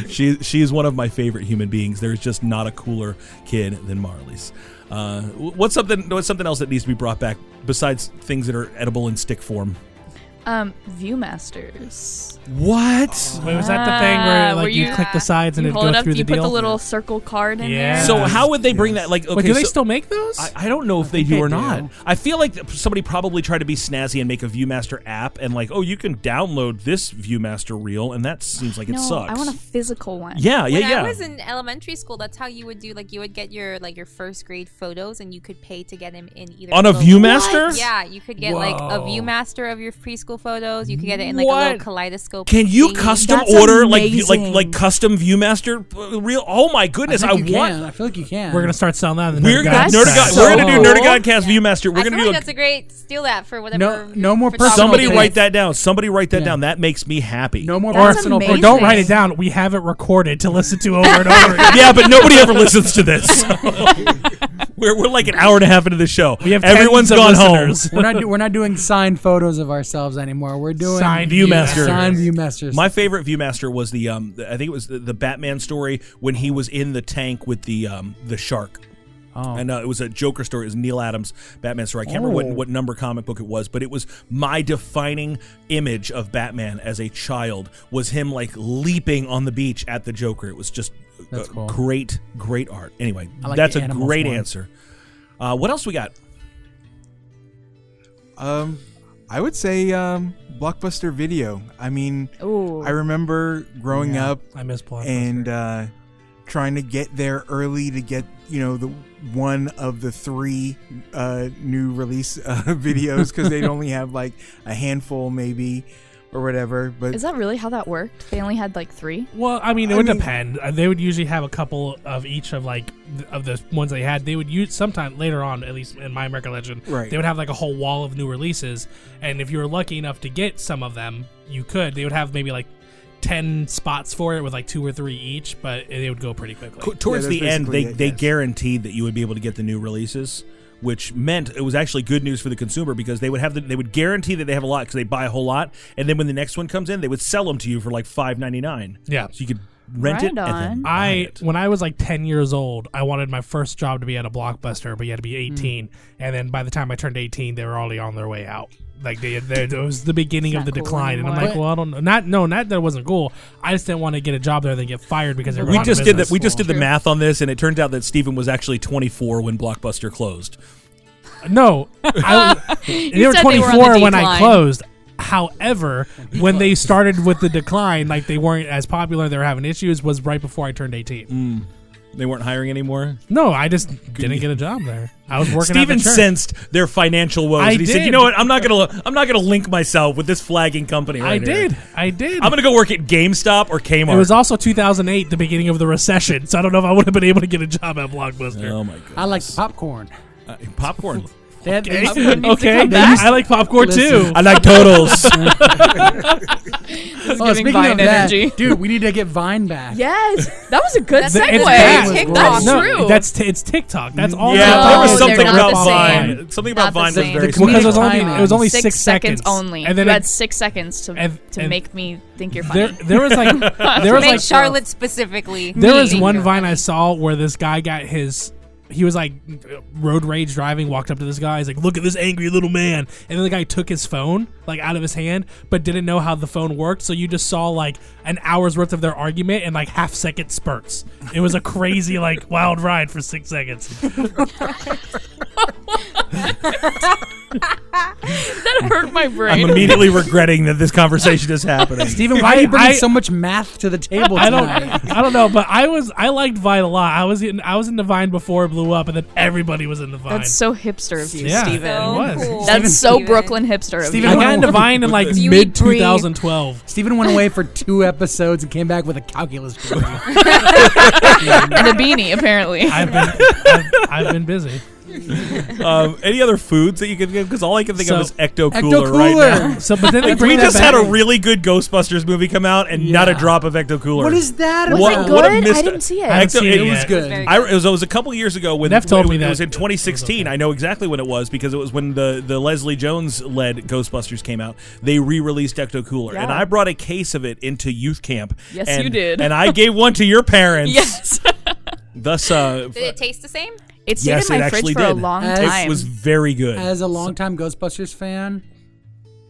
Speaker 3: she she is one of my favorite human beings. There's just not a cooler kid than Marley's. Uh, what's something what's something else that needs to be brought back besides things that are edible in stick form?
Speaker 11: Um, Viewmasters.
Speaker 3: What?
Speaker 4: Wait, was that the thing where
Speaker 11: Ah,
Speaker 4: like
Speaker 11: where
Speaker 4: you,
Speaker 11: you-
Speaker 4: click the sides and
Speaker 11: you
Speaker 4: it'd
Speaker 11: hold
Speaker 4: go
Speaker 11: it up,
Speaker 4: through
Speaker 11: you
Speaker 4: the
Speaker 11: put
Speaker 4: deal?
Speaker 11: the little circle card in
Speaker 4: Yeah.
Speaker 11: there.
Speaker 3: So how would they bring that? Like, okay,
Speaker 4: Wait, do they
Speaker 3: so-
Speaker 4: still make those?
Speaker 3: I, I don't know if they
Speaker 6: think
Speaker 3: do
Speaker 6: they
Speaker 3: or
Speaker 6: do.
Speaker 3: not. I feel like th- somebody probably tried to be snazzy and make a ViewMaster app and like, oh, you can download this ViewMaster reel, and that seems like it
Speaker 11: no,
Speaker 3: sucks.
Speaker 11: Oh, I want a physical one.
Speaker 3: yeah, yeah,
Speaker 8: when
Speaker 3: yeah.
Speaker 8: I was in elementary school, that's how you would do. Like you would get your like your first grade photos, and you could pay to get them in either
Speaker 3: On a
Speaker 8: little-
Speaker 3: ViewMaster? What?
Speaker 8: Yeah, you could get like a
Speaker 3: Whoa.
Speaker 8: ViewMaster of your preschool photos. You could get it in like a
Speaker 3: What?
Speaker 8: little kaleidoscope.
Speaker 3: can you
Speaker 8: thingy.
Speaker 3: custom
Speaker 6: That's
Speaker 3: order like view- like
Speaker 6: amazing.
Speaker 3: like custom ViewMaster uh, reel? Oh my goodness, I,
Speaker 6: I, think you
Speaker 3: want.
Speaker 6: Can. I feel like you can.
Speaker 4: We're gonna start selling that. In the
Speaker 3: We're gonna
Speaker 4: Nerd
Speaker 3: Nerd
Speaker 4: Guy
Speaker 3: God,
Speaker 4: set.
Speaker 3: We're gonna do Nerd
Speaker 6: So-
Speaker 3: Godcast ViewMaster. We're
Speaker 8: I
Speaker 3: gonna
Speaker 8: feel
Speaker 3: do
Speaker 8: like
Speaker 3: a
Speaker 8: that's a great steal that for whatever.
Speaker 6: No- no more
Speaker 8: photography
Speaker 6: personal
Speaker 3: Somebody
Speaker 8: is.
Speaker 3: write that down. Somebody write that down. That makes me happy. <laughs>
Speaker 6: no more
Speaker 4: Or,
Speaker 6: personal.
Speaker 4: or don't write it down. We have it recorded to listen to over and
Speaker 3: <laughs>
Speaker 4: over. again.
Speaker 3: yeah, but nobody ever listens to this. <laughs> So. we're, we're like an hour and a half into the show.
Speaker 4: We have
Speaker 3: Everyone's
Speaker 4: tens of
Speaker 3: gone
Speaker 4: listeners.
Speaker 3: home.
Speaker 6: We're not, do- we're not doing signed photos of ourselves anymore. We're doing
Speaker 4: Signed
Speaker 3: Viewmasters.
Speaker 6: Signed Viewmasters.
Speaker 3: My favorite ViewMaster was the um, the- I think it was the, the Batman story when he was in the tank with the um, the shark. Oh. And uh, it was a Joker story. It was Neil Adams Batman story. I can't remember
Speaker 16: Oh.
Speaker 3: what, what number comic book it was, but it was my defining image of Batman as a child was him like leaping on the beach at the Joker. It was just
Speaker 6: That's
Speaker 3: uh,
Speaker 6: cool.
Speaker 3: great, great art. Anyway,
Speaker 6: I like
Speaker 3: that's
Speaker 6: the
Speaker 3: a
Speaker 6: animals
Speaker 3: great
Speaker 6: one.
Speaker 3: answer. Uh, what else we got?
Speaker 5: <gasps> Um, I would say um, Blockbuster Video. I mean,
Speaker 4: Ooh.
Speaker 5: I remember growing
Speaker 4: Yeah,
Speaker 5: up.
Speaker 4: I miss Blockbuster.
Speaker 5: and uh, trying to get there early to get you know the one of the three uh, new release uh, <laughs> videos because
Speaker 11: <laughs>
Speaker 5: they'd only have like a handful maybe or whatever. But
Speaker 11: Is that really how that worked? They only had like three.
Speaker 4: Well, I mean, it would depend. Uh, They would usually have a couple of each of like th- of the ones they had. They would use sometime later on, at least in my recollection,
Speaker 5: Right.
Speaker 4: They would have like a whole wall of new releases, and if you were lucky enough to get some of them, you could. They would have maybe like ten spots for it with like two or three each, but they would go pretty quickly.
Speaker 3: Co- towards the end, they, they guaranteed that you would be able to get the new releases, which meant it was actually good news for the consumer because they would have the, they would guarantee that they have a lot because they buy a whole lot, and then when the next one comes in, they would sell them to you for like five ninety nine.
Speaker 4: Yeah.
Speaker 3: so you could rent it. And then buy
Speaker 4: I
Speaker 3: it.
Speaker 4: when I was like ten years old, I wanted my first job to be at a blockbuster, but you had to be
Speaker 3: Hmm.
Speaker 4: eighteen. And then by the time I turned eighteen, they were already on their way out. Like they, they it was the beginning
Speaker 6: It's
Speaker 4: of the
Speaker 6: not cool
Speaker 4: decline. And I'm
Speaker 6: anymore.
Speaker 4: like, well, I don't know. Not no, not that it wasn't cool. I just didn't want to get a job there and then get fired because they were
Speaker 3: we
Speaker 4: out of
Speaker 3: just did
Speaker 4: business.
Speaker 3: that. We just did the math on this, and it turned out that Steven was actually twenty four when Blockbuster closed.
Speaker 4: <laughs> No, I,
Speaker 3: You
Speaker 4: they were
Speaker 3: said they
Speaker 4: twenty
Speaker 3: were on the
Speaker 4: four when I
Speaker 3: decline.
Speaker 4: closed. However, when they started with the decline, like they weren't as popular, they were having issues. Was right before I turned eighteen.
Speaker 3: Mm. They weren't hiring anymore.
Speaker 4: No, I just didn't get a job there. I was working.
Speaker 3: Steven
Speaker 4: at the church.
Speaker 3: sensed their financial woes,
Speaker 4: I
Speaker 3: and he said,
Speaker 4: did.
Speaker 3: "You know what? I'm not gonna I'm not gonna link myself with this flagging company."
Speaker 4: I
Speaker 3: Right here.
Speaker 4: did. I did.
Speaker 3: I'm gonna go work at GameStop or Kmart.
Speaker 4: It was also 2008, the beginning of the recession, so I don't know if I would have been able to get a job at Blockbuster.
Speaker 3: Oh my god! Uh,
Speaker 6: I like popcorn.
Speaker 3: <laughs> popcorn.
Speaker 6: They had- they
Speaker 4: Okay.
Speaker 6: used to-
Speaker 4: <laughs>
Speaker 6: when they used to
Speaker 4: Okay.
Speaker 6: come
Speaker 4: They
Speaker 6: back- Oh,
Speaker 4: used- I like popcorn, too. I
Speaker 3: <laughs>
Speaker 4: like
Speaker 3: totals.
Speaker 11: is giving Vine energy.
Speaker 6: That, dude, we need to get Vine back.
Speaker 11: Yes, <laughs> that was a good
Speaker 4: Th-
Speaker 11: segue.
Speaker 4: it's
Speaker 11: That's,
Speaker 4: that. No,
Speaker 11: true.
Speaker 4: That's t- it's TikTok. That's all.
Speaker 3: Yeah,
Speaker 4: TikTok
Speaker 3: there was
Speaker 4: is.
Speaker 3: something They're not about the same. Vine. Something about Not the Vine was same. very
Speaker 4: because it was
Speaker 3: comedic
Speaker 4: only it was only six,
Speaker 11: seconds, only.
Speaker 4: and then
Speaker 11: you
Speaker 4: it-
Speaker 11: had six seconds to,
Speaker 4: and-
Speaker 11: to
Speaker 4: and
Speaker 11: make me think you're funny.
Speaker 4: there, there
Speaker 11: <laughs>
Speaker 4: was like there was
Speaker 8: Make
Speaker 4: like
Speaker 8: Charlotte specifically.
Speaker 4: There
Speaker 8: Me.
Speaker 4: was one vine I saw where this guy got his. He was like road rage driving, walked up to this guy. He's like, "Look at this angry little man!" And then the guy took his phone like out of his hand, but didn't know how the phone worked. So you just saw like an hour's worth of their argument in like half second spurts. It was a crazy like <laughs> wild ride for six seconds.
Speaker 11: that hurt my brain.
Speaker 3: I'm immediately regretting that this conversation is happening.
Speaker 6: Steven, why are you bringing
Speaker 4: I-
Speaker 6: so much math to the table
Speaker 4: I
Speaker 6: tonight?
Speaker 4: don't, I don't know, but I was I liked Vine a lot. I was in, I was in the Vine before it blew up, and then everybody was in the Vine.
Speaker 11: That's so hipster of you,
Speaker 4: Yeah,
Speaker 11: Steven.
Speaker 4: it was. Cool.
Speaker 11: That's so
Speaker 4: Steven.
Speaker 11: Brooklyn hipster of
Speaker 4: Steven,
Speaker 11: you.
Speaker 4: I got into Vine in like mid 2012.
Speaker 6: Steven went away for two episodes and came back with a calculus
Speaker 4: <laughs>
Speaker 6: degree.
Speaker 11: and a beanie, apparently.
Speaker 4: <laughs>
Speaker 11: <laughs>
Speaker 4: I've been, I've, I've been busy.
Speaker 3: um, any other foods that you can give? Because all I can think
Speaker 4: So-
Speaker 3: of is Ecto
Speaker 4: Ecto
Speaker 3: Cooler right
Speaker 4: Cooler.
Speaker 3: now.
Speaker 4: So, but then they
Speaker 3: Like,
Speaker 4: bring
Speaker 3: we
Speaker 4: that
Speaker 3: just had a
Speaker 4: back.
Speaker 3: really good Ghostbusters movie come out, and not a drop of Ecto Cooler.
Speaker 6: What is that
Speaker 3: What,
Speaker 6: about?
Speaker 3: what a
Speaker 6: Was it good?
Speaker 3: missed-
Speaker 6: I didn't see it. I haven't
Speaker 3: Ecto,
Speaker 6: seen
Speaker 3: it,
Speaker 6: it
Speaker 3: was
Speaker 6: yet. It was
Speaker 3: good.
Speaker 6: very
Speaker 3: I, it, was, it was a couple years ago when
Speaker 4: Neff told me
Speaker 3: it,
Speaker 4: that
Speaker 3: was in 2016. I know exactly when it was because it was when the the Leslie Jones led Ghostbusters came out. They re-released Ecto Cooler, and
Speaker 11: Yeah.
Speaker 3: I brought a case of it into youth camp.
Speaker 8: Yes,
Speaker 3: and,
Speaker 8: you did.
Speaker 3: and I gave one to your
Speaker 8: <laughs>
Speaker 3: parents.
Speaker 8: Yes.
Speaker 3: Thus, uh,
Speaker 8: Did it taste the same?
Speaker 11: It stayed
Speaker 3: yes,
Speaker 11: in
Speaker 3: it
Speaker 11: my fridge
Speaker 3: actually
Speaker 11: for
Speaker 3: did.
Speaker 11: a long
Speaker 6: As-
Speaker 11: time.
Speaker 3: It was very good.
Speaker 6: As a longtime Ghostbusters fan,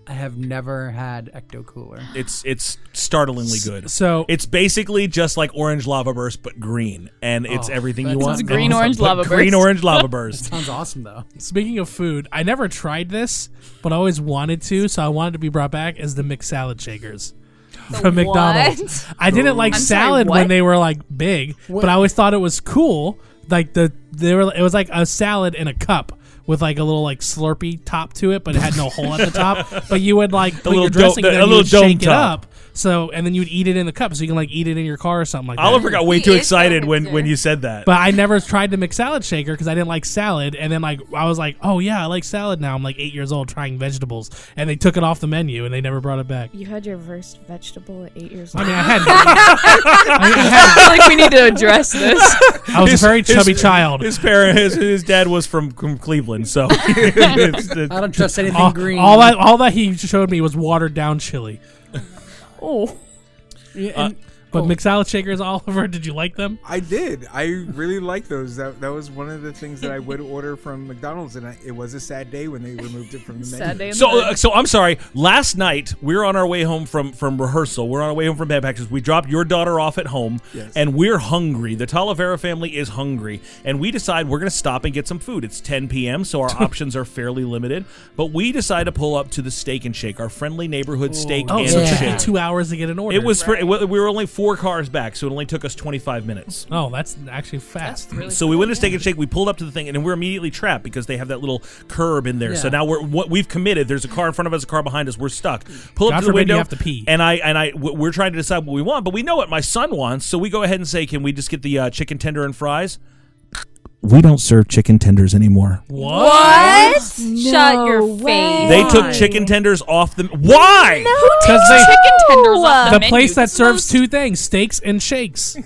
Speaker 6: I have never had Ecto Cooler.
Speaker 3: It's it's startlingly good.
Speaker 4: So
Speaker 3: it's basically just like orange lava burst, but green, and it's
Speaker 6: Oh,
Speaker 3: everything
Speaker 6: that
Speaker 3: you want.
Speaker 6: sounds green
Speaker 3: But
Speaker 6: orange lava
Speaker 3: Green
Speaker 6: burst.
Speaker 3: orange lava
Speaker 6: <laughs> That
Speaker 3: burst.
Speaker 6: sounds awesome, though.
Speaker 4: Speaking of food, I never tried this, but I always wanted to, so I wanted to be brought back as the McSalad shakers from
Speaker 6: what?
Speaker 4: McDonald's. I didn't like
Speaker 6: I'm sorry,
Speaker 4: salad
Speaker 6: what?
Speaker 4: when they were like big,
Speaker 6: What?
Speaker 4: but I always thought it was cool. Like the they were it was like a salad in a cup. With like a little like Slurpee top to it, but it had no hole at the
Speaker 6: <laughs>
Speaker 4: top. But you would like put
Speaker 3: little
Speaker 4: your
Speaker 3: dome-
Speaker 4: dressing
Speaker 3: the-
Speaker 4: in
Speaker 3: a
Speaker 4: and you
Speaker 3: little
Speaker 4: would
Speaker 3: dome
Speaker 4: shake it
Speaker 3: top.
Speaker 4: up. So and then you'd eat it in the cup, so you can like eat it in your car or something like that.
Speaker 3: Oliver got way too excited when when you said that.
Speaker 4: But I never tried the McSalad shaker because I didn't like salad. And then like I was like, oh yeah, I like salad now. I'm like eight years old trying vegetables, and they took it off the menu and they never brought it back. <laughs>
Speaker 11: You had your first vegetable at eight years
Speaker 4: I
Speaker 11: old.
Speaker 4: mean, I had-
Speaker 11: I,
Speaker 4: mean, I
Speaker 11: feel like we need to address this.
Speaker 4: I was a very chubby child.
Speaker 3: His parent, his, his dad was from, from Cleveland, so <laughs> it's the-
Speaker 6: I don't <laughs> trust anything
Speaker 4: all,
Speaker 6: green.
Speaker 4: All that
Speaker 8: <laughs>
Speaker 4: all that he showed me was watered down chili.
Speaker 11: Oh.
Speaker 6: Yeah,
Speaker 3: Uh,
Speaker 6: and-
Speaker 4: But
Speaker 8: oh.
Speaker 4: McSalad shakers, <laughs> Oliver, did you like them?
Speaker 5: I did. I really like those. That that was one of the things that I would order from McDonald's, and I, it was a sad day when they removed it
Speaker 11: <laughs>
Speaker 5: from the menu.
Speaker 11: Sad day in the
Speaker 3: So,
Speaker 11: hood.
Speaker 3: uh, so I'm sorry. Last night we were on our way home from from rehearsal. We're on our way home from Bedpackers. We dropped your daughter off at home,
Speaker 5: Yes.
Speaker 3: and we're hungry. The Talavera family is hungry, and we decide we're going to stop and get some food. It's 10 p.m., so our options are fairly limited. But we decide to pull up to the Steak and Shake, our friendly neighborhood steak
Speaker 4: Oh,
Speaker 3: and
Speaker 4: so it took you
Speaker 3: shake.
Speaker 4: two hours to get an order.
Speaker 3: It was for, we were only four cars back, so it only took us 25 minutes.
Speaker 4: Oh, that's actually fast.
Speaker 3: so we went to Steak and Shake. We pulled up to the thing, and then we're immediately trapped because they have that little curb in there. So
Speaker 4: Yeah.
Speaker 3: now we're what we've committed. There's a car in front of us, a car behind us. We're stuck. Pull
Speaker 4: God
Speaker 3: up to the
Speaker 4: forbid you
Speaker 3: window.
Speaker 4: have to pee.
Speaker 3: And I and I w- we're trying to decide what we want, but we know what my son wants. So we go ahead and say, "Can we just get the uh, chicken tender and fries?" We don't serve chicken tenders anymore.
Speaker 4: What?
Speaker 8: What?
Speaker 12: No
Speaker 8: Shut your
Speaker 12: way.
Speaker 8: face.
Speaker 3: They took chicken tenders off the. Why?
Speaker 4: Because they
Speaker 8: tenders off
Speaker 4: the
Speaker 8: menu?
Speaker 4: place that serves two things: steaks and shakes.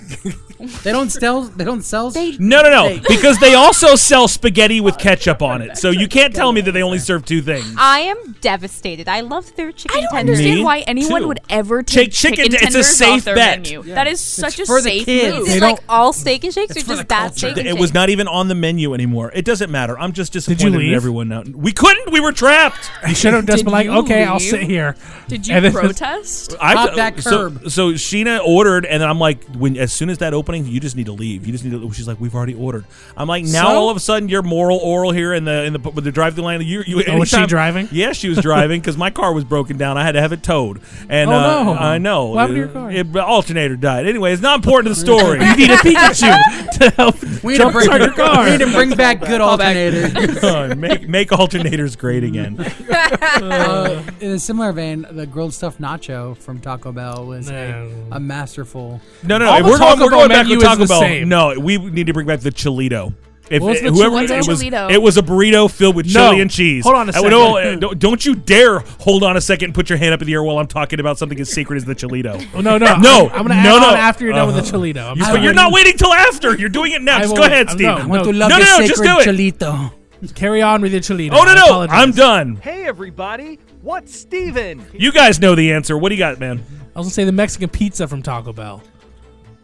Speaker 6: They don't sell. They don't sell.
Speaker 3: No, no, no. Because they also sell spaghetti with ketchup on it. So you can't tell me that they only serve two things.
Speaker 8: I am devastated. I love their chicken
Speaker 11: I don't
Speaker 8: tenders.
Speaker 11: understand
Speaker 3: Me
Speaker 11: why anyone
Speaker 3: too.
Speaker 11: would ever
Speaker 3: Take
Speaker 11: take, chicken,
Speaker 3: chicken t- it's a
Speaker 11: tenders
Speaker 3: safe
Speaker 11: off their
Speaker 3: bet.
Speaker 11: menu.
Speaker 3: Yeah.
Speaker 11: That is such
Speaker 8: It's
Speaker 11: a
Speaker 8: for the
Speaker 11: safe
Speaker 8: kids.
Speaker 11: move.
Speaker 8: Is it like all steak and shakes or just that steak and
Speaker 3: It was not even on the menu anymore. It doesn't matter. I'm just
Speaker 4: you
Speaker 3: disappointed in
Speaker 4: leave?
Speaker 3: everyone now. We couldn't. We were trapped.
Speaker 4: You should have
Speaker 11: <laughs>
Speaker 4: just
Speaker 11: Did
Speaker 4: been like,
Speaker 11: you
Speaker 4: "Okay, I'll
Speaker 11: leave?
Speaker 4: sit here."
Speaker 11: Did
Speaker 3: <laughs>
Speaker 11: you
Speaker 4: And then-
Speaker 11: protest?
Speaker 3: Pop So, so Sheena ordered, and I'm like, when as soon as that opening, you just need to leave. You just need to. She's like, we've already ordered. I'm like, now
Speaker 4: So?
Speaker 3: all of a sudden you're moral oral here in the in the with the drive through lane. You, you
Speaker 4: Oh, was she
Speaker 3: anytime-
Speaker 4: driving?
Speaker 3: <laughs> Yeah, she was driving because my car was broken down. I had to have it towed. And
Speaker 4: Oh,
Speaker 3: uh,
Speaker 4: no.
Speaker 3: I know.
Speaker 4: What happened to your car?
Speaker 3: It, the alternator died. Anyway, it's not important to the story.
Speaker 4: <laughs> you need
Speaker 3: <laughs>
Speaker 4: a Pikachu to help
Speaker 6: We need to bring,
Speaker 4: jumpstart your car.
Speaker 6: <laughs> we need to bring back good alternator.
Speaker 3: make make alternators great again.
Speaker 6: <laughs> Uh, in a similar vein, the grilled stuffed nacho from Taco Bell was a, a masterful.
Speaker 3: No, no,
Speaker 6: All
Speaker 3: no.
Speaker 6: the
Speaker 3: We're going,
Speaker 6: Taco
Speaker 3: we're
Speaker 6: Bell
Speaker 3: going back
Speaker 6: menu
Speaker 3: to
Speaker 6: is
Speaker 3: Taco
Speaker 6: the
Speaker 3: Bell.
Speaker 6: same.
Speaker 3: No, we need to bring back the Chilito. If,
Speaker 4: What was the
Speaker 3: It,
Speaker 4: Chilito?
Speaker 3: was,
Speaker 4: Chilito.
Speaker 3: it was a burrito filled with
Speaker 4: No.
Speaker 3: chili and cheese.
Speaker 4: Hold on a
Speaker 3: I would- oh,
Speaker 4: second.
Speaker 3: uh, don't- don't you dare hold on a second and put your hand up in the air while I'm talking about something as sacred as the Chilito.
Speaker 4: <laughs> <laughs> Oh, no, no.
Speaker 3: <laughs> no.
Speaker 4: I'm- I'm gonna
Speaker 3: no,
Speaker 4: add
Speaker 3: no. Uh-huh.
Speaker 4: on after you're done with the Chilito. I'm
Speaker 3: You- but
Speaker 4: sorry.
Speaker 3: you're not waiting till after. You're doing it now.
Speaker 4: I
Speaker 3: Just
Speaker 4: will-
Speaker 3: go ahead,
Speaker 4: I'm-
Speaker 3: Steve.
Speaker 4: no, I want to
Speaker 3: no, no, no, just do it.
Speaker 6: Cholito.
Speaker 4: Carry on with your Cholito.
Speaker 3: Oh no,
Speaker 4: I
Speaker 3: no.
Speaker 4: apologize.
Speaker 3: I'm done.
Speaker 16: Hey everybody, what's Steven?
Speaker 3: You guys know the answer. What do you got, man?
Speaker 4: I was gonna say the Mexican pizza from
Speaker 3: <laughs>
Speaker 4: Taco Bell.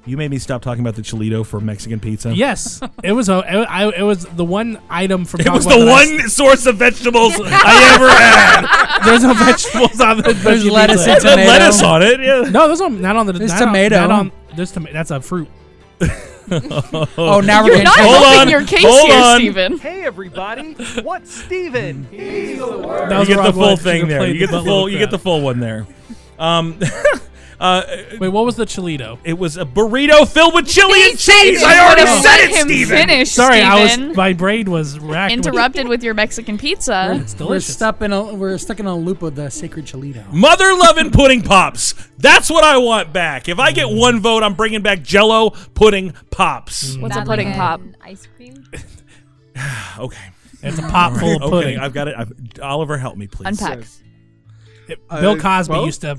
Speaker 3: You made me stop talking about the Chilito for Mexican pizza.
Speaker 4: Yes, it was. A, it, I, it was the one item from.
Speaker 3: It
Speaker 4: Taco
Speaker 3: was
Speaker 4: Bell
Speaker 3: the
Speaker 4: that I s-
Speaker 3: one source of vegetables I ever had. <laughs>
Speaker 4: There's no vegetables on the.
Speaker 6: There's
Speaker 4: Mexican
Speaker 6: lettuce
Speaker 4: pizza.
Speaker 6: and There's tomato. lettuce
Speaker 3: on it, yeah.
Speaker 4: No, there's on, not on the.
Speaker 6: There's
Speaker 4: not
Speaker 6: tomato.
Speaker 4: On, not on, there's tomato. That's a fruit.
Speaker 6: Oh, now we're
Speaker 4: You're
Speaker 6: getting
Speaker 4: not
Speaker 6: technical.
Speaker 4: helping Hold on, your case hold here, on.
Speaker 16: Steven. Hey everybody, what's Steven? He's the worst.
Speaker 4: That was
Speaker 3: you get
Speaker 4: wrong
Speaker 3: the
Speaker 4: one.
Speaker 3: full
Speaker 4: Should've
Speaker 3: thing there.
Speaker 4: played
Speaker 3: You get the
Speaker 4: butt
Speaker 3: full.
Speaker 4: load
Speaker 3: You
Speaker 4: crap.
Speaker 3: get the full one there. Um, uh,
Speaker 4: Wait, what was the Chilito?
Speaker 3: it was a burrito filled with chili and cheese. I already said it, Steven.
Speaker 11: Finish,
Speaker 4: Sorry, I
Speaker 11: Steven.
Speaker 4: was. My brain was racked. with-
Speaker 11: Interrupted with your Mexican pizza.
Speaker 4: It's
Speaker 6: We're
Speaker 4: delicious.
Speaker 6: stuck in a we're stuck in a loop of the sacred Cholito.
Speaker 3: Mother loving pudding pops. That's what I want back. If I get one vote, I'm bringing back Jello pudding pops.
Speaker 11: What's a pudding pop?
Speaker 7: Ice cream.
Speaker 3: Okay.
Speaker 4: It's a pop
Speaker 3: All
Speaker 4: full of pudding.
Speaker 3: <laughs> Okay, I've got it. I've, Oliver, help me, please.
Speaker 11: Unpack.
Speaker 4: Bill
Speaker 5: Uh,
Speaker 4: Cosby
Speaker 5: well-
Speaker 4: used to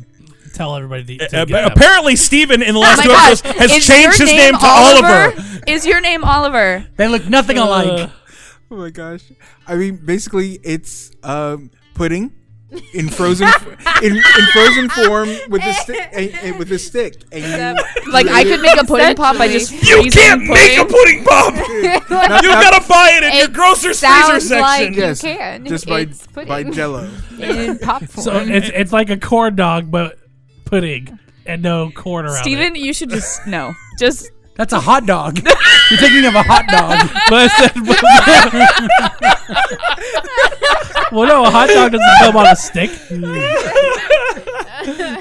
Speaker 4: tell everybody. To, to
Speaker 3: Uh,
Speaker 4: get
Speaker 3: but
Speaker 4: them.
Speaker 3: apparently, Steven in the last
Speaker 11: Oh
Speaker 3: two
Speaker 11: my
Speaker 3: episodes
Speaker 11: God.
Speaker 3: has
Speaker 11: Is
Speaker 3: changed
Speaker 11: your
Speaker 3: his name to Oliver.
Speaker 11: Is your name Oliver?
Speaker 6: They look nothing alike.
Speaker 5: Oh my gosh! I mean, basically, it's um, pudding in frozen in, in frozen form with the stick with the stick. And you-
Speaker 11: Like I
Speaker 15: <laughs>
Speaker 11: could make a pudding pop by just
Speaker 3: You
Speaker 11: freezing
Speaker 3: can't
Speaker 11: pudding.
Speaker 3: make a pudding <laughs> pop. you gotta buy it at your
Speaker 8: It
Speaker 3: grocer's freezer
Speaker 8: sounds
Speaker 3: section.
Speaker 8: like you
Speaker 5: Yes,
Speaker 8: can.
Speaker 5: just by
Speaker 8: It's pudding.
Speaker 11: <laughs>
Speaker 5: by Jello.
Speaker 8: <laughs> in pop form.
Speaker 4: So Uh, it's it's like a corn dog, but pudding and no corn around it.
Speaker 11: Steven, you should just no. Just
Speaker 6: That's a hot <laughs> dog. You're thinking of a hot dog.
Speaker 4: But I said, well, no, a hot dog doesn't come on a
Speaker 8: <laughs>
Speaker 4: stick.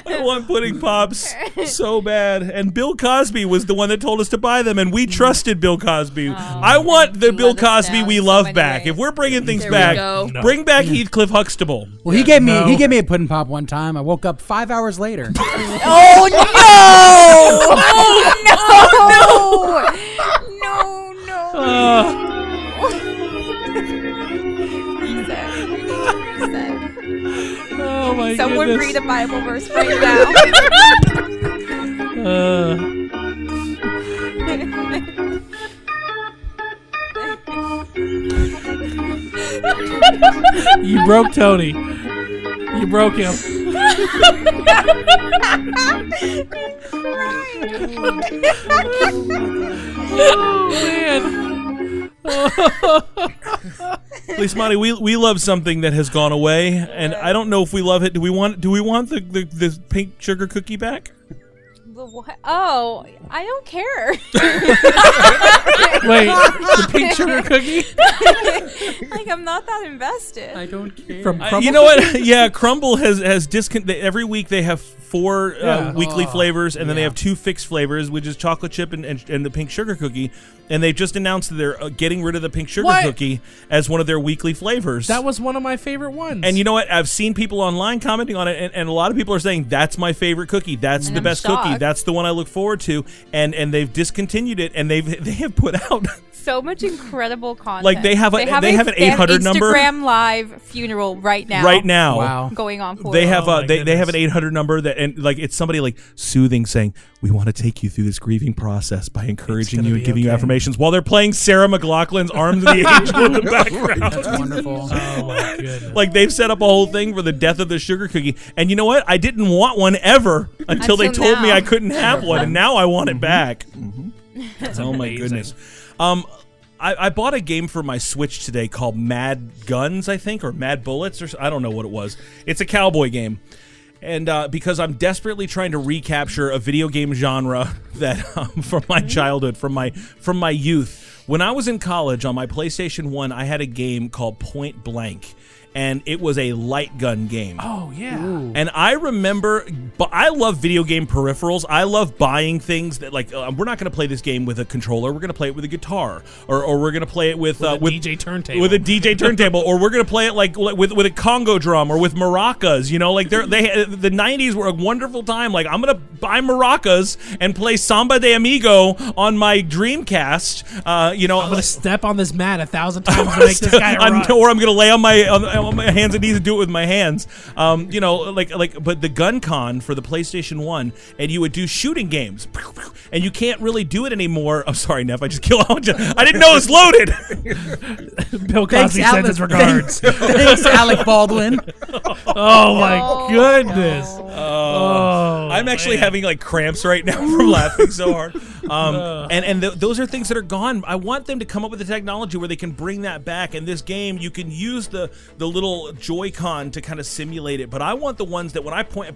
Speaker 3: <laughs> I want pudding pops so bad. And Bill Cosby was the one that told us to buy them, and we trusted Bill
Speaker 11: Oh,
Speaker 3: Cosby. I want the Bill Cosby we love back. If we're bringing things
Speaker 11: There we go.
Speaker 3: back,
Speaker 11: No.
Speaker 3: bring back Heathcliff Huxtable.
Speaker 6: Well, he gave me
Speaker 4: No.
Speaker 6: he gave me a pudding pop one time. I woke up five hours later.
Speaker 8: Oh no! oh, no! No! <laughs> No!
Speaker 4: Oh my
Speaker 8: Someone
Speaker 4: goodness.
Speaker 8: read a Bible verse right now. <laughs>
Speaker 4: Uh,
Speaker 8: <laughs>
Speaker 4: you broke Tony. You broke him. <laughs> Oh,
Speaker 3: At least, Monty, we, we love something that has gone away, and I don't know if we love it. Do we want Do we want the, the, the pink sugar cookie back?
Speaker 8: The what? Oh, I don't care. <laughs>
Speaker 3: Wait, the pink sugar cookie?
Speaker 8: like I'm not that invested.
Speaker 6: I don't care.
Speaker 3: From you know what? yeah, Crumble has has discon- they, every week they have four uh,
Speaker 6: Yeah.
Speaker 3: weekly
Speaker 6: Oh,
Speaker 3: flavors, and then they have two fixed flavors, which is chocolate chip and, and, and the pink sugar cookie. And they've just announced that they're uh, getting rid of the pink sugar
Speaker 4: What?
Speaker 3: cookie as one of their weekly flavors.
Speaker 4: That was one of my favorite ones.
Speaker 3: And you know what? I've seen people online commenting on it, and, and a lot of people are saying that's my favorite cookie. That's the
Speaker 4: I'm
Speaker 3: best cookie.
Speaker 4: shocked.
Speaker 3: That's the one I look forward to. And and they've discontinued it, and they've <laughs> they have put out
Speaker 8: So much incredible content.
Speaker 3: Like, they have a- they have an 800 number?
Speaker 8: Instagram live funeral right now.
Speaker 3: right now.
Speaker 8: Going on for
Speaker 3: They have a they, they have an eight hundred number that and like it's somebody like soothing saying we want to take you through this grieving process by encouraging you and giving you affirmations while they're playing Sarah McLaughlin's Arms of the Angel in the background. <laughs>
Speaker 6: That's wonderful. Oh my goodness.
Speaker 3: Like they've set up a whole thing for the death of the sugar cookie. And you know what? I didn't want one ever until, they
Speaker 6: Until
Speaker 3: told me
Speaker 6: now.
Speaker 3: I couldn't have one, and now I want it back. Mm-hmm. oh my goodness. Um, I, I bought a game for my Switch today called Mad Guns, I think, or Mad Bullets, or s- I don't know what it was. It's a cowboy game. And uh, because I'm desperately trying to recapture a video game genre <laughs> that um, from my
Speaker 6: Mm-hmm.
Speaker 3: childhood, from my from my youth, when I was in college on my PlayStation One, I had a game called Point Blank, and it was a light gun game.
Speaker 4: Oh yeah.
Speaker 3: And I remember, but I love video game peripherals. I love buying things that, like, uh, we're not going to play this game with a controller. We're going to play it with a guitar, or, or we're going to play it with, uh,
Speaker 4: a
Speaker 3: with
Speaker 4: DJ turntable.
Speaker 3: with a DJ turntable, or we're going to play it like li- with with a Congo drum or with maracas. You know, like they're, they the '90s were a wonderful time. Like I'm going to buy maracas and play Samba de Amigo on my Dreamcast. Uh, you know,
Speaker 4: I'm gonna step on this mat a thousand
Speaker 3: <laughs>
Speaker 4: times to make this guy
Speaker 3: I'm-
Speaker 4: run.
Speaker 3: or I'm gonna lay on my on, on my hands and knees and do it with my hands. Um, you know, like like but the gun con for the PlayStation One, and you would do shooting games, and you can't really do it anymore. I'm sorry, Neff, I just killed. I didn't know it was loaded. <laughs>
Speaker 4: Bill Cosby
Speaker 3: Thanks,
Speaker 4: sends
Speaker 3: Alec-
Speaker 4: his regards.
Speaker 3: Thanks- thanks, Alec Baldwin.
Speaker 4: <laughs> oh my goodness.
Speaker 3: Oh, I'm actually having like cramps right now <laughs> from laughing so hard. Um, and and th- those are things that are gone. I want them to come up with the technology where they can bring that back. And this game, you can use the the little Joy-Con to kind of simulate it. But I want the ones that when I point,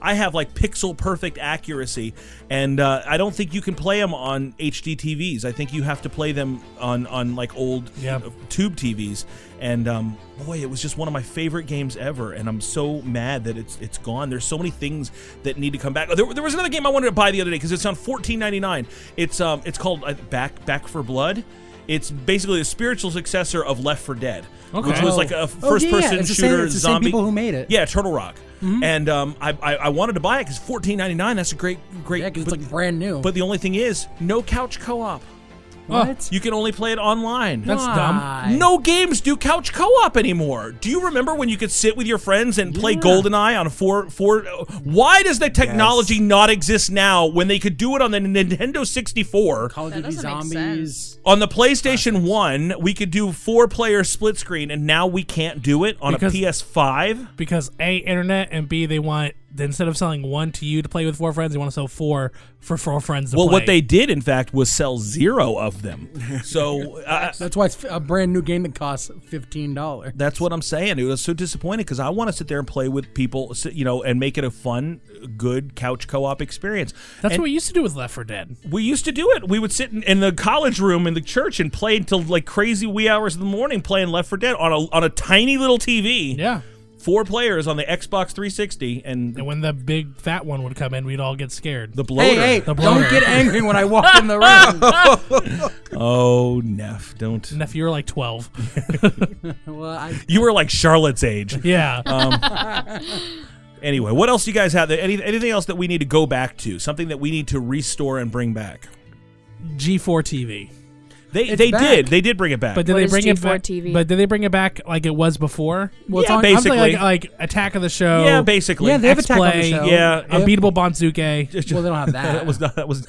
Speaker 3: I have like pixel perfect accuracy. And uh, I don't think you can play them on HD TVs. I think you have to play them on on like old
Speaker 4: Yeah.
Speaker 3: tube TVs. And um, boy, it was just one of my favorite games ever. And I'm so mad that it's it's gone. There's so many things that need to come back. Oh, There, there was another game I wanted to buy the other day because it's on 14.99. It's um it's called uh, Back Back for Blood. It's basically the spiritual successor of Left for Dead, which
Speaker 6: Okay.
Speaker 3: was like
Speaker 6: Oh.
Speaker 3: a
Speaker 6: Oh,
Speaker 3: first
Speaker 6: yeah, yeah.
Speaker 3: person
Speaker 6: It's the same-
Speaker 3: shooter
Speaker 6: it's the same
Speaker 3: zombie.
Speaker 6: people who made it. Mm-hmm.
Speaker 3: Yeah, Turtle Rock. And um, I, I I wanted to buy it because 14.99. That's a great great. Yeah, it's like
Speaker 6: brand new.
Speaker 3: But the only thing is, no couch co-op.
Speaker 4: Oh,
Speaker 6: What?
Speaker 3: You can only play it online.
Speaker 6: That's Why? dumb.
Speaker 3: No games do couch co-op anymore. Do you remember when you could sit with your friends and play GoldenEye on a four four? Why does the technology not exist now when they could do it on the Nintendo 64?
Speaker 6: Call of Duty Zombies.
Speaker 3: On the PlayStation 1, we could do four player split screen and now we can't do it on
Speaker 4: Because-
Speaker 3: a PS5.
Speaker 4: because a internet and b they want instead of selling one to you to play with four friends they want to sell four for four friends to
Speaker 3: Well, what they
Speaker 4: play.
Speaker 3: did in fact was sell zero of
Speaker 4: <laughs>
Speaker 3: them. So uh,
Speaker 6: That's why it's a brand new game that costs fifteen dollars.
Speaker 3: That's what I'm saying. It was so disappointing because I want to sit there and play with people, sit- you know, and make it a fun, good couch co-op experience.
Speaker 4: that's
Speaker 3: And
Speaker 4: what we used to do with left for dead
Speaker 3: we used to do it. We would sit in, in the college room in the church and play until like crazy wee hours in the morning, playing Left 4 Dead on a on a tiny little TV.
Speaker 4: Yeah,
Speaker 3: four players on the Xbox 360, and
Speaker 4: and when the big fat one would come in we'd all get scared
Speaker 3: the bloater.
Speaker 6: hey,
Speaker 4: The
Speaker 6: don't
Speaker 4: bloater.
Speaker 6: get angry when I walk in the room.
Speaker 3: oh, Neff, don't.
Speaker 4: Neff, you were like 12.
Speaker 6: well, I,
Speaker 3: You were like Charlotte's age.
Speaker 4: <laughs> Yeah.
Speaker 3: Anyway, what else you guys have? Any, anything else that we need to go back to? Something that we need to restore and bring back?
Speaker 4: G4 TV.
Speaker 3: They they did they did bring it back. <laughs>
Speaker 4: But did they bring it back? But did they bring it back like it was before?
Speaker 3: Well, it's
Speaker 4: yeah,
Speaker 3: on- I'm
Speaker 4: basically
Speaker 3: saying
Speaker 4: like,
Speaker 3: like-
Speaker 4: like Attack of the Show.
Speaker 3: Yeah, basically. Yeah, they have Attack on the
Speaker 4: X-Play,
Speaker 3: Show. Yeah.
Speaker 4: unbeatable Bonzuke.
Speaker 6: well, they don't have that.
Speaker 3: that was <laughs> not that was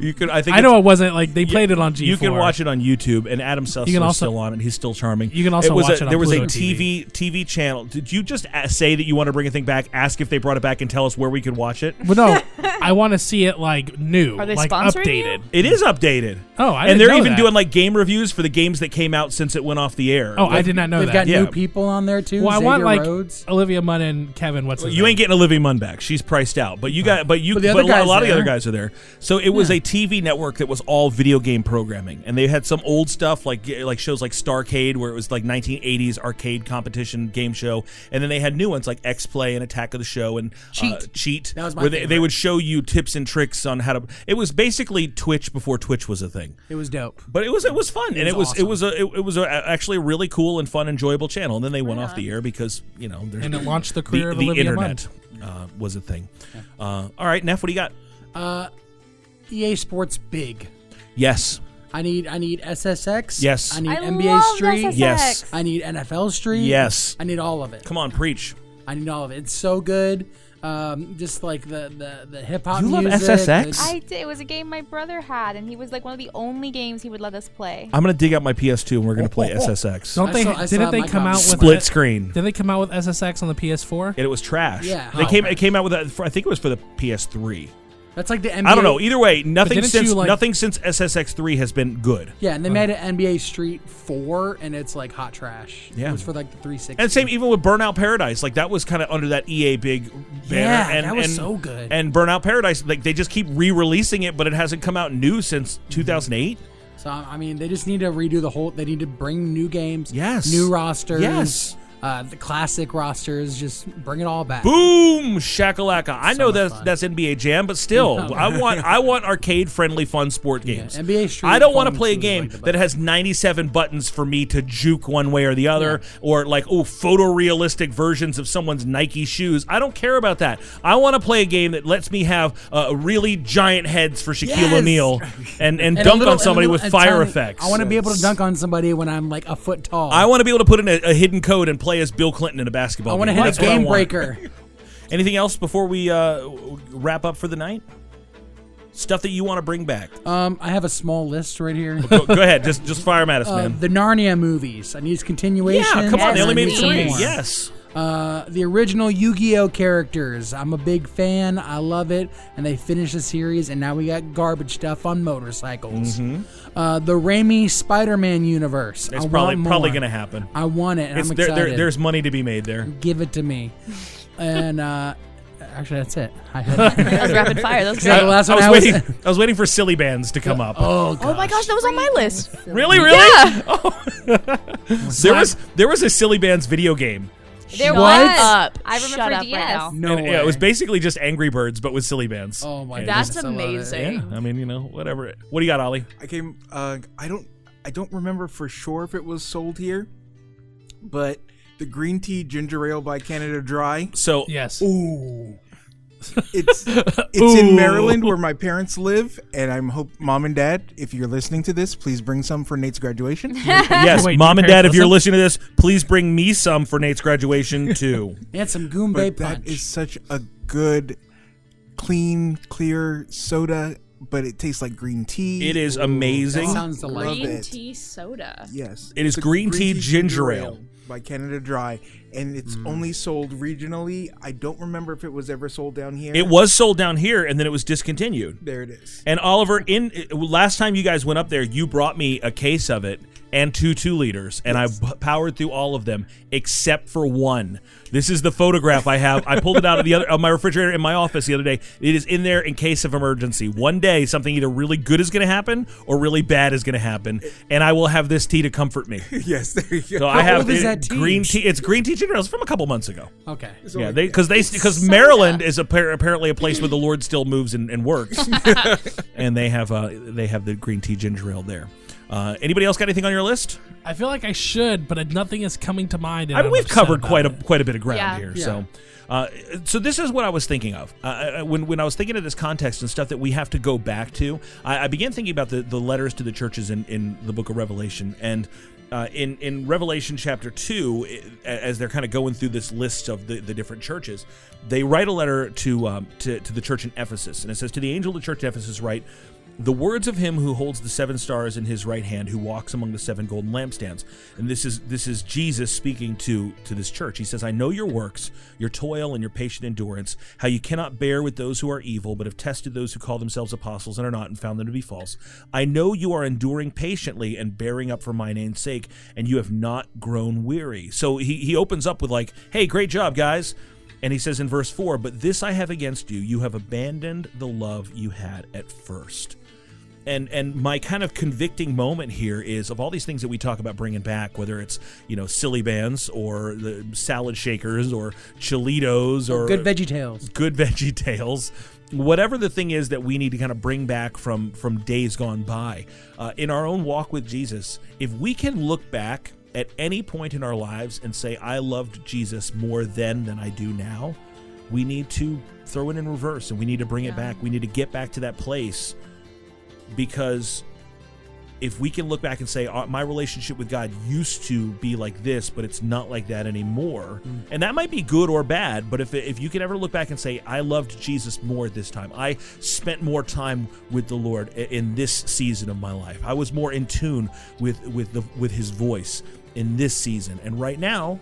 Speaker 3: you could. I think
Speaker 4: I
Speaker 3: it's-
Speaker 4: know it wasn't, like, they played it on
Speaker 3: You can
Speaker 4: G4.
Speaker 3: watch it on YouTube, and Adam Sussman
Speaker 4: can
Speaker 3: is
Speaker 4: also-
Speaker 3: still on it. He's still charming.
Speaker 4: You can also
Speaker 3: was
Speaker 4: watch
Speaker 3: a,
Speaker 4: it on
Speaker 3: There was a
Speaker 4: Pluto
Speaker 3: TV TV channel. Did you just a- say that you want to bring a thing back? Ask if they brought it back and tell us where we could watch it.
Speaker 4: But no,
Speaker 6: <laughs>
Speaker 4: I want to see it like new,
Speaker 3: Are they
Speaker 4: like
Speaker 3: sponsoring
Speaker 4: updated.
Speaker 3: It is updated.
Speaker 4: Oh,
Speaker 3: and
Speaker 4: I didn't
Speaker 3: they're
Speaker 4: know
Speaker 3: even
Speaker 4: that.
Speaker 3: doing like game reviews for the games that came out since it went off the air.
Speaker 4: Oh, I did not know
Speaker 6: They've
Speaker 4: that.
Speaker 6: got
Speaker 3: Yeah.
Speaker 6: new people on there too.
Speaker 4: Well, I want
Speaker 6: Xavier
Speaker 4: like
Speaker 6: Rhodes.
Speaker 4: Olivia Munn and Kevin. What's his
Speaker 3: you ain't getting Olivia Munn back. She's priced out. But you got, but you,
Speaker 4: But
Speaker 3: but,
Speaker 4: the other
Speaker 3: a lot, a
Speaker 4: guy's
Speaker 3: lot of the
Speaker 4: there.
Speaker 3: other guys are there. So it was a TV network that was all video game programming, and they had some old stuff like like shows like Starcade, where it was like 1980s arcade competition game show, and then they had new ones like X Play and Attack of the Show and uh,
Speaker 6: Cheat.
Speaker 3: Cheat,
Speaker 6: That was my
Speaker 3: where they, they
Speaker 6: favorite.
Speaker 3: would show you tips and tricks on how to. It was basically Twitch before Twitch was a thing.
Speaker 6: It was dope.
Speaker 3: But it was it was fun, and it was it was a it, it was a, actually a really cool and fun, enjoyable channel. And then they went off the air because you know there's-
Speaker 4: And it launched the career of
Speaker 3: the
Speaker 4: Olivia
Speaker 3: internet uh, was a thing. Uh, all right, Neff, what do you got?
Speaker 6: Uh, EA Sports Big.
Speaker 3: Yes,
Speaker 6: I need I need SSX.
Speaker 3: Yes.
Speaker 6: I need
Speaker 3: I
Speaker 6: NBA
Speaker 3: love
Speaker 6: Street.
Speaker 3: SSX. Yes.
Speaker 6: I need NFL Street.
Speaker 3: Yes.
Speaker 6: I need all of it.
Speaker 3: come on, preach.
Speaker 6: I need all of it. It's so good. Um, just like the the, the hip hop.
Speaker 3: You love
Speaker 6: music,
Speaker 3: SSX?
Speaker 6: the-
Speaker 7: I did. It was a game my brother had, and he was like one of the only games he would let us play.
Speaker 3: I'm gonna dig out my PS2 and we're gonna
Speaker 6: <laughs>
Speaker 3: play SSX.
Speaker 4: Don't
Speaker 6: I
Speaker 4: they?
Speaker 6: saw- I
Speaker 4: didn't
Speaker 6: saw
Speaker 4: they
Speaker 6: my
Speaker 4: come out with
Speaker 6: comments.
Speaker 3: Split
Speaker 4: it-
Speaker 3: screen.
Speaker 4: Did they come out with SSX on the PS4?
Speaker 3: And it was trash.
Speaker 6: Yeah.
Speaker 3: they
Speaker 6: Oh.
Speaker 3: came. It came out with a, for, I think it was for the PS3.
Speaker 6: That's like the NBA.
Speaker 3: I don't know. e- Either way, nothing
Speaker 6: didn't
Speaker 3: since
Speaker 6: you, like-
Speaker 3: nothing since SSX3 has been good.
Speaker 6: Yeah, and they made an NBA Street Four, and it's like hot trash.
Speaker 3: Yeah.
Speaker 6: it was for like the 360.
Speaker 3: And same e- even with Burnout Paradise, like that was kind of under that EA big banner.
Speaker 6: Yeah,
Speaker 3: and
Speaker 6: that was
Speaker 3: and-
Speaker 6: so good.
Speaker 3: And Burnout Paradise, like they just keep re-releasing it, but it hasn't come out new since 2008.
Speaker 6: So I mean, they just need to redo the whole. They need to bring new games.
Speaker 3: Yes.
Speaker 6: new rosters.
Speaker 3: Yes.
Speaker 6: uh, the classic rosters. Just bring it all back.
Speaker 3: Boom, shakalaka! I know that's
Speaker 6: fun.
Speaker 3: that's NBA Jam, but still,
Speaker 6: <laughs> No.
Speaker 3: I want I want arcade-friendly, fun sport games.
Speaker 6: NBA Street
Speaker 3: I don't want to
Speaker 6: Fun
Speaker 3: play a
Speaker 6: was
Speaker 3: game
Speaker 6: like the
Speaker 3: that
Speaker 6: best.
Speaker 3: has 97 buttons for me to juke one way or the other, or like oh, photorealistic versions of someone's Nike shoes. I don't care about that. I want to play a game that lets me have uh, really giant heads for Shaquille
Speaker 6: Yes.
Speaker 3: O'Neal and and,
Speaker 6: <laughs> And a
Speaker 3: dunk
Speaker 6: little-
Speaker 3: on somebody
Speaker 6: and a
Speaker 3: with
Speaker 6: little- and
Speaker 3: fire
Speaker 6: tiny-
Speaker 3: effects.
Speaker 6: I want to be able to dunk on somebody when I'm like a foot tall.
Speaker 3: I want to be able to put in a, a hidden code and play as Bill Clinton in a basketball.
Speaker 6: I want to
Speaker 3: game.
Speaker 6: hit
Speaker 3: That's
Speaker 6: a
Speaker 3: what I
Speaker 6: game
Speaker 3: want.
Speaker 6: breaker.
Speaker 3: Anything else before we uh, w- wrap up for the night? Stuff that you want to bring back.
Speaker 6: Um, I have a small list right
Speaker 3: <laughs>
Speaker 6: here.
Speaker 3: Go, go ahead, just just fire 'em at us,
Speaker 6: Uh,
Speaker 3: man.
Speaker 6: the Narnia movies. I need continuation.
Speaker 3: Yeah, come on, they only
Speaker 6: I
Speaker 3: made
Speaker 6: need
Speaker 3: three.
Speaker 6: more.
Speaker 3: Yes.
Speaker 6: Uh, the original Yu-Gi-Oh characters. I'm a big fan. I love it, and they finished the series, and now we got garbage stuff on motorcycles. Uh, the Raimi Spider-Man universe.
Speaker 3: Mm-hmm. It's
Speaker 6: I
Speaker 3: probably
Speaker 6: want more.
Speaker 3: probably going to happen.
Speaker 6: I want it. And
Speaker 3: It's-
Speaker 6: I'm
Speaker 3: there-
Speaker 6: excited.
Speaker 3: there- there's money to be made there.
Speaker 6: Give it
Speaker 3: <laughs>
Speaker 6: to me. and uh, actually, that's it. I had
Speaker 11: <laughs>
Speaker 8: That was rapid fire. That was
Speaker 6: Is that
Speaker 8: great.
Speaker 6: the last
Speaker 3: I
Speaker 6: one
Speaker 3: was
Speaker 6: I was-
Speaker 3: waiting. I was waiting for silly bands to come up.
Speaker 6: Oh,
Speaker 8: Oh my gosh, that was on my list.
Speaker 3: Really, really? <laughs> Oh.
Speaker 8: Yeah.
Speaker 3: there was there was a silly bands video game.
Speaker 8: There
Speaker 6: Shut
Speaker 8: was.
Speaker 11: up.
Speaker 8: I remember
Speaker 11: Shut up right
Speaker 8: DS.
Speaker 11: now.
Speaker 6: no
Speaker 3: And, yeah, it was
Speaker 6: way.
Speaker 3: basically just Angry Birds, but with silly bands.
Speaker 6: Oh my
Speaker 3: And
Speaker 6: gosh,
Speaker 11: That's
Speaker 6: I love it.
Speaker 11: amazing.
Speaker 3: Yeah, I mean, you know, whatever. What do you got, Ollie?
Speaker 15: I came. Uh, I don't. I don't remember for sure if it was sold here, but the green tea ginger ale by Canada Dry.
Speaker 3: So
Speaker 4: Yes.
Speaker 15: Ooh.
Speaker 3: <laughs>
Speaker 15: It's it's
Speaker 3: Ooh.
Speaker 15: in Maryland where my parents live, and I'm hope mom and dad, if you're listening to this, please bring some for Nate's
Speaker 11: <laughs>
Speaker 15: graduation.
Speaker 3: yes,
Speaker 4: Wait,
Speaker 3: mom and
Speaker 4: do your
Speaker 3: dad,
Speaker 4: parents
Speaker 3: if you're
Speaker 4: listen?
Speaker 3: listening to this, please bring me some for Nate's graduation too.
Speaker 6: And some Goombay
Speaker 15: but
Speaker 6: punch.
Speaker 15: that is such a good, clean, clear soda, but it tastes like green tea.
Speaker 3: It is
Speaker 6: that
Speaker 3: amazing.
Speaker 6: sounds delightful.
Speaker 15: Love
Speaker 11: Green
Speaker 15: it.
Speaker 11: tea soda.
Speaker 15: Yes,
Speaker 3: It is
Speaker 15: It's a
Speaker 3: green tea ginger ale.
Speaker 15: by Canada Dry, and it's
Speaker 11: Mm.
Speaker 15: only sold regionally. I don't remember if it was ever sold down here.
Speaker 3: It was sold down here and then it was discontinued.
Speaker 15: There it is. <laughs>
Speaker 3: And Oliver, in uh, last time you guys went up there, you brought me a case of it and two two liters, and I p- powered through all of them except for one. This is the photograph I have. I pulled it out of the other of my refrigerator in my office the other day. It is in there in case of emergency. One day, something either really good is going to happen or really bad is going to happen, and I will have this tea to comfort me.
Speaker 15: yes, there you
Speaker 6: <laughs>
Speaker 15: go.
Speaker 3: So I
Speaker 6: How
Speaker 3: have
Speaker 6: old is
Speaker 3: it-
Speaker 6: that tea?
Speaker 3: green tea. It's green tea ginger ale. It's from a couple months ago.
Speaker 6: Okay.
Speaker 3: yeah, they because they because Maryland is appar- apparently a place where the Lord still moves and, and
Speaker 6: <laughs>
Speaker 3: works, and they have uh they have the green tea ginger ale there. Uh, anybody else got anything on your list?
Speaker 4: I feel like I should, but nothing is coming to mind. And
Speaker 3: I mean,
Speaker 4: I'm
Speaker 3: we've
Speaker 4: upset
Speaker 3: covered
Speaker 4: about
Speaker 3: quite a
Speaker 4: it.
Speaker 3: quite a bit of ground
Speaker 11: Yeah.
Speaker 3: here.
Speaker 6: Yeah.
Speaker 3: So, uh, so this is what I was thinking of uh, I- I- when when I was thinking of this context and stuff that we have to go back to. I, I began thinking about the, the letters to the churches in in the Book of Revelation and uh, in in Revelation chapter two, i- as they're kind of going through this list of the, the different churches, they write a letter to, um, to to the church in Ephesus, and it says to the angel of the church at Ephesus, write the words of him who holds the seven stars in his right hand, who walks among the seven golden lampstands. And this is this is Jesus speaking to to this church. He says, "I know your works, your toil, and your patient endurance. How you cannot bear with those who are evil, but have tested those who call themselves apostles and are not, and found them to be false. I know you are enduring patiently and bearing up for my name's sake, and you have not grown weary." So he he opens up with like, "Hey, great job, guys." And he says in verse 4, But this I have against you, you have abandoned the love you had at first and and my kind of convicting moment here is of all these things that we talk about bringing back, whether it's you know silly bands or the salad shakers or Cholitos or
Speaker 6: Good Veggie Tales.
Speaker 3: good <laughs> veggie tales, whatever the thing is that we need to kind of bring back from from days gone by uh, in our own walk with Jesus. If we can look back at any point in our lives and say, "I loved Jesus more then than I do now," we need to throw it in reverse and we need to bring it back. We need to get back to that place because if we can look back and say "Uh, my relationship with god used to be like this but it's not like that anymore and that might be good or bad but if, if you can ever look back and say i loved jesus more this time i spent more time with the lord i- in this season of my life i was more in tune with with the with his voice in this season and right now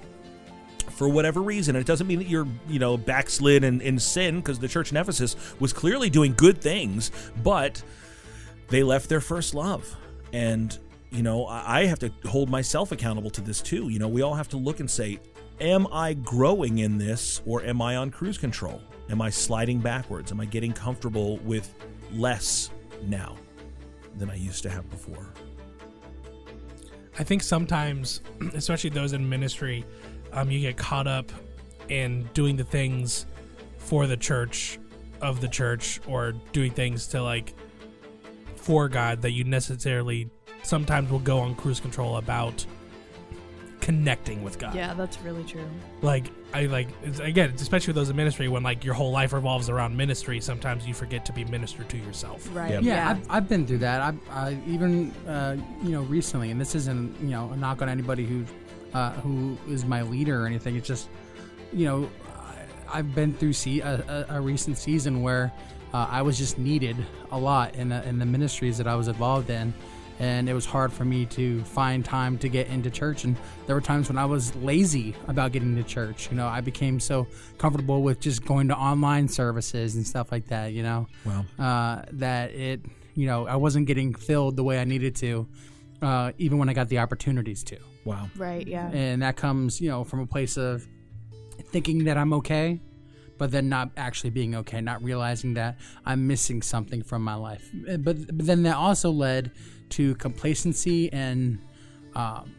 Speaker 3: for whatever reason. And it doesn't mean that you're, you know, backslid in, in sin, because the church in Ephesus was clearly doing good things, but they left their first love. And, you know, I I have to hold myself accountable to this too. You know, we all have to look and say, am I growing in this or am I on cruise control? Am I sliding backwards? Am I getting comfortable with less now than I used to have before?
Speaker 4: I think sometimes, <clears throat> especially those in ministry, um, you get caught up in doing the things for the church of the church or doing things to like for God that you necessarily sometimes will go on cruise control about connecting with God.
Speaker 11: Yeah, that's really true.
Speaker 4: Like I like it's, again, it's especially with those in ministry when like your whole life revolves around ministry, sometimes you forget to be ministered to yourself.
Speaker 6: Yeah, I've, I've been through that. I've, I even uh, you know recently, and this isn't you know a knock on anybody who uh, who is my leader or anything. It's just you know I, I've been through see, a, a, a recent season where uh, I was just needed a lot in the, in the ministries that I was involved in. And it was hard for me to find time to get into church. And there were times when I was lazy about getting to church. You know, I became so comfortable with just going to online services and stuff like that, you know?
Speaker 3: Wow.
Speaker 6: uh, that it you know I wasn't getting filled the way I needed to, uh, even when I got the opportunities to.
Speaker 3: Wow.
Speaker 11: Right, yeah.
Speaker 6: And that comes you know from a place of thinking that I'm okay, but then not actually being okay, not realizing that I'm missing something from my life. Uh, But, but then that also led to complacency and. Um,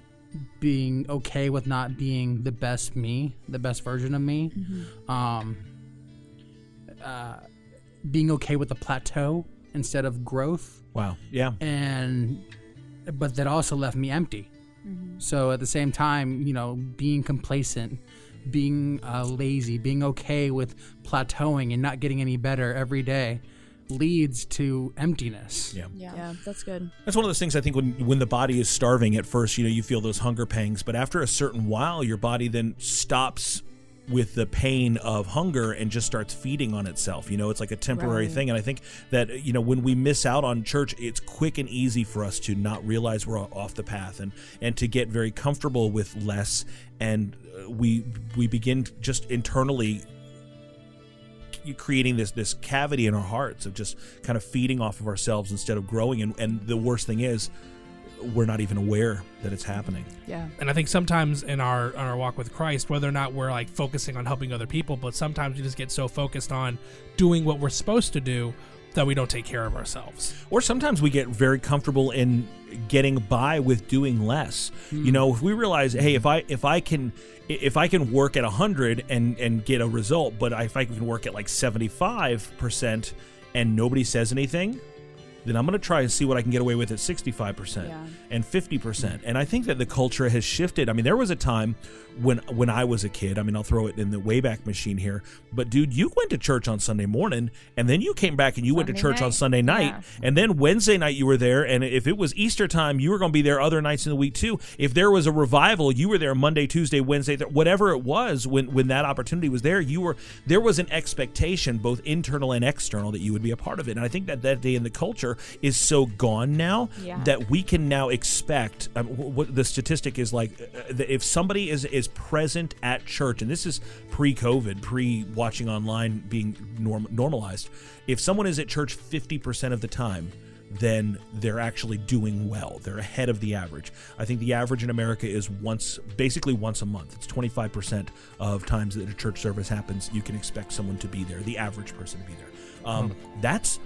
Speaker 6: being okay with not being the best me, the best version of me,
Speaker 11: Mhm.
Speaker 6: um, uh, being okay with the plateau instead of growth.
Speaker 3: Wow. Yeah.
Speaker 6: And, but that also left me empty. So at the same time, you know, being complacent, being uh, lazy, being okay with plateauing and not getting any better every day leads to emptiness.
Speaker 3: Yeah.
Speaker 11: Yeah. that's good.
Speaker 3: That's one of those things I think when when the body is starving at first, you know, you feel those hunger pangs, but after a certain while, your body then stops with the pain of hunger and just starts feeding on itself. You know, it's like a temporary
Speaker 15: Right.
Speaker 3: thing, and I think that you know when we miss out on church, it's quick and easy for us to not realize we're off the path and and to get very comfortable with less, and uh, we we begin just internally you creating this this cavity in our hearts of just kind of feeding off of ourselves instead of growing and, and the worst thing is we're not even aware that it's happening
Speaker 11: Yeah.
Speaker 4: And I think sometimes in our on our walk with Christ, whether or not we're like focusing on helping other people, but sometimes we just get so focused on doing what we're supposed to do that we don't take care of ourselves.
Speaker 3: or sometimes we get very comfortable in getting by with doing less
Speaker 17: Hmm.
Speaker 3: you know if we realize hey if i if i can if i can work at 100 and and get a result but if i can work at like 75% and nobody says anything then I'm going to try and see what I can get away with at 65%
Speaker 11: Yeah.
Speaker 3: and 50%.
Speaker 17: Hmm.
Speaker 3: And I think that the culture has shifted. I mean, there was a time when when I was a kid, I mean, I'll throw it in the Wayback Machine here, but dude, you went to church on Sunday morning and then you came back and you went to
Speaker 17: Sunday
Speaker 3: church on
Speaker 17: night.
Speaker 3: Sunday night
Speaker 17: Yeah.
Speaker 3: and then Wednesday night you were there and if it was Easter time, you were going to be there other nights in the week too. If there was a revival, you were there Monday, Tuesday, Wednesday, th- whatever it was when when that opportunity was there, you were there was an expectation both internal and external that you would be a part of it. And I think that that day in the culture is so gone now
Speaker 17: Yeah.
Speaker 3: that we can now expect um, wh- what the statistic is like uh, that if somebody is is present at church and this is pre-covid pre watching online being norm- normalized if someone is at church 50% of the time then they're actually doing well. They're ahead of the average. I think the average in America is once, basically once a month. It's 25% of times that a church service happens, you can expect someone to be there, the average person to be there. Um, that's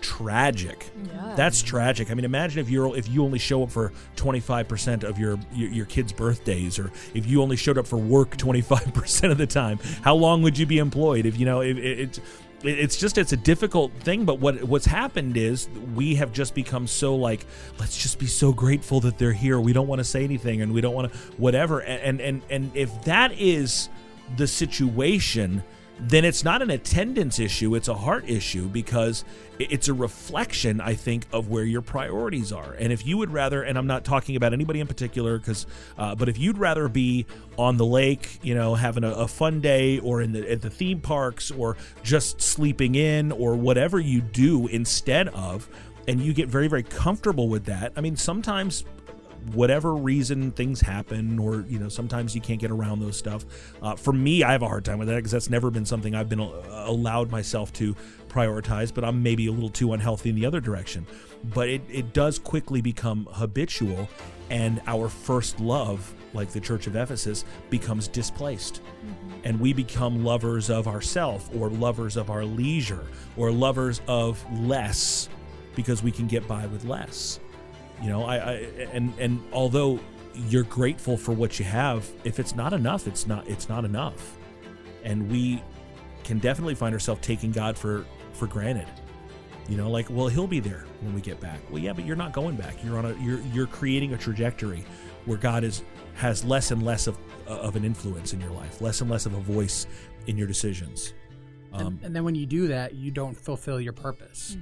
Speaker 3: tragic.
Speaker 17: Yeah.
Speaker 3: That's tragic. I mean, imagine if you're if you only show up for 25% of your your, your kids' birthdays or if you only showed up for work 25% of the time. How long would you be employed if you know if it, it's it- it's just it's a difficult thing but what what's happened is we have just become so like let's just be so grateful that they're here we don't want to say anything and we don't want to whatever and and and if that is the situation then it's not an attendance issue, it's a heart issue because i- it's a reflection, I think, of where your priorities are. And if you would rather, and I'm not talking about anybody in particular, because, uh, but if you'd rather be on the lake, you know, having a, a fun day, or in the at the theme parks, or just sleeping in, or whatever you do instead of, and you get very, very comfortable with that. I mean, sometimes whatever reason things happen or you know sometimes you can't get around those stuff uh, for me i have a hard time with that because that's never been something i've been a- allowed myself to prioritize but i'm maybe a little too unhealthy in the other direction but it, it does quickly become habitual and our first love like the church of ephesus becomes displaced and we become lovers of ourself or lovers of our leisure or lovers of less because we can get by with less you know i, I and and although you're grateful for what you have if it's not enough it's not it's not enough and we can definitely find ourselves taking god for for granted you know like well he'll be there when we get back well yeah but you're not going back you're on a you're you're creating a trajectory where god is has less and less of of an influence in your life less and less of a voice in your decisions um,
Speaker 6: and, and then when you do that, you don't fulfill your purpose.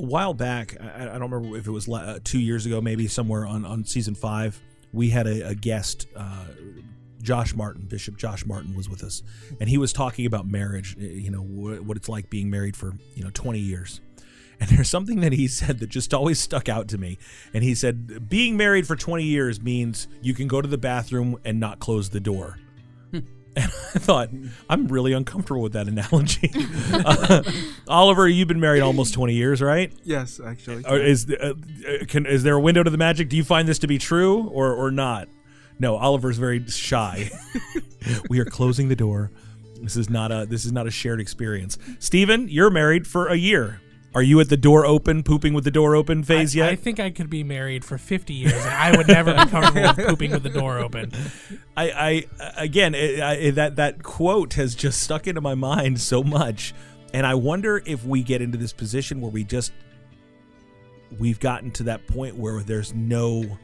Speaker 3: a while back, I, I don't remember if it was la- uh, two years ago, maybe somewhere on, on season five, we had a, a guest, uh, Josh Martin, Bishop Josh Martin was with us, and he was talking about marriage, uh, you know, wh- what it's like being married for, you know, 20 years. And there's something that he <laughs> said that just always stuck out to me. And he said, being married for 20 years means you can go to the bathroom and not close the door. <laughs> I thought, I'm really uncomfortable with that analogy. <laughs> Uh, Oliver, you've been married almost 20 years, right?
Speaker 5: Yes, actually.
Speaker 3: Or is th- uh, uh, can is there a window to the magic? Do you find this to be true or or not? No, Oliver's very shy. <laughs> we are closing the door. This is not a this is not a shared experience. Steven, you're married for a year. Are you at the door open, pooping with the door open phase yet?
Speaker 4: I think I could be married for 50 years and I would never
Speaker 6: <laughs>
Speaker 4: be comfortable with pooping with the door open.
Speaker 3: I, I again, it, I, it- that that quote has just stuck into my mind so much, and I wonder if we get into this position where we just we've gotten to that point where there's no,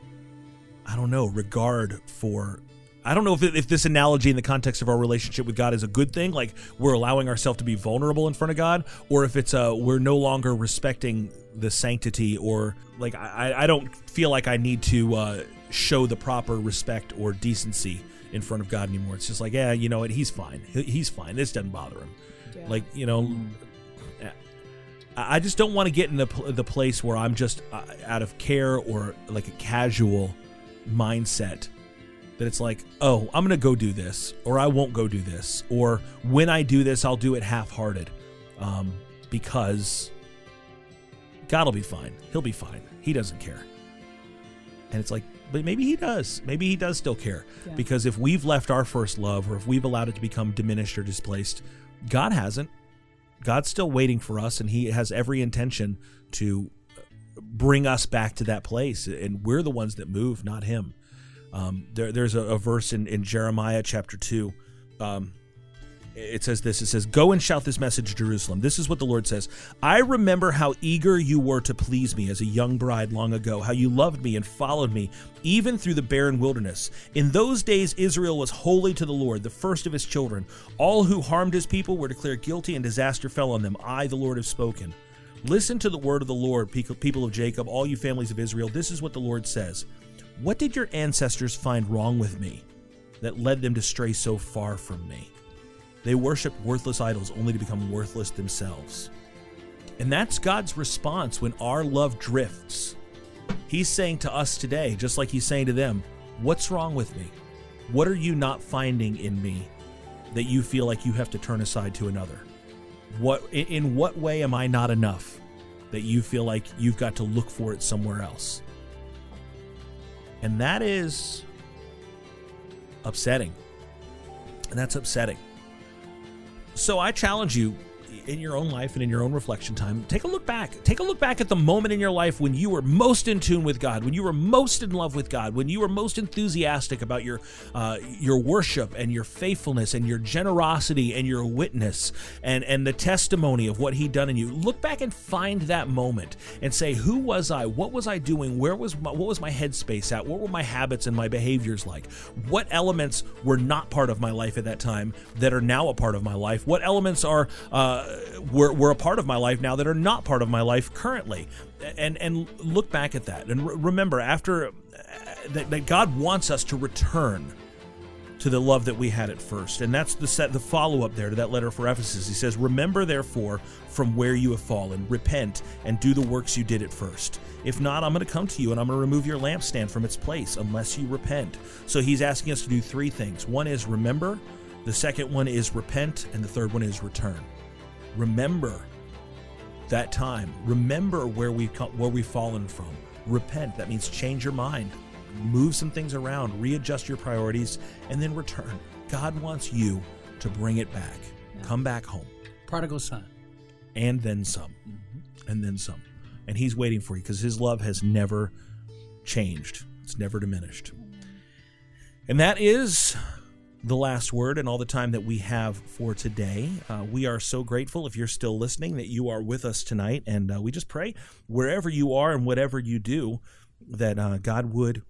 Speaker 3: I don't know, regard for. I don't know if, if this analogy in the context of our relationship with God is a good thing, like we're allowing ourselves to be vulnerable in front of God, or if it's uh we're no longer respecting the sanctity, or like I, I don't feel like I need to uh, show the proper respect or decency in front of God anymore. It's just like, yeah, you know what? He's fine. He- He's fine. This doesn't bother him. Like, you know, I I just don't want to get in the pl- the place where I'm just uh, out of care or like a casual mindset that it's like, oh, I'm gonna go do this, or I won't go do this, or when I do this, I'll do it half-hearted, um, because God'll be fine. He'll be fine. He doesn't care. And it's like, but maybe he does. Maybe he does still care.
Speaker 17: Yeah.
Speaker 3: Because if we've left our first love or if we've allowed it to become diminished or displaced, God hasn't. God's still waiting for us and he has every intention to bring us back to that place. And we're the ones that move, not him. Um, there, there's a, a verse in, in Jeremiah chapter 2. Um, it says this it says go and shout this message to jerusalem this is what the lord says i remember how eager you were to please me as a young bride long ago how you loved me and followed me even through the barren wilderness in those days israel was holy to the lord the first of his children all who harmed his people were declared guilty and disaster fell on them i the lord have spoken listen to the word of the lord people of jacob all you families of israel this is what the lord says what did your ancestors find wrong with me that led them to stray so far from me they worship worthless idols only to become worthless themselves. And that's God's response when our love drifts. He's saying to us today, just like He's saying to them, What's wrong with me? What are you not finding in me that you feel like you have to turn aside to another? What, in- in what way am I not enough that you feel like you've got to look for it somewhere else? And that is upsetting. And that's upsetting. So I challenge you in your own life and in your own reflection time, take a look back. Take a look back at the moment in your life when you were most in tune with God, when you were most in love with God, when you were most enthusiastic about your uh, your worship and your faithfulness and your generosity and your witness and and the testimony of what He done in you. Look back and find that moment and say, Who was I? What was I doing? Where was my, what was my headspace at? What were my habits and my behaviors like? What elements were not part of my life at that time that are now a part of my life? What elements are uh, were, were a part of my life now that are not part of my life currently and and look back at that and re- remember after uh, that, that god wants us to return to the love that we had at first and that's the set the follow-up there to that letter for ephesus he says remember therefore from where you have fallen repent and do the works you did at first if not i'm going to come to you and i'm going to remove your lampstand from its place unless you repent so he's asking us to do three things one is remember the second one is repent and the third one is return remember that time remember where we've come, where we've fallen from repent that means change your mind move some things around readjust your priorities and then return god wants you to bring it back come back home
Speaker 6: prodigal son
Speaker 3: and then some and then some and he's waiting for you because his love has never changed it's never diminished and that is the last word and all the time that we have for today. Uh, we are so grateful if you're still listening that you are with us tonight. And uh, we just pray wherever you are and whatever you do that uh, God would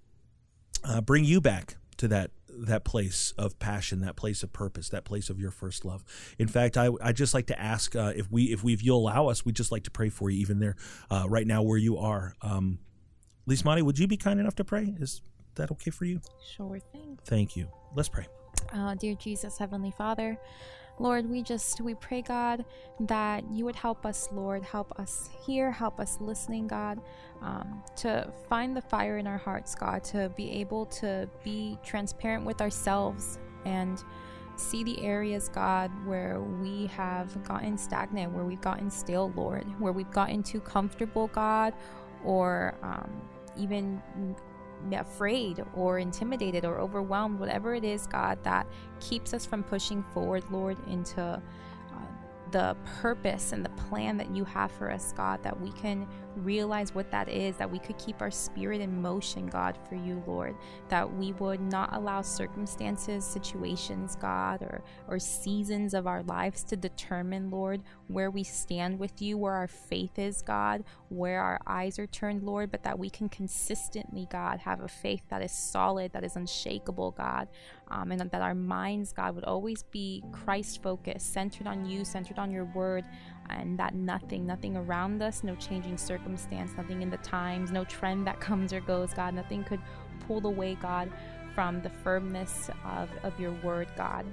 Speaker 3: uh, bring you back to that that place of passion, that place of purpose, that place of your first love. In fact, I I just like to ask uh, if we if we if you'll allow us, we just like to pray for you even there uh, right now where you are. Um, Lismani, would you be kind enough to pray? Is that okay for you?
Speaker 8: Sure thing.
Speaker 3: Thank you. Let's pray.
Speaker 8: Uh, dear Jesus, Heavenly Father, Lord, we just we pray, God, that you would help us, Lord, help us here, help us listening, God, um, to find the fire in our hearts, God, to be able to be transparent with ourselves and see the areas, God, where we have gotten stagnant, where we've gotten stale, Lord, where we've gotten too comfortable, God, or um, even afraid or intimidated or overwhelmed, whatever it is, God, that keeps us from pushing forward, Lord, into uh, the purpose and the plan that you have for us, God, that we can realize what that is, that we could keep our spirit in motion, God, for you, Lord, that we would not allow circumstances, situations, God, or, or seasons of our lives to determine, Lord, where we stand with you, where our faith is, God, where our eyes are turned, Lord, but that we can consistently, God, have a faith that is solid, that is unshakable, God, um, and that our minds, God, would always be Christ focused, centered on you, centered on your word, and that nothing, nothing around us, no changing circumstance, nothing in the times, no trend that <laughs> comes or goes, God, nothing could pull away, God, from the firmness of, of your word, God,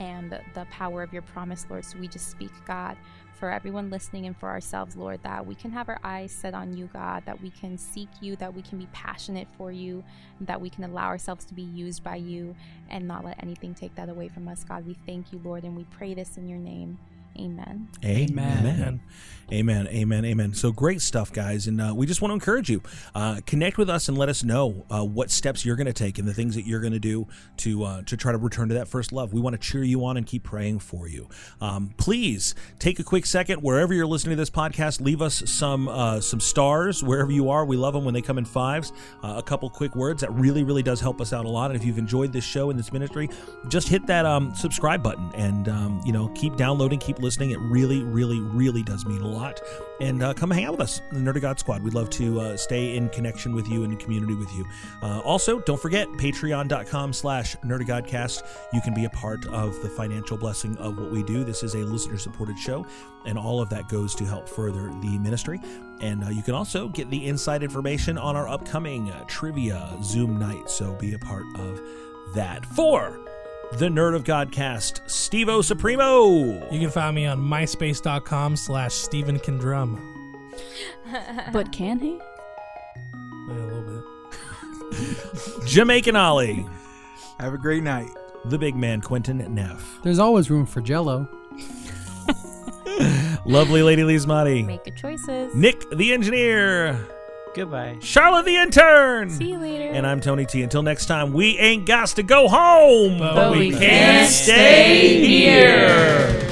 Speaker 8: and the, the power of your promise, Lord. So we just speak, God, for everyone listening and for ourselves, Lord, that we can have our eyes set on you, God, that we can seek you, that we can be passionate for you, that we can allow ourselves to be used by you and not let anything take that away from us, God. We thank you, Lord, and we pray this in your name.
Speaker 7: Amen. <laughs>
Speaker 3: Amen. Amen. Amen. Amen. Amen. So great stuff, guys. And uh, we just want to encourage you. Uh, connect with us and let us know uh, what steps you're going to take and the things that you're going to do to uh, to try to return to that first love. We want to cheer you on and keep praying for you. Um, please take a quick second wherever you're listening to this podcast. Leave us some uh, some stars wherever you are. We love them when they come in fives. Uh, a couple quick words that really really does help us out a lot. And if you've enjoyed this show and this ministry, just hit that um, subscribe button and um, you know keep downloading, keep listening. It really really really does mean a lot. And uh, come hang out with us, the Nerd of God Squad. We'd love to uh, stay in connection with you and in community with you. Uh, also, don't forget patreon.com slash nerdogodcast. You can be a part of the financial blessing of what we do. This is a listener supported show, and all of that goes to help further the ministry. And uh, you can also get the inside information on our upcoming uh, trivia Zoom night. So be a part of that. For the Nerd of Godcast, Steve O Supremo.
Speaker 4: You can find me on myspace.com slash Stephen Kendrum.
Speaker 10: But can he?
Speaker 4: Yeah, a little
Speaker 3: Jamaican Ollie.
Speaker 5: Have a great night.
Speaker 3: The big man, Quentin Neff.
Speaker 6: There's always room for Jello.
Speaker 3: Lovely Lady Lismati.
Speaker 7: Make good choices.
Speaker 3: Nick the engineer.
Speaker 9: Goodbye.
Speaker 3: Charlotte the intern.
Speaker 7: See you later.
Speaker 3: And I'm Tony T. Until next time, we ain't got to go home, but, we, can't stay here.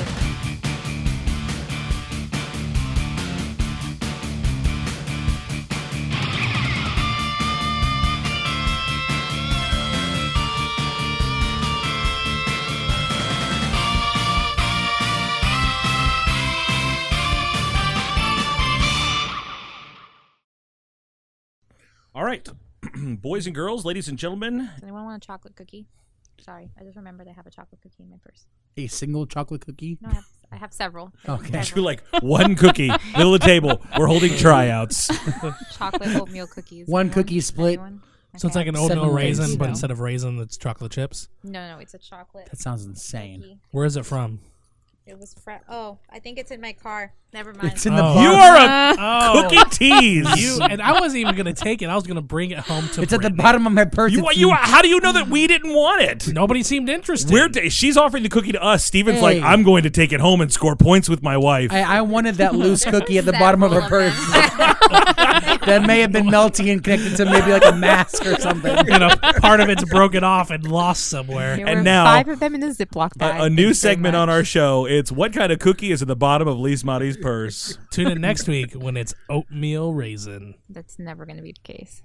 Speaker 3: All right, <clears throat> boys and girls, ladies and gentlemen,
Speaker 7: Does anyone want a chocolate cookie? Sorry, I just remembered I have a chocolate cookie in my purse.
Speaker 6: A single chocolate cookie.
Speaker 7: No, I have, I have several. I have
Speaker 6: Okay.
Speaker 3: you like one cookie, middle of the table. We're holding tryouts.
Speaker 7: chocolate oatmeal cookies.
Speaker 6: One
Speaker 7: Anyone?
Speaker 6: cookie split.
Speaker 7: Anyone?
Speaker 4: So it's like
Speaker 7: Okay.
Speaker 4: an oatmeal
Speaker 6: Seven
Speaker 4: raisin,
Speaker 6: ways,
Speaker 4: but
Speaker 6: no.
Speaker 4: instead of raisin, it's chocolate chips.
Speaker 7: No, no, it's a chocolate.
Speaker 6: That sounds insane.
Speaker 7: cookie.
Speaker 4: Where is it from?
Speaker 7: It was fra- Oh, I think it's in my car. Never mind.
Speaker 8: Uh,
Speaker 6: It's in the
Speaker 4: Oh.
Speaker 6: bar.
Speaker 3: You are a
Speaker 4: <laughs> Oh.
Speaker 3: cookie tease.
Speaker 4: You and I wasn't even gonna take it. I was gonna bring it home to.
Speaker 6: It's at the
Speaker 4: Brittany.
Speaker 6: bottom of my purse.
Speaker 3: You,
Speaker 6: It's
Speaker 3: you,
Speaker 6: in-
Speaker 3: how do you know that we didn't want it?
Speaker 4: Nobody seemed interested.
Speaker 3: We're t- she's offering the cookie to us. Steven's like,
Speaker 6: Hey.
Speaker 3: I'm going to take it home and score points with my wife.
Speaker 6: I, I wanted that loose cookie at the
Speaker 7: That
Speaker 6: bottom of her
Speaker 7: full
Speaker 6: purse. <laughs> that may have been melty and connected to maybe like a mask or something.
Speaker 4: you
Speaker 6: <laughs>
Speaker 4: know, part of it's broken off and lost somewhere.
Speaker 8: There
Speaker 3: And
Speaker 8: were
Speaker 3: now-
Speaker 8: five of them in a Ziploc bag.
Speaker 3: a, a new
Speaker 8: Thanks very
Speaker 3: segment on
Speaker 8: much.
Speaker 3: our show. It's what kind of cookie is at the bottom of Lise Mati's purse.
Speaker 4: Tune in next week when it's oatmeal raisin.
Speaker 8: That's never going to be the case.